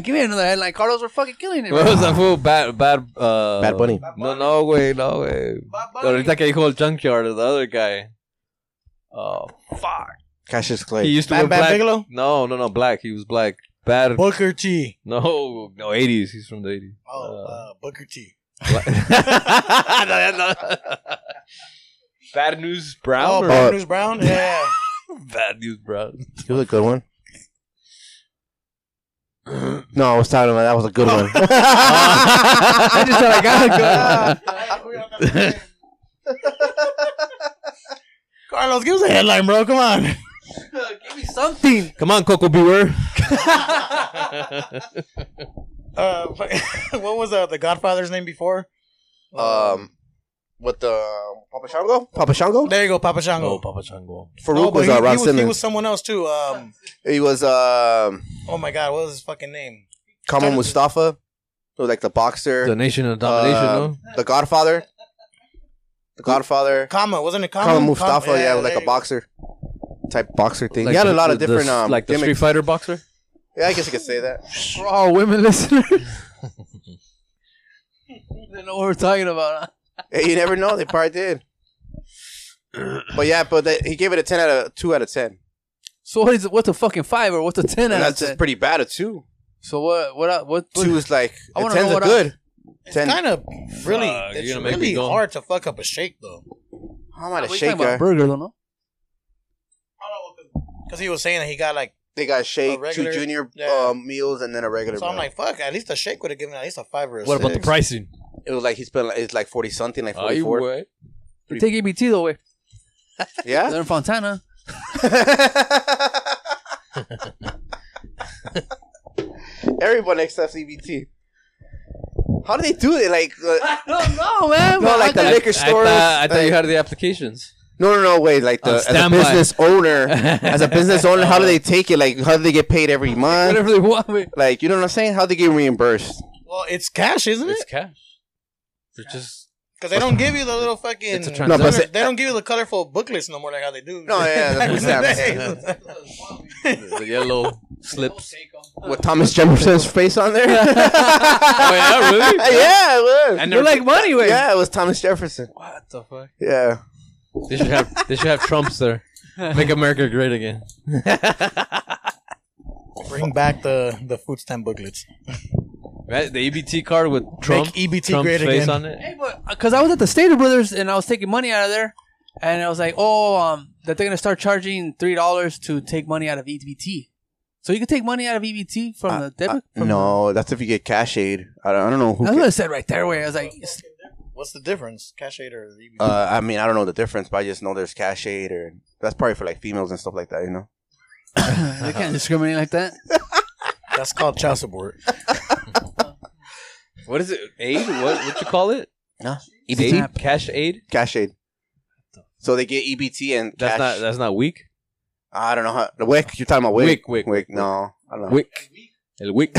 Give me another headline. Carlos, we're fucking killing it. What bro. was that fool? Bad, bad, uh, Bad Bunny. No, no, güey, no, güey. Bad Bunny. Ahorita que dijo el junkyard, the other guy. Oh, Cassius he Clay. used to Bam wear Bam black. Bigelow? No, no, no, black. He was black. Bad. Booker T. No, no, eighties. He's from the eighties. Oh, uh, Booker T. Bad news Oh, brown. or- Bad News Brown. Yeah. bad news brown. He was a good one. No, I was talking about that was a good one. I just said I got Carlos, give us a headline, bro. Come on. Give me something. Come on, Coco Beware. Uh, what was uh, the Godfather's name before? Um, with the um, Papa Shango? Papa Shango? There you go, Papa Shango. oh, Papa Chango. Farouk No, but was he, uh, he Ron was, he Simmons. was someone else too. Um, He was um, oh my God, what was his fucking name? Kamal Mustafa, who was like the boxer, The the, Nation of Domination, Uh, no? Godfather, the Godfather, Kama, wasn't it Kama? Kamal Mustafa, Kama- yeah, was there like a you boxer type boxer thing. Like he had a the- lot of the- the different s- um, like the gimmicks. Street Fighter boxer. yeah, I guess you could say that. For all women listeners. they know what we're talking about. Huh? Yeah, you never know. They probably did. But yeah, but they, he gave it a ten out of two out of ten. So what is it? What's a fucking five or what's a ten And out of that's ten? just pretty bad. A two, So what? What? What? what two is like I a wanna ten's know a what good. go. Ten. It's kind of really, Fuck, you're it's gonna make me really go. hard to fuck up a shake though, How am I We're a talking about shaker? burger, though, no? because he was saying that he got like. They got shake, regular- two junior yeah. uh, meals, and then a regular. So I'm meal. like, fuck. At least a shake would have given at least a five or a What six. about the pricing? it was like he spent like, it's like forty something, like forty four. You take ABT though, way. yeah. They're in Fontana. Everyone accepts EBT. How do they do it? Like, uh, No, man. no, but like the I got- liquor I thought, stores. I thought like- you had the applications. No, no, no, wait, like On the as a standby. business owner, as a business owner, how do they take it? Like, how do they get paid every month? whatever they want. Wait. Like, you know what I'm saying? How do they get reimbursed? Well, it's cash, isn't It's it? cash. They're just Because they don't give you the little fucking. It's a color- No, but it's- they don't give you the colorful booklets no more like how they do. No, yeah, Back that's in the what I'm day. the yellow slips. With Thomas Jefferson's face on there? yeah, Oh yeah, really? it was. I You're never- like money, wait. Yeah, it was Thomas Jefferson. What the fuck? Yeah. They should have. They should have Trumps there. Make America great again. Bring back the the food stamp booklets. Right? The EBT card with Trump. E EBT Trump's great face again. on it. Hey, but because I was at the Stater Brothers and I was taking money out of there, and I was like, oh, um, that they're gonna start charging three dollars to take money out of EBT. So you can take money out of EBT from the debit. from Uh, No, that's if you get cash aid. I don't, I don't know the- who. that's Get, what I said right there. Way I was like, it's- What's the difference? Cash aid or EBT? uh, I mean, I don't know the difference, but I just know there's cash aid, or that's probably for like females and stuff like that. You know. they can't discriminate like that. That's called child support. What is it? Aid? What? What you call it? No. Aid? Cash aid? Cash aid. So they get EBT and That's cash. not. That's not weak. I don't know how the wick. You're talking about wick. Wick, wick, wick. No, I don't know. Wick. El wick.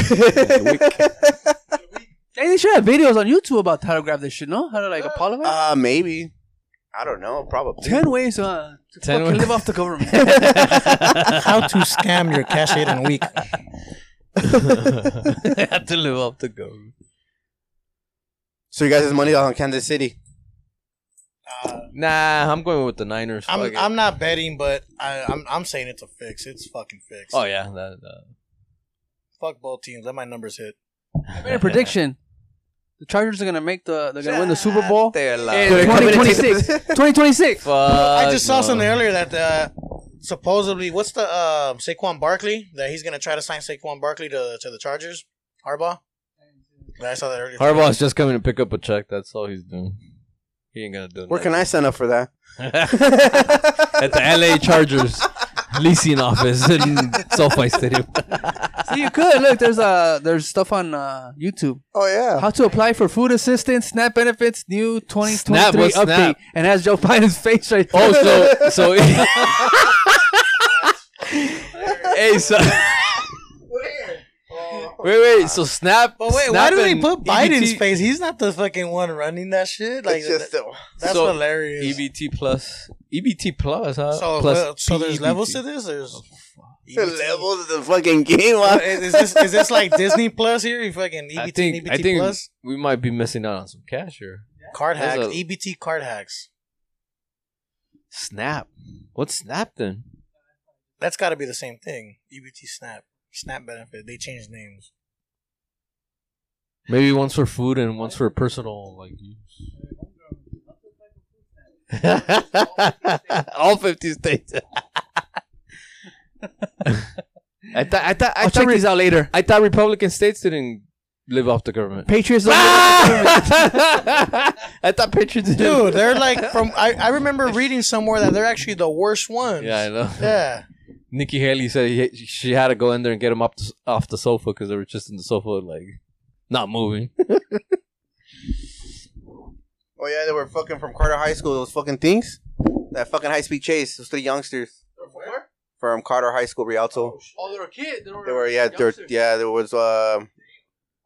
Hey, they should have videos on YouTube about how to grab this shit. No, how to like apologize. Uh, maybe. I don't know. Probably. Ten ways uh, to Ten fucking ways. live off the government. How to scam your cash aid in a week. have to live up to go. So you guys' is money on Kansas City. Nah, I'm going with the Niners. Fuck I'm it. I'm not betting, but I, I'm I'm saying it's a fix. It's fucking fixed. oh yeah. That, uh, Fuck both teams. Let my numbers hit. I made a prediction. The Chargers are gonna make the. They're gonna win the Super Bowl. They're in like, They're coming to take the 2026. 2026. fuck. I just saw no. something earlier that uh, supposedly what's the uh, Saquon Barkley that he's gonna try to sign Saquon Barkley to to the Chargers. Harbaugh. I saw that earlier. Harbaugh's just coming to pick up a check. That's all he's doing. He ain't gonna do. Where can I sign up for that? At the LA Chargers leasing office in SoFi Stadium. See, you could look. There's uh, there's stuff on uh, YouTube. Oh yeah. How to apply for food assistance, SNAP benefits, new 2023 Snap, update, what's Snap? and has Joe Biden's face right there. Oh, so so. hey, so. Wait, wait. So snap. But wait, Snap why do they and E put Biden's EBT face? He's not the fucking one running that shit. Like it's just that- uh, that's so, hilarious. EBT E plus. EBT plus, huh? so plus E well, so there's PEBT. Oh, levels to this. There's E The levels of the fucking game. huh? is, is this is this like Disney Plus here? You fucking E EBT, I think EBT I think Plus we might be missing out on some cash here. card there's hacks, a- EBT card hacks. Snap. What's Snap then? That's got to be the same thing. EBT Snap, Snap benefit. They changed names. Maybe one's for food and one's for personal like use. All fifty states. I thought I thought I'll I thought check re- these out later. I thought Republican states didn't live off the government. Patriots don't Ah! I thought Patriots did. Dude, they're like from. I, I remember reading somewhere that they're actually the worst ones. Yeah, I know. Yeah. Nikki Haley said he, she had to go in there and get him up the, off the sofa because they were just in the sofa, like not moving. Oh yeah, they were fucking from Carter High School. Those fucking things. That fucking high speed chase. Those three youngsters Where? from Carter High School, Rialto. Oh, they were kids. They were, They were yeah, there, youngsters. yeah. There was. Um,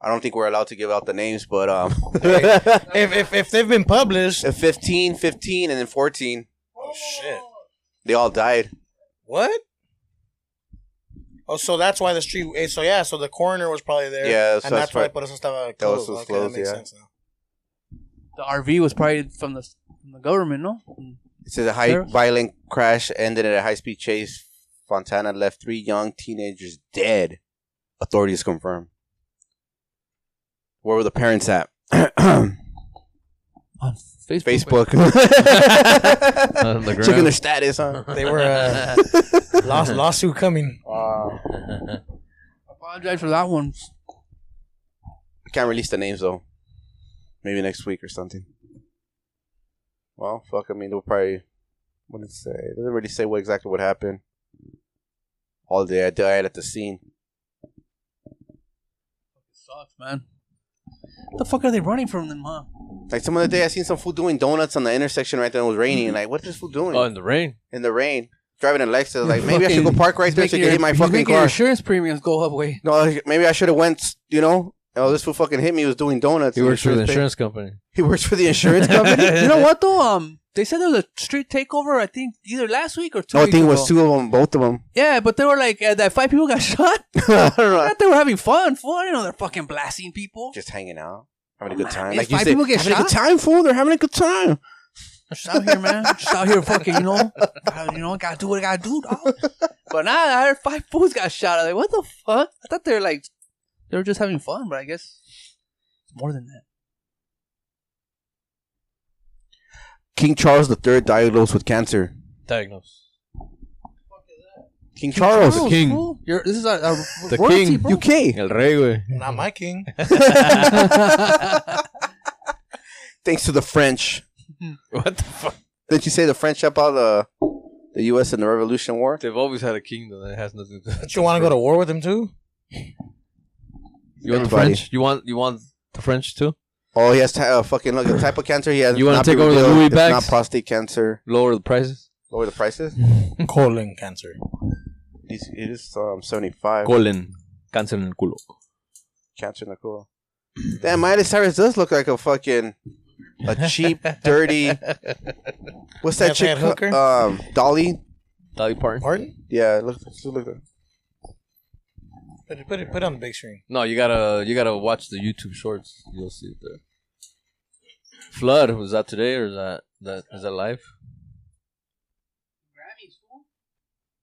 I don't think we're allowed to give out the names, but um, If if if they've been published, 15, 15, and then fourteen. Oh, shit. They all died. what? Oh, so that's why the street. eh, So yeah, so the coroner was probably there. Yeah, so and that's that's why right. Por eso estaba That was closed. was okay, that closed, makes yeah. sense now. The RV was probably from the from the government, no? It says a high Sarah? violent crash ended at a high speed chase. Fontana left three young teenagers dead. Authorities confirm. Where were the parents at? On Facebook. Facebook. On the Checking ground. their status, huh? They were uh, law- lawsuit coming. I apologize for that one. Can't release the names though. Maybe next week or something. Well, fuck. I mean, they'll probably. What did it say? It doesn't really say what exactly what happened. All day I died at the scene. Sucks, man. What the fuck are they running from them, huh? Like some of the day, I seen some fool doing donuts on the intersection right there. and It was raining. and Like, what is this fool doing oh, in the rain. in the rain? Driving an Lexus. Like, You're maybe I should go fucking- park right there so Making you can your- hit my he's fucking making your car. insurance premiums go up way. No, like, maybe I should have went. You know, oh, this fool fucking hit me. He was doing donuts. He and works for the thing. insurance company. He works for the insurance company. you know what though? Um, they said there was a street takeover. I think either last week or two. no, I weeks think it was ago. two of them, both of them. Yeah, but they were like uh, that. Five people got shot. I don't I know. thought they were having fun. Fool, I didn't know they're fucking blasting people. Just hanging out, having a good time. If Like you five said, people get having a shot? good time, fool. They're having a good time. Just out here, man. Just out here, fucking. You know, gotta, you know, gotta do what I gotta do, dog. But now I heard five fools got shot. I'm like, what the fuck? I thought they were like, they were just having fun, but I guess it's more than that. King Charles III diagnosed with cancer. Diagnosed. Oh, King Charles, Charles. king. fool. You're, this is our, our The royalty, king. bro. UK. El Rey, güey. Not my king. Thanks to the French. What the fuck? Did you say the French helped out the the U.S. in the Revolution War? They've always had a kingdom that has nothing to do. Don't you want to go to war with him too? You want the Everybody. French? You want you want the French too? Oh, he has ty- uh, fucking look, the type of cancer he has. You wanna not take be over the revealed. Louis It's bags? Not prostate cancer. Lower the prices. Lower the prices. Colon cancer. He's, he is um, seventy five. Colon, cáncer en el culo. Cancer in the cool. Damn, Miley Cyrus does look like a fucking a cheap, dirty. What's that Left hand chick? ca- hooker? Um, Dolly. Dolly Parton. Pardon? Yeah, look, look. look. Put it, put it, put it on the big screen. No, you gotta you gotta watch the YouTube shorts. You'll see it there. Flood was that today or is that that is that live? Grammys,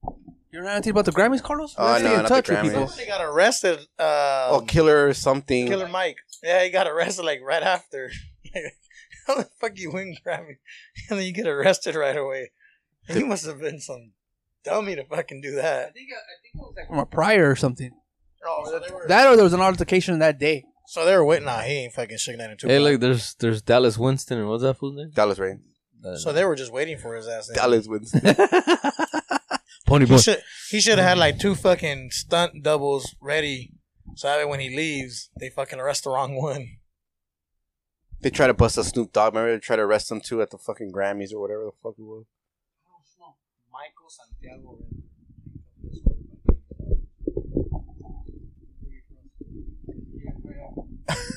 fool. You're not anything about the Grammys, Carlos? Oh, Let's no, stay in not touch the with people. Grammys. He got arrested. Uh, Oh, killer or something. Killer Mike. Yeah, he got arrested like right after. How the fuck you win Grammy and then you get arrested right away? He must have been some dummy to fucking do I that. uh, think, I think it was like From a prior or something. Oh, so they were, That or there was an altercation that day. so they were waiting. Nah, he ain't fucking shaking that in two. Hey, look, there's there's Dallas Winston and what's that fool's name? Dallas Rain. Uh, So they were just waiting for his ass. Then. Dallas wins. Pony He Boy. should he should have had like two fucking stunt doubles ready, so that way when he leaves, they fucking arrest the wrong one. They try to bust a Snoop Dogg. Remember they try to arrest him too at the fucking Grammys or whatever the fuck it was. Michael Santiago.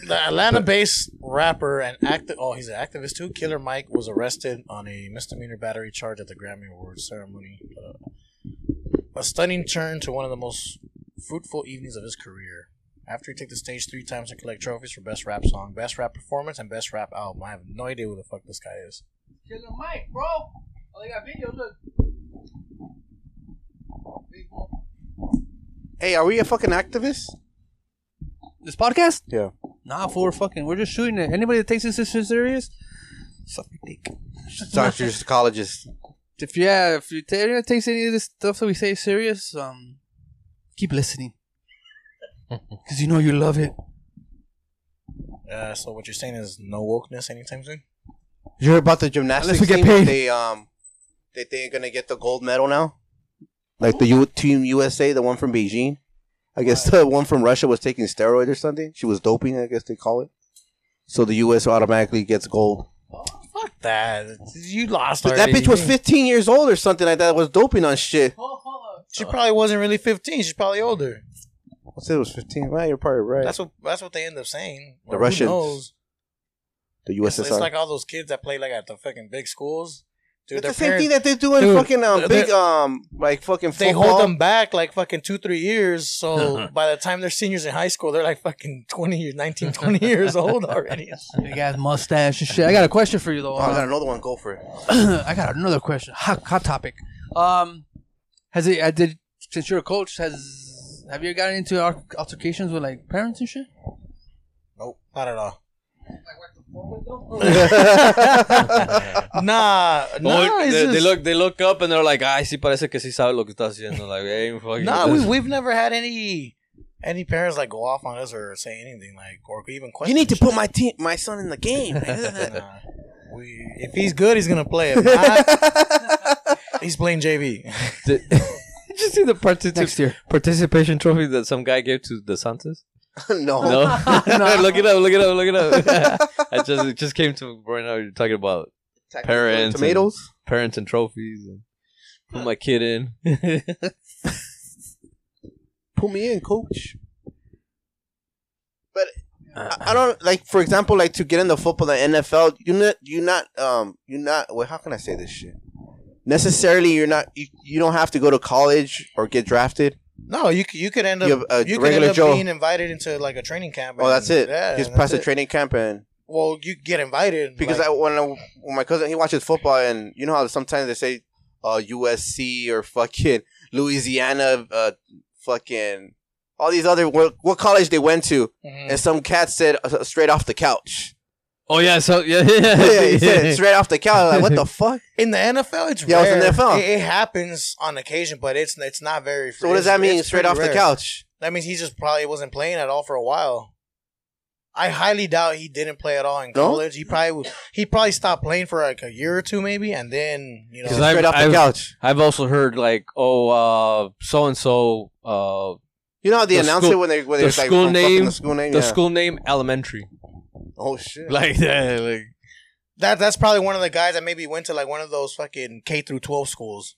The Atlanta-based rapper and acti- oh, he's an activist too. Killer Mike was arrested on a misdemeanor battery charge at the Grammy Awards ceremony. Uh, a stunning turn to one of the most fruitful evenings of his career. After he took the stage three times to collect trophies for Best Rap Song, Best Rap Performance, and Best Rap Album. I have no idea who the fuck this guy is. Killer Mike, bro. Oh, they got videos. Look. Big mo- Hey, are we a fucking activist? This podcast? Yeah. Nah, fool, we're fucking. We're just shooting it. Anybody that takes this shit serious, suck my dick. Doctors, colleges. If yeah, if you ta- anyone takes any of this stuff that we say serious, um, keep listening. Cause you know you love it. Uh, so what you're saying is no wokeness anytime soon? You heard about the gymnastics Unless we get team? paid. They um, they they're gonna get the gold medal now. Like the U- team USA, the one from Beijing. I guess the one from Russia was taking steroid or something. She was doping, I guess they call it. So the U.S. automatically gets gold. Fuck that. You lost But that already. bitch was 15 years old or something like that. Was doping on shit. Oh. Ho, ho. She probably wasn't really 15. She's probably older. I said it was 15. Well, you're probably right. That's what that's what they end up saying. The Who Russians. knows? the It's, USSR. it's like all those kids that play like at the fucking big schools. Dude, It's their the same parents- thing that they do in Dude, fucking um, they're- big um like fucking they football. hold them back like fucking two, three years. So by the time they're seniors in high school, they're like fucking 20 years, 19, 20 years old already. Big ass mustache and shit. I got a question for you though. Uh, Oh, I got another one. Go for it. I got another question. Hot, hot topic. Um, has it? I did. Since you're a coach, has have you gotten into al- altercations with like parents and shit? Nope, not at all. Like, what the fuck with them? Nah, nah, Oh, it's they, they just- look, they look up and they're like, "Ay, sí parece que sí sabe lo que está haciendo." Like, hey, fucking. nah. We, we've never had any any parents like go off on us or say anything like or even question. You need to us. put my team, my son in the game. man. Nah. We, if he's good, he's gonna play. If not, he's playing JV. Did, Did you see the partici- Next year. participation trophy that some guy gave to the Santos? no. No, look it up, look it up, look it up. I just it just came to right now. You're talking about Parents and- Tomatoes. parents and trophies and put my kid in. Put me in, coach. But I, I don't like. For example, like to get in the football, the NFL. You not. You not. Um. You not. Well, how can I say this shit? Necessarily, you're not. You, you don't have to go to college or get drafted. No, you c- you could end up You have a you could end regular up Joe. being invited into like a training camp. Oh, that's it. Yeah, Just that's past the it. training camp and Well, you get invited because like- I when, I when my cousin he watches football and you know how sometimes they say uh, USC or fucking Louisiana, uh, fucking all these other what, what college they went to, Mhm. and some cat said uh, straight off the couch. oh yeah, so yeah, yeah, yeah, he said it straight off the couch. Like what the fuck? In the NFL, it's Yeah, it's rare. in the NFL. It, it happens on occasion, but it's it's not very. So what does that it's- mean? it's Straight pretty off the rare. couch. That means he just probably wasn't playing at all for a while. I highly doubt he didn't play at all in No? college. He probably he probably stopped playing for like a year or two, maybe, and then you know. Because I've- Straight off the I've- couch. I've also heard like, oh, uh, so and so, uh, You know how they the announce school- it when they when the they're like school from fucking name- the school name, the yeah. school name elementary, Oh shit! like that, like. That that's probably one of the guys that maybe went to like one of those fucking K through twelve schools.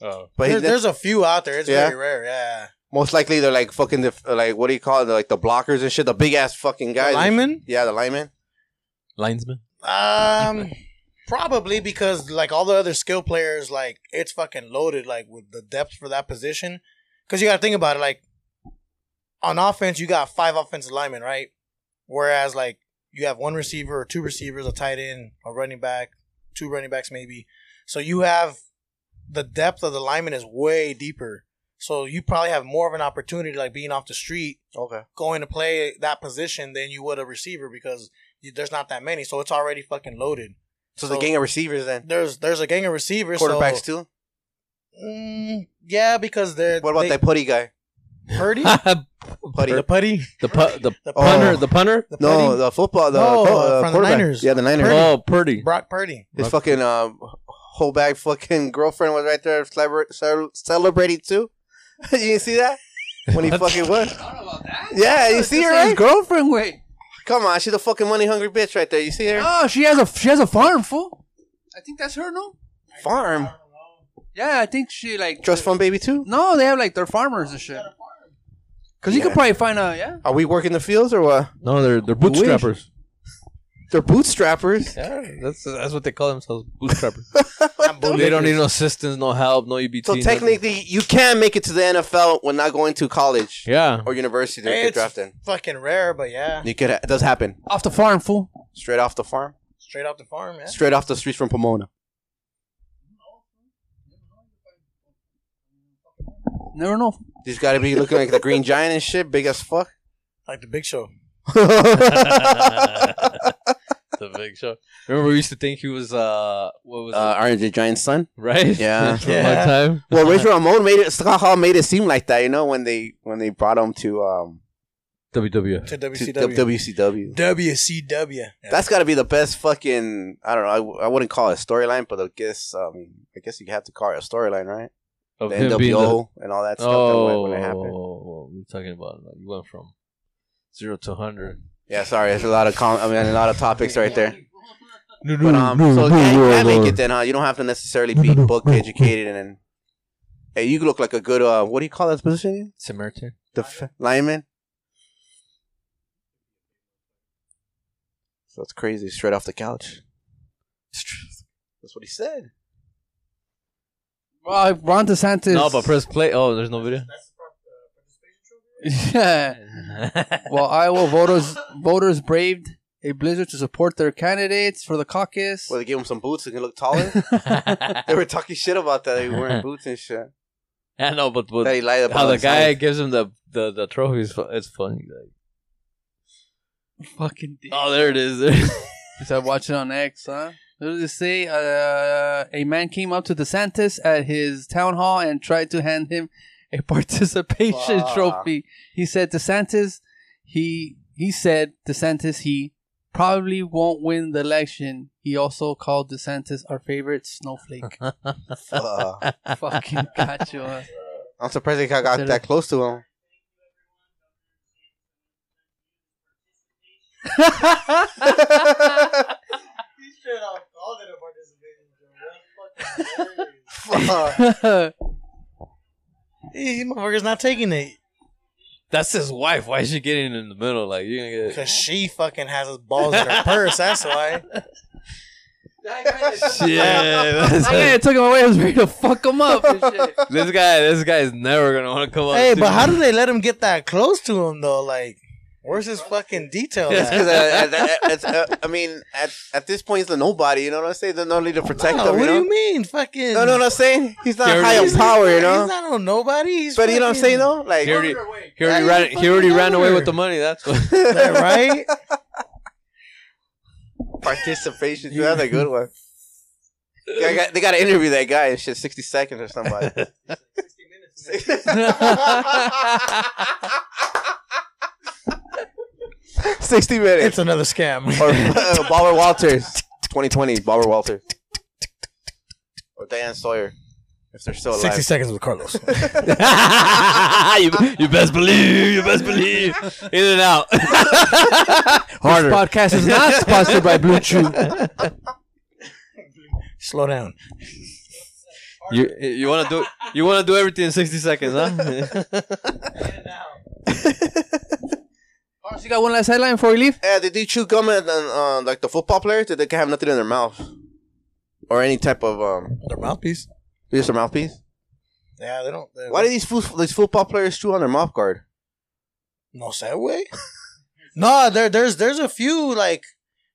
uh, but he- There- there's a few out there. It's Yeah? very rare. Yeah, most likely they're like fucking the like what do you call it? They're like the blockers and shit. The big ass fucking guys. lineman. Yeah, the lineman. Linesman. Um, probably because like all the other skill players, like it's fucking loaded. Like with the depth for that position, because you got to think about it. Like on offense, you got five offensive linemen, right? Whereas like you have one receiver or two receivers, a tight end, a running back, two running backs maybe. So you have the depth of the lineman is way deeper. So you probably have more of an opportunity, like being off the street, Okay. going to play that position than you would a receiver because you, there's not that many, so it's already fucking loaded. So, the gang of receivers then. There's there's a gang of receivers. Quarterbacks so, too. Mm, yeah, because they're What about they- that putty guy? Purdy? the Putty. the putty, pu- the the Oh. punter, the punter. the no, putty? the football. The, No, co- uh, uh, from the quarterback. Niners. Yeah, the Niners. Oh, Purdy. Brock Purdy. His fucking uh, whole bag fucking girlfriend was right there celebra- cel- celebrating too. you didn't see that when he fucking was. I don't know about that. Yeah, you see her That's his right? girlfriend. Wait, Come on, she's a fucking money hungry bitch right there. You see her oh, she has a she has a farm, fool. I think that's her, no? farm Yeah, I think she like trust fund baby too. No, they have like their farmers and shit. Cause you could Yeah. probably find a yeah. Are we working the fields or what? No, they're they're bootstrappers. They're bootstrappers. Yeah, that's that's what they call themselves, bootstrappers. they don't need no assistance, no help, no EBT. So nothing. technically, you can make it to the NFL when not going to college yeah, or university to get It's drafted. fucking rare, but yeah, You could. It does happen Off the farm, fool. straight off the farm, straight off the farm, yeah. straight off the streets from Pomona. Never know. These got to be looking like the Green Giant and shit, big as fuck. Like the Big Show. Uh, the big show. Remember, we used to think he was uh, what was Uh, it? Orange the Giant's son. right? yeah. For a Yeah. long time. Well, Rich Ramon made it. Scott Hall made it seem like that, you know, when they when they brought him to um WWF. To to WCW. WCW. WCW. Yeah. That's got to be the best fucking. I don't know. I, w- I wouldn't call it a storyline, but I guess um, I guess you have to call it a storyline, right? Of The him being the- NWO and all that stuff that oh, went when it happened. we're talking about like, you went from zero to hundred. Yeah, sorry, there's a lot of com- I mean, a lot of topics right there. But um, so yeah, you can make it then, huh? You don't have to necessarily be book educated and. then Hey, you look like a good uh, what do you call that position? again? Samaritan. Def- lineman. So that's crazy. Straight off the couch. That's what he said. Uh, Ron DeSantis. No, but press play. Oh, there's no video. yeah. While Iowa voters voters braved a blizzard to support their candidates for the caucus. Well, they gave him some boots so he can look taller. they I were talking shit about that. They were wearing boots and shit. know, but, That but he lied about. how the his guy height. gives him the the the trophy is fu- it's funny. Like, Fucking dick. oh, there it is. There. You start watching on X, huh? What does it say? Uh, a man came up to DeSantis at his town hall and tried to hand him a participation Fuck. trophy. He said DeSantis, he he said DeSantis, he probably won't win the election. He also called DeSantis our favorite snowflake. Fuck. Fucking got you. huh? I'm surprised he got that close to him. Fuck. These motherfucker's not taking it That's his wife. Why is she getting in the middle? Like you're gonna get because she fucking has his balls in her purse. That's why. shit. that's- I kinda took him away. I was ready to fuck him up. and shit. this guy, this guy is never gonna want to Oh, come up. Hey, to but how me. do they let him get that close to him though? Like, where's his fucking detail? Yeah. at? 'Cause, uh, at- at- at- uh, I mean, at, at this point, he's a nobody. You know what I'm saying? There's no need to protect him. No, what You do know? you mean? Fucking No, no, no. I'm saying he's not Gary- high on He's not- power. You he's know. not on nobody. He's But you know what I'm fucking- saying though? Like He already, he already Yeah, ran. he's He already fucking ran away over. with the money. That's what. That right? participation. dude, That's a good one. Yeah, I got, they got to interview that guy in shit, 60 seconds or somebody. 60 minutes. 60 minutes. it's another scam. Or uh, Barbara Walters. 2020, Barbara Walters. Or Diane Sawyer, if they're still alive. Sixty seconds with Carlos. you, you best believe. You best believe. In and out. This podcast is not sponsored by Blue Chew. Slow down. You you want to do you want to do everything in sixty seconds, huh? You got one last headline before we leave? Yeah, did they chew gum and uh, like the football players? Did they have nothing in their mouth? Or any type of um, Their mouthpiece. just their mouthpiece? Yeah, they don't. They Why do these foo- these football players chew on their mouth guard? No segue. no, there, there's there's a few like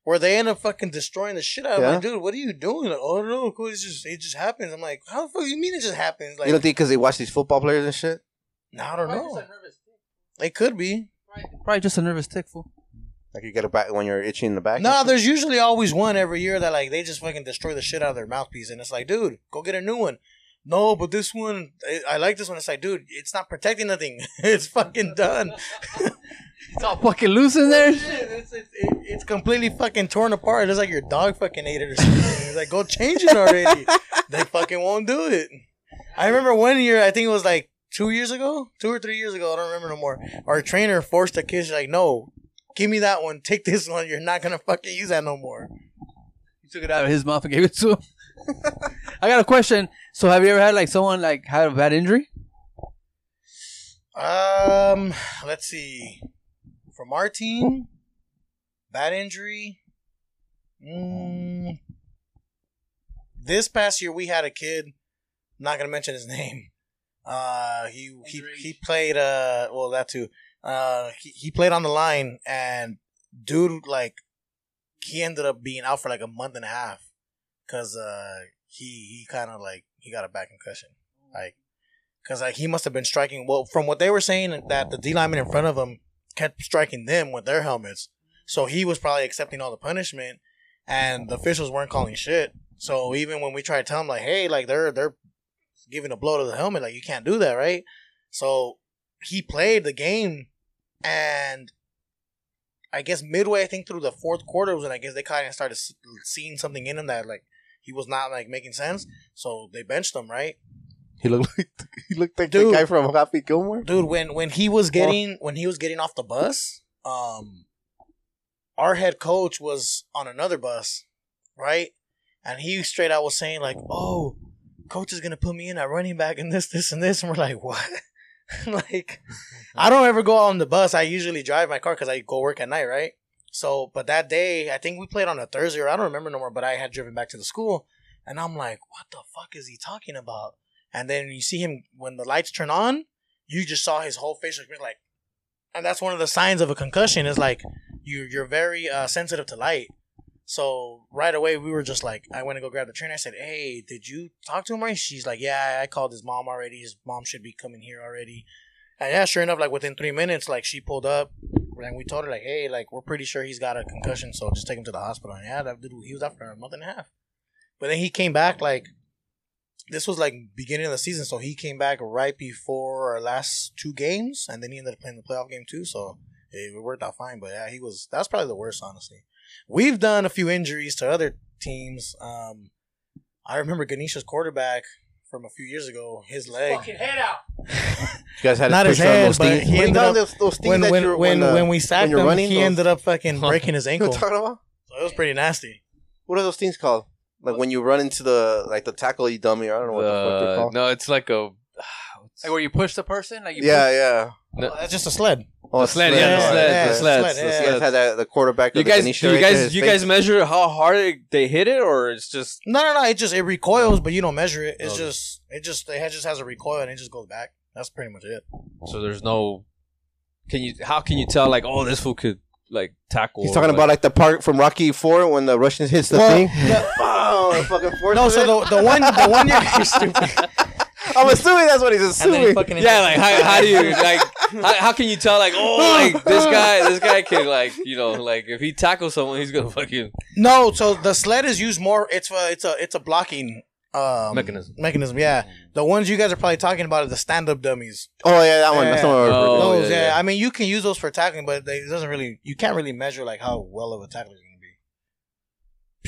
where they end up fucking destroying the shit out of. Yeah. Like, dude, what are you doing? Like, oh no, cool, it just it just happens. I'm like, how the fuck you mean it just happens? Like, you don't think because they watch these football players and shit? I don't know. They could be. Probably just a nervous tick, fool. Like you get a back when you're itchy in the back. No, and shit? there's usually always one every year that like they just fucking destroy the shit out of their mouthpiece, and it's like, dude, go get a new one. No, but this one, I, I like this one. It's like, dude, it's not protecting nothing. it's fucking done. It's all fucking loose in there. it's, it's, it- it's completely fucking torn apart. It looks like your dog fucking ate it or something. It's like, go change it already. they fucking won't do it. I remember one year, I think it was like two years ago, two or three years ago, I don't remember no more. Our trainer forced the kids, like, no, give me that one, take this one, you're not gonna fucking use that no more. He took it out of his mouth and gave it to him. I got a question. So, have you ever had like someone like had a bad injury? Um, let's see. From our team, bad injury. Mm, this past year, we had a kid. Not gonna mention his name. Uh, he he Underage. he played. Uh, well, that too. Uh, he, he played on the line, and dude, like, he ended up being out for like a month and a half because uh, he he kind of like he got a back concussion, like, because like he must have been striking. Well, from what they were saying, that the D lineman in front of him kept striking them with their helmets, so he was probably accepting all the punishment, and the officials weren't calling shit. So even when we tried to tell him like, hey, like they're they're giving a blow to the helmet, like you can't do that, right? So he played the game, and I guess midway, I think through the fourth quarter was when I guess they kind of started s- seeing something in him that like he was not like making sense. So they benched him, right? He looked like he looked like Dude. the guy from Happy Gilmore. dude when when he was getting when he was getting off the bus um our head coach was on another bus right and he straight out was saying like oh coach is gonna put me in at running back and this this and this and we're like what like i don't ever go on the bus i usually drive my car because i go work at night right so but that day i think we played on a thursday or i don't remember no more but i had driven back to the school and i'm like what the fuck is he talking about and then you see him when the lights turn on you just saw his whole facial expression, like, and that's one of the signs of a concussion is like you you're very uh, sensitive to light. So right away we were just like, I went to go grab the trainer. I said, "Hey, did you talk to him?" Right? She's like, "Yeah, I called his mom already. His mom should be coming here already." And yeah, sure enough, like within three minutes, like she pulled up, and we told her like, "Hey, like we're pretty sure he's got a concussion, so just take him to the hospital." And yeah, that dude, he was out for a month and a half, but then he came back like this was like beginning of the season, so he came back right before our last two games, and then he ended up playing the playoff game too. So it worked out fine. But yeah, he was that's probably the worst, honestly. We've done a few injuries to other teams. Um, I remember Ganesha's quarterback from a few years ago. His leg, You guys had not his picture on head, those but things? he Bring ended down up those, those things when that when you're, when, uh, when we sacked you're him, running he those- ended up fucking breaking his you know ankle. what I'm So talking about? it was pretty nasty. What are those things called? Like when you run into the like the tackle you dummy. I don't know what the fuck they're Uh, called. no, it's like a Like where you push the person, like you Yeah, yeah. No. Oh, that's just a sled. Oh, The sled, yeah, the yeah, sled, yeah. the sled, the So you sled. guys had that, the quarterback. of You the guys, Ganesha do you right there, guys, his you face. guys measure how hard it- they hit it, or it's just No, no, no. It just it recoils, but you don't measure it. It's Okay. just it just it just has a recoil and it just goes back. That's pretty much it. so there's no. Can you? How can you tell? Like, oh, this fool could like tackle. He's talking like- about like the part from Rocky Four when the Russians hits the Well, thing. Oh, the fucking force No, of it. so the, the one the one year you're stupid. I'm assuming that's what he's And then he assuming. fucking yeah, like how, how do you like how, how can you tell like oh like this guy this guy can like you know like if he tackles someone he's gonna fucking no. So the sled is used more. It's a it's a it's a blocking um, Mechanism. Mechanism, yeah. The ones you guys are probably talking about are the stand up dummies. Oh yeah, that one. That's the one. I remember. Oh, those, yeah, yeah, yeah. I mean, you can use those for tackling, but they, it doesn't really. You can't really measure like how well of a tackler is going to be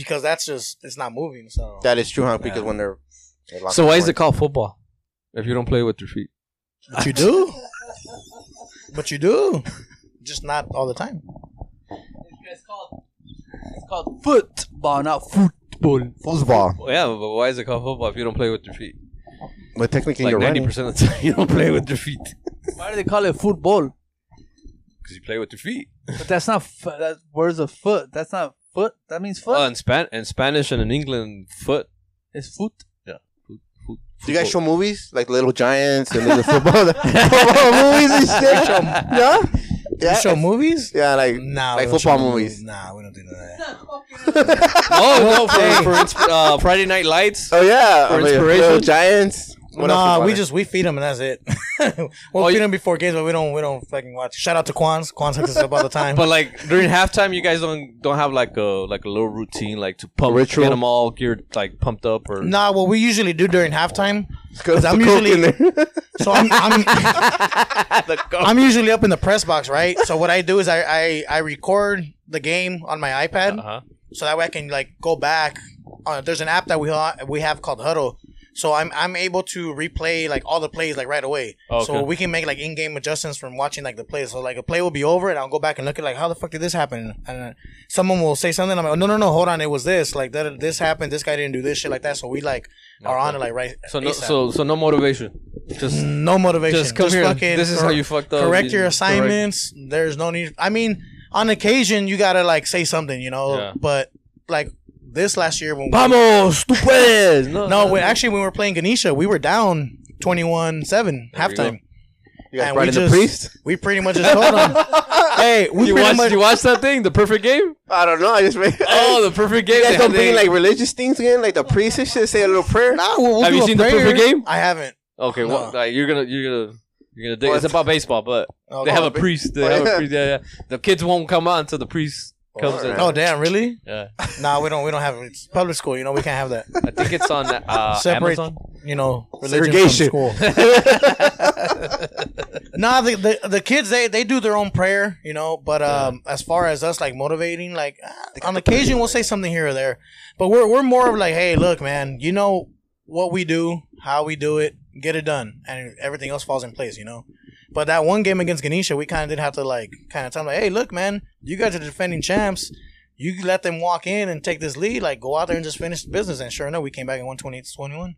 because that's just it's not moving. So That is true, huh? Because when they're, they're locked in one- called football if you don't play with your feet? But you do. but you do. Just not all the time. It's called called football, not football. foosball? yeah, but why is it called football if you don't play with your feet? But technically, like you're ninety running. percent of the time you don't play with your feet Why do they call it football? because you play with your feet. But that's not f- that word's a foot. That's not foot. That means foot. Oh, in Span in Spanish and in England, foot. it's foot. Do you guys show movies like Little Giants and the football, football movies and shit? Yeah, yeah, You show movies? yeah. Like Nah, Like we don't football show movies. Nah, we don't do that. Oh no, for, for insp- uh, Friday Night Lights. oh yeah, For I mean, inspiration? Little Giants. What else nah, is we on just we feed them and that's it. we'll Oh, feed you- them before games, but we don't we don't fucking watch. Shout out to Quans. Quans hooks us up all the time. But like during halftime, you guys don't don't have like a like a little routine like to pump Ritual? get them all geared like pumped up or nah, what we usually do during halftime. it? Because I'm the Coke usually- in there. So I'm I'm, I'm usually up in the press box, right? So what I do is I I, I record the game on my iPad. Uh-huh. so that way I can like go back. Uh, there's an app that we ha- we have called Huddle, so I'm I'm able to replay like all the plays like right away. Oh, So okay. we can make like in-game adjustments from watching like the plays. So like a play will be over, and I'll go back and look at like how the fuck did this happen? And uh, someone will say something. I'm like, "Oh, no, no, no, hold on, it was this. Like that, this happened. This guy didn't do this shit like that. So we like are on it like right. So no, ASAP. so so no motivation. Just no motivation. just come here. This is how you fucked up. correct You- your assignments. There's no need. I mean, on occasion you gotta like say something, you know. Yeah. But like this last year when we, Vamos, tú puedes. No, no, when, actually when we were playing Ganesha, we were down 21-7 There we go. halftime. You guys And brought we in the just- priest? We pretty much just told them, "Hey, we you pretty watch, much you watch that thing, the perfect game. I don't know. I just made. Eh. Oh, the perfect game. you They guys had don't bring the- like religious things in, like the priest and shit. Say a little prayer. Nah, we'll, we'll Have do you a seen the prayer. perfect game? I haven't. Okay, No. well, like, you're gonna, you're gonna, you're gonna dig. What? It's about baseball, but Oh, they have a God. priest. They Oh, have a yeah. priest. Yeah, yeah. The kids won't come on until the priest comes in. Oh damn, really? Yeah. Nah, we don't. We don't have it. It's public school. You know, we can't have that. I think it's on uh, Separate- Amazon. You know, religion from Segregation. school. nah, the, the the kids they they do their own prayer. You know, but um, as far as us like motivating, like ah, on occasion we'll say something here or there, but we're we're more of like, hey, look, man, you know what we do, how we do it, get it done, and everything else falls in place. You know. But that one game against Ganesha, we kind of did have to like kind of tell them like, hey, look, man, you guys are the defending champs. You let them walk in and take this lead. Like, go out there and just finish the business. And sure enough, we came back and won 28 to 21.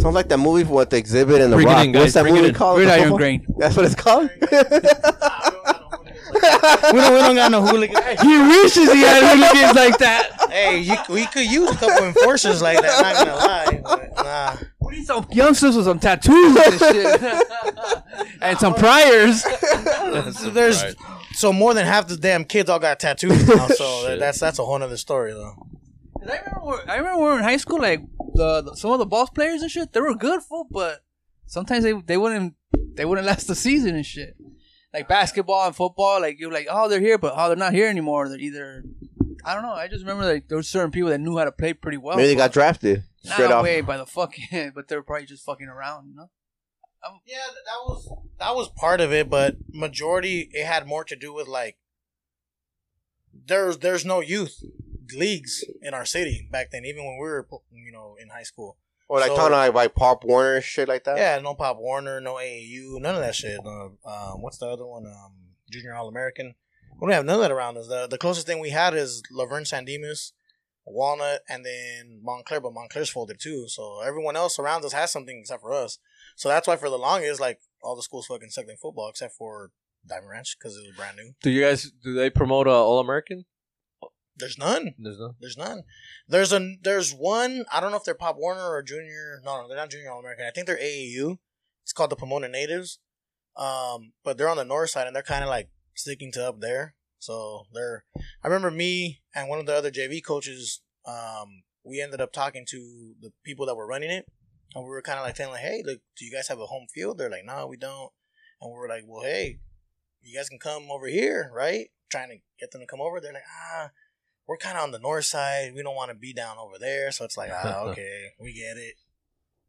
Sounds like that movie with the exhibit and the Bring it rock. in, guys, What's that bring it movie in. called? We're The not even football- green. That's what it's called. We don't, we don't got no hooligans. He wishes he had hooligans like that. Hey, you, we could use a couple enforcers like that. Not gonna lie, but nah. We need some youngsters with some tattoos and shit. and some priors. There's so more than half the damn kids all got tattoos now. So that- that's that's a whole other story though. I remember, when- I remember when we were in high school, like the, the- some of the boss players and shit, they were good fool, but sometimes they they wouldn't they wouldn't last the season and shit. Like basketball and football, like you're like, oh, they're here, but oh, they're not here anymore. They're either I don't know. I just remember like there were certain people that knew how to play pretty Oh, well. Maybe they got drafted but straight not off. away by the fucking, but they were probably just fucking around, you know. Yeah, th- that was that was part of it, but majority it had more to do with like there's there's no youth leagues in our city back then, even when we were you know in high school. Or like So- kind of like, like Pop Warner shit like that. Yeah, no Pop Warner, no AAU, none of that shit. Uh, um, what's the other one? Um, Junior All American. We don't have none of that around us. The, the closest thing we had is Laverne Sandemus, Walnut, and then Montclair, but Montclair's folded too. So everyone else around us has something except for us. So that's why for the longest, like all the schools fucking sucked in football except for Diamond Ranch because it was brand new. Do you guys? Do they promote uh, All American? There's none. There's no. There's none. There's a there's one. I don't know if they're Pop Warner or Junior. No, no, they're not Junior All American. I think they're AAU. It's called the Pomona Natives. Um, but they're on the north side and they're kind of like sticking to up there. So they're. I remember me and one of the other JV coaches. Um, we ended up talking to the people that were running it, and we were kind of like telling, like, "Hey, look, do you guys have a home field?" They're like, "No, we don't." And we were like, "Well, hey, you guys can come over here, right?" Trying to get them to come over. They're like, "Ah." we're kind of on the north side. We don't want to be down over there. So it's like, ah, okay, we get it.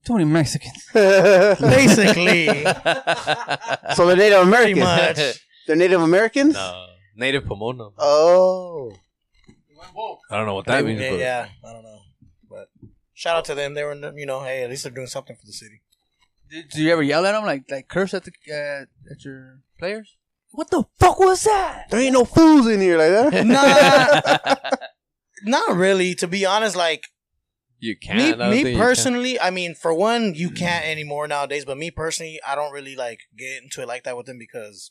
Too many Mexicans. Basically, So they're Native Americans. pretty much. They're Native Americans. no, native Pomona. Oh, I don't know what Maybe- yeah, yeah, I don't know. But shout out to them. They were, you know, hey, at least they're doing something for the city. Did, did you ever yell at them, like like curse at the uh, at your players? What the fuck was that? there ain't no fools in here like that. Nah, not really. To be honest, like You me, can't. me personally, I mean, for one, you can't anymore nowadays. But me personally, I don't really like get into it like that with them because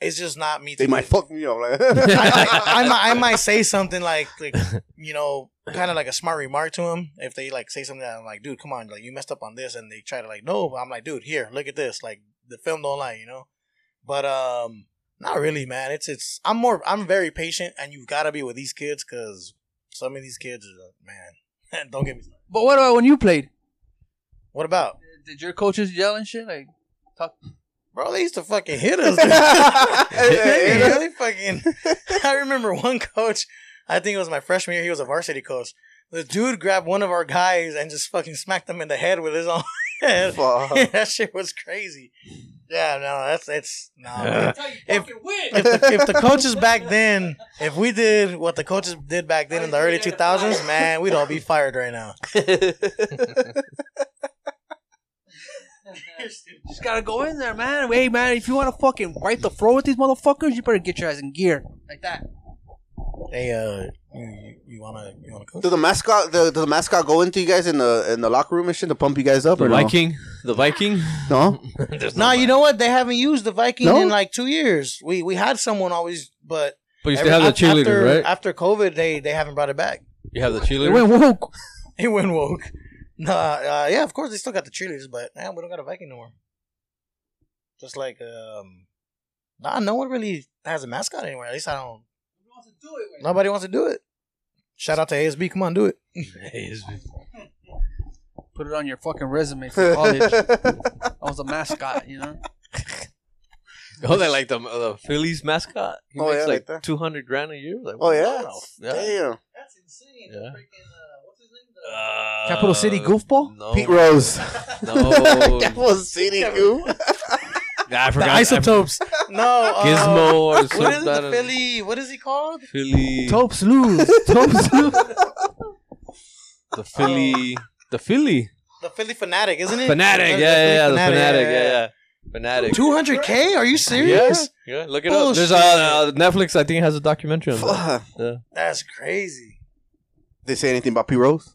it's just not me. to They do might it. fuck me up. Like I, might, I might say something like, like you know, kind of like a smart remark to him. If they like say something that I'm like, dude, come on, like you messed up on this, and they try to like, no, but I'm like, dude, here, look at this, like the film don't lie, you know. But um, not really, man. It's it's I'm more I'm very patient, and you've got to be with these kids because some of these kids are man. don't get me. started. But what about when you played? What about? Did your coaches yell and shit? Like talk Bro, they used to fucking hit us. dude. they really fucking. I remember one coach. I think it was my freshman year. He was a varsity coach. The dude grabbed one of our guys and just fucking smacked him in the head with his own head. that shit was crazy. Yeah, no, that's it's no. man. If, if the, if the coaches back then, if we did what the coaches did back then in the early two thousands, man, we'd all be fired right now. Just gotta go in there, man. Hey, man, if you wanna fucking wipe the floor with these motherfuckers, you better get your ass in gear. Like that. Hey, uh, you, you, you wanna you wanna coach? Do the mascot? The, the mascot go into you guys in the in the locker room and shit to pump you guys up The or no? Viking. The Viking. No. There's No, you know what? They haven't used the Viking No? in like two years. We we had someone always, but But you still every- have the af- cheerleaders, after, right? After COVID, they they haven't brought it back. You have the It cheerleader. went woke. It went woke. Nah, uh, yeah, of course they still got the cheerleaders, but man, we don't got a Viking no more. Just like, um, nah, no one really has a mascot anywhere. At least I don't. Who wants to do it with? Nobody wants to do it. Shout out to ASB. Come on, do it. Put it on your fucking resume for college. I was a mascot, you know. Oh, they like the, the Phillies mascot. He Oh, makes yeah, like like that. two hundred grand a year. Like, Oh, yeah? Oh, wow. Damn. That's insane. Yeah. Freaking, uh, what's his name? The- Uh, Capital City goofball? No, Pete Rose. no. That was City Goo. I The forgot. isotopes. no. I- Uh, Gizmo or something. What is it, I the don't- Philly? What is he called? Philly. Topes lose. Topes lose. The Philly. The Philly. The Philly fanatic, isn't it? Fanatic. Yeah, The yeah, Philly yeah. The fanatic. Yeah, yeah. Fanatic. 200k? Are you serious? Yeah, look it up. Bullshit. There's a uh, Netflix. I think it has a documentary on that. Fuck. That's crazy. They say anything about Pete Rose?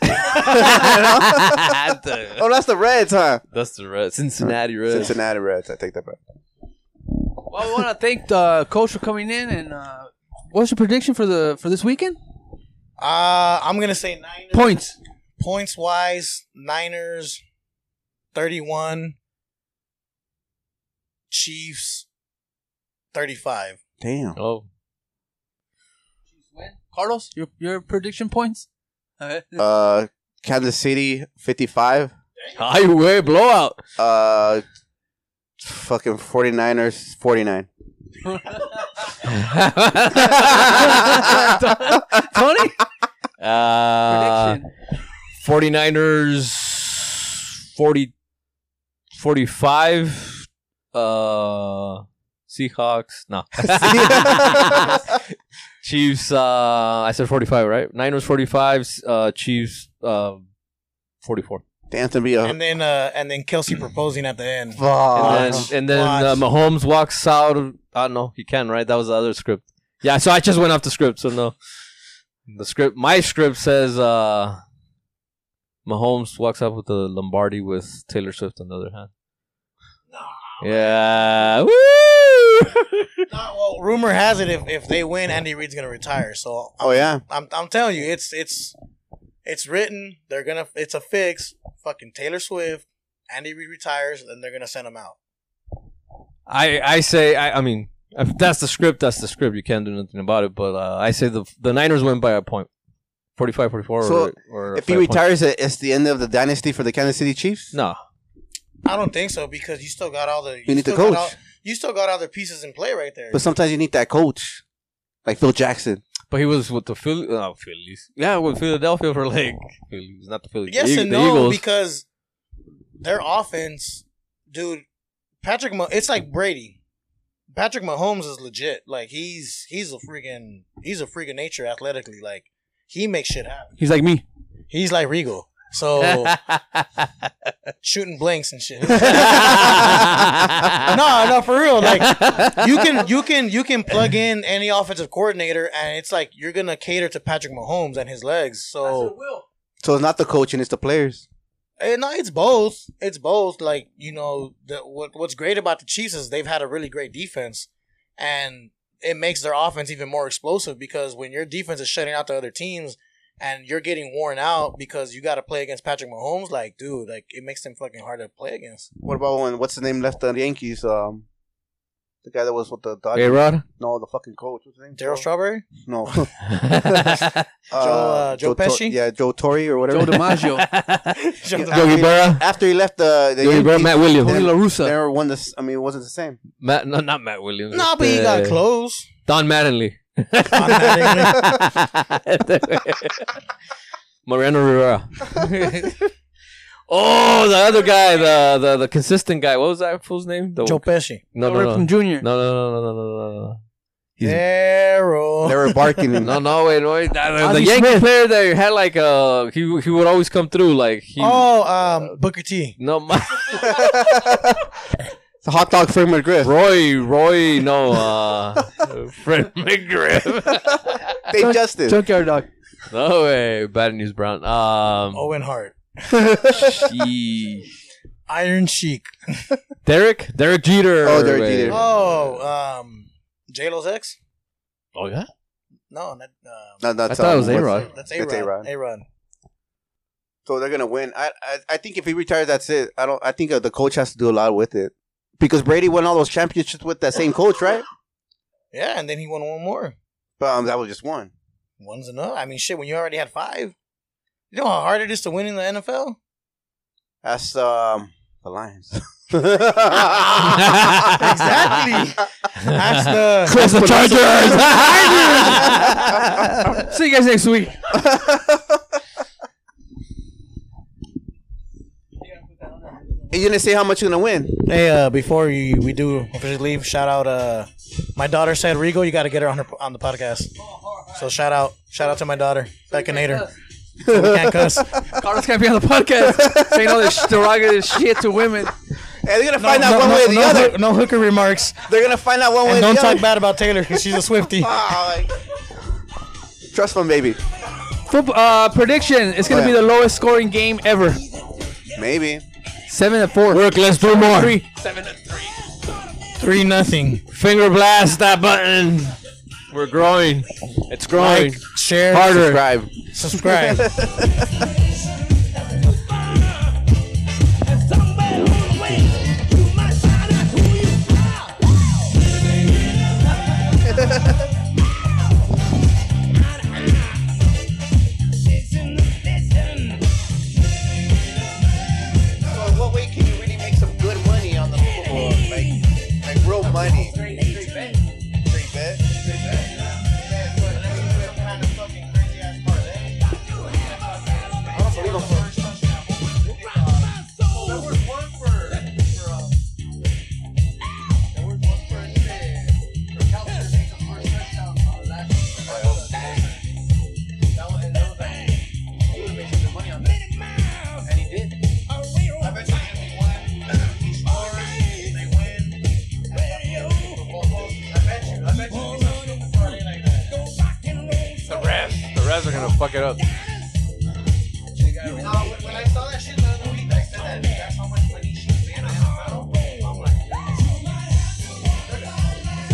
The- Oh, that's the Reds, huh? That's the Reds. Cincinnati Reds. Cincinnati Reds. I take that back. Well, we want to thank the coach for coming in. And uh, what's your prediction for the for this weekend? Uh, I'm gonna say Niners. Points. points wise, Niners 31, Chiefs 35. Damn. Oh, Carlos, your your prediction points. Uh, Uh, Kansas City, 55. highway blowout. Uh, fucking 49ers, 49. Tony, Uh, prediction. 49ers 40 45 uh Seahawks no Chiefs uh I said 45 right Niners 45 uh Chiefs uh 44 Damn, to Uh-huh. be a And then uh and then Kelsey proposing at the end. and fuck. then, and then uh, Watch. Mahomes walks out of, I don't know he can right that was the other script yeah so I just went off the script so no the script my script says uh Mahomes walks out with the Lombardi with Taylor Swift on the other hand yeah Woo! Nah, well, rumor has it if, if they win, Andy Reid's gonna retire. So Oh, yeah. I'm I'm telling you, it's it's it's written. They're gonna it's a fix. Fucking Taylor Swift, Andy Reid retires, then they're gonna send him out. I I say I I mean if that's the script that's the script you can't do nothing about it but uh, I say the the Niners win by a point 45-44 So, or, or If he by a point. retires, it- it's the end of the dynasty for the Kansas City Chiefs? no I don't think so because you still got all the you, You need to still got coach. all- you still got all the pieces in play right there. But sometimes you need that coach, like Phil Jackson. But he was with the Phillies. Oh, Phillies. Yeah, with Philadelphia for like Phillies, not the Phillies. Yes the, Eag- and the no, Eagles. because their offense, dude. Patrick, Mah- it's like Brady. Patrick Mahomes is legit. Like he's he's a freaking he's a freaking nature athletically. Like he makes shit happen. he's like me. He's like Regal. So shooting blinks and shit. Oh. no, no, for real. Like you can you can you can plug in any offensive coordinator, and it's like you're gonna cater to Patrick Mahomes and his legs. So So it's not the coach and it's the players. Eh, no, it's both. It's both. Like you know, the, what what's great about the Chiefs is they've had a really great defense, and it makes their offense even more explosive because when your defense is shutting out the other teams and you're getting worn out because you got to play against Patrick Mahomes, like dude, like it makes them fucking hard to play against. What about when, what's the name left on the Yankees? Um, the guy that was with the Dodgers? Hey, Rod. No, the fucking coach. What's his name? Daryl Strawberry, No. uh, Joe Tor- Pesci? yeah, Joe Torre or whatever. Joe DiMaggio, Yogi Berra. after he left the, the Yogi Berra. Yankees, Matt Tony Williams. La Russa. never won this. I mean, it wasn't the same. Matt, no, not Matt Williams. no, but he Uh, got close. Don Mattingly. Moreno Rivera. oh, the other guy, the, the the consistent guy. What was that fool's name? The, Joe Pesci, no, no, no, Ripken no, Jr. no, no, no, no, no, no, no. They Daryl. were barking. No, no, wait, wait. The, the Ozzie Yankee player that had like uh, he he would always come through like he. Oh, um, Booker T. No, my, it's a hot dog framed McGriff. Roy, Roy, no, uh, Fred McGriff. They justice. Junkyard dog. no way, bad news, Brown. Um, Owen Hart, sheesh. Iron Sheik. Derek, Derek Jeter. Oh, Derek Wait. Jeter. Oh, um, J Lo's ex. Oh yeah, No, not, um, Not, not I thought it was telling him A-Rod. what's- that's it's A Rod. A-Rod. A Rod. So they're gonna win. I, I I think if he retires, that's it. I don't. I think uh, the coach has to do a lot with it because Brady won all those championships with that same coach, right? Yeah, and then he won one more. But um, that was just one. One's enough. I mean, shit, when you already had five, you know how hard it is to win in the NFL? That's um the Lions. exactly. That's the. Close the Chargers. See you guys next week. you didn't say how much you're gonna win. Hey, uh, before you, we do officially leave, shout out. Uh, my daughter said, "Rigo, you got to get her on her, on the podcast." So shout out, shout out to my daughter, Beckinator. We can't cuss. Carlos can't be on the podcast saying all this derogative shit to women. Hey, they're gonna find out one way or the no, other. hook- no hooker remarks. They're gonna find out one way And or the don't other. talk bad about Taylor because she's a Swifty. Ah, like- Trust fund, baby. Football, uh, prediction: It's gonna be the lowest scoring game ever. Maybe. Seven to four. Work, let's do more. Three. Three nothing. Finger blast that button. We're growing. It's growing. Like, share, Harder. Subscribe. subscribe. So what way can you really make some good money on the football? Like, like real money. Straight bet. Straight bet. The refs. The refs are gonna fuck it up.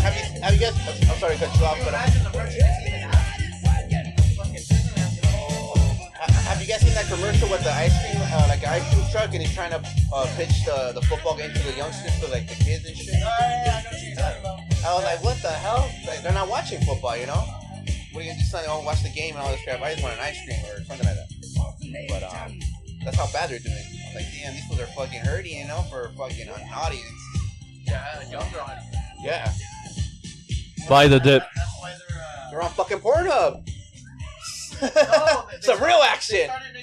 Have you, have you guys? I'm, I'm sorry to cut you off, but uh, ha- have you guys seen that commercial with the ice cream, uh, like an ice cream truck, and he's trying to uh, pitch the, the football game to the youngsters, to like the kids and shit? I was like, what the hell? Like, they're not watching football, you know? What are you just saying? Oh, watch the game and all this crap. I just want an ice cream or something like that. But um, that's how bad they're doing. I'm like, damn, these fools are fucking hurting, you know, for fucking an audience. Yeah. Buy the dip. They're on fucking Pornhub. Some real action.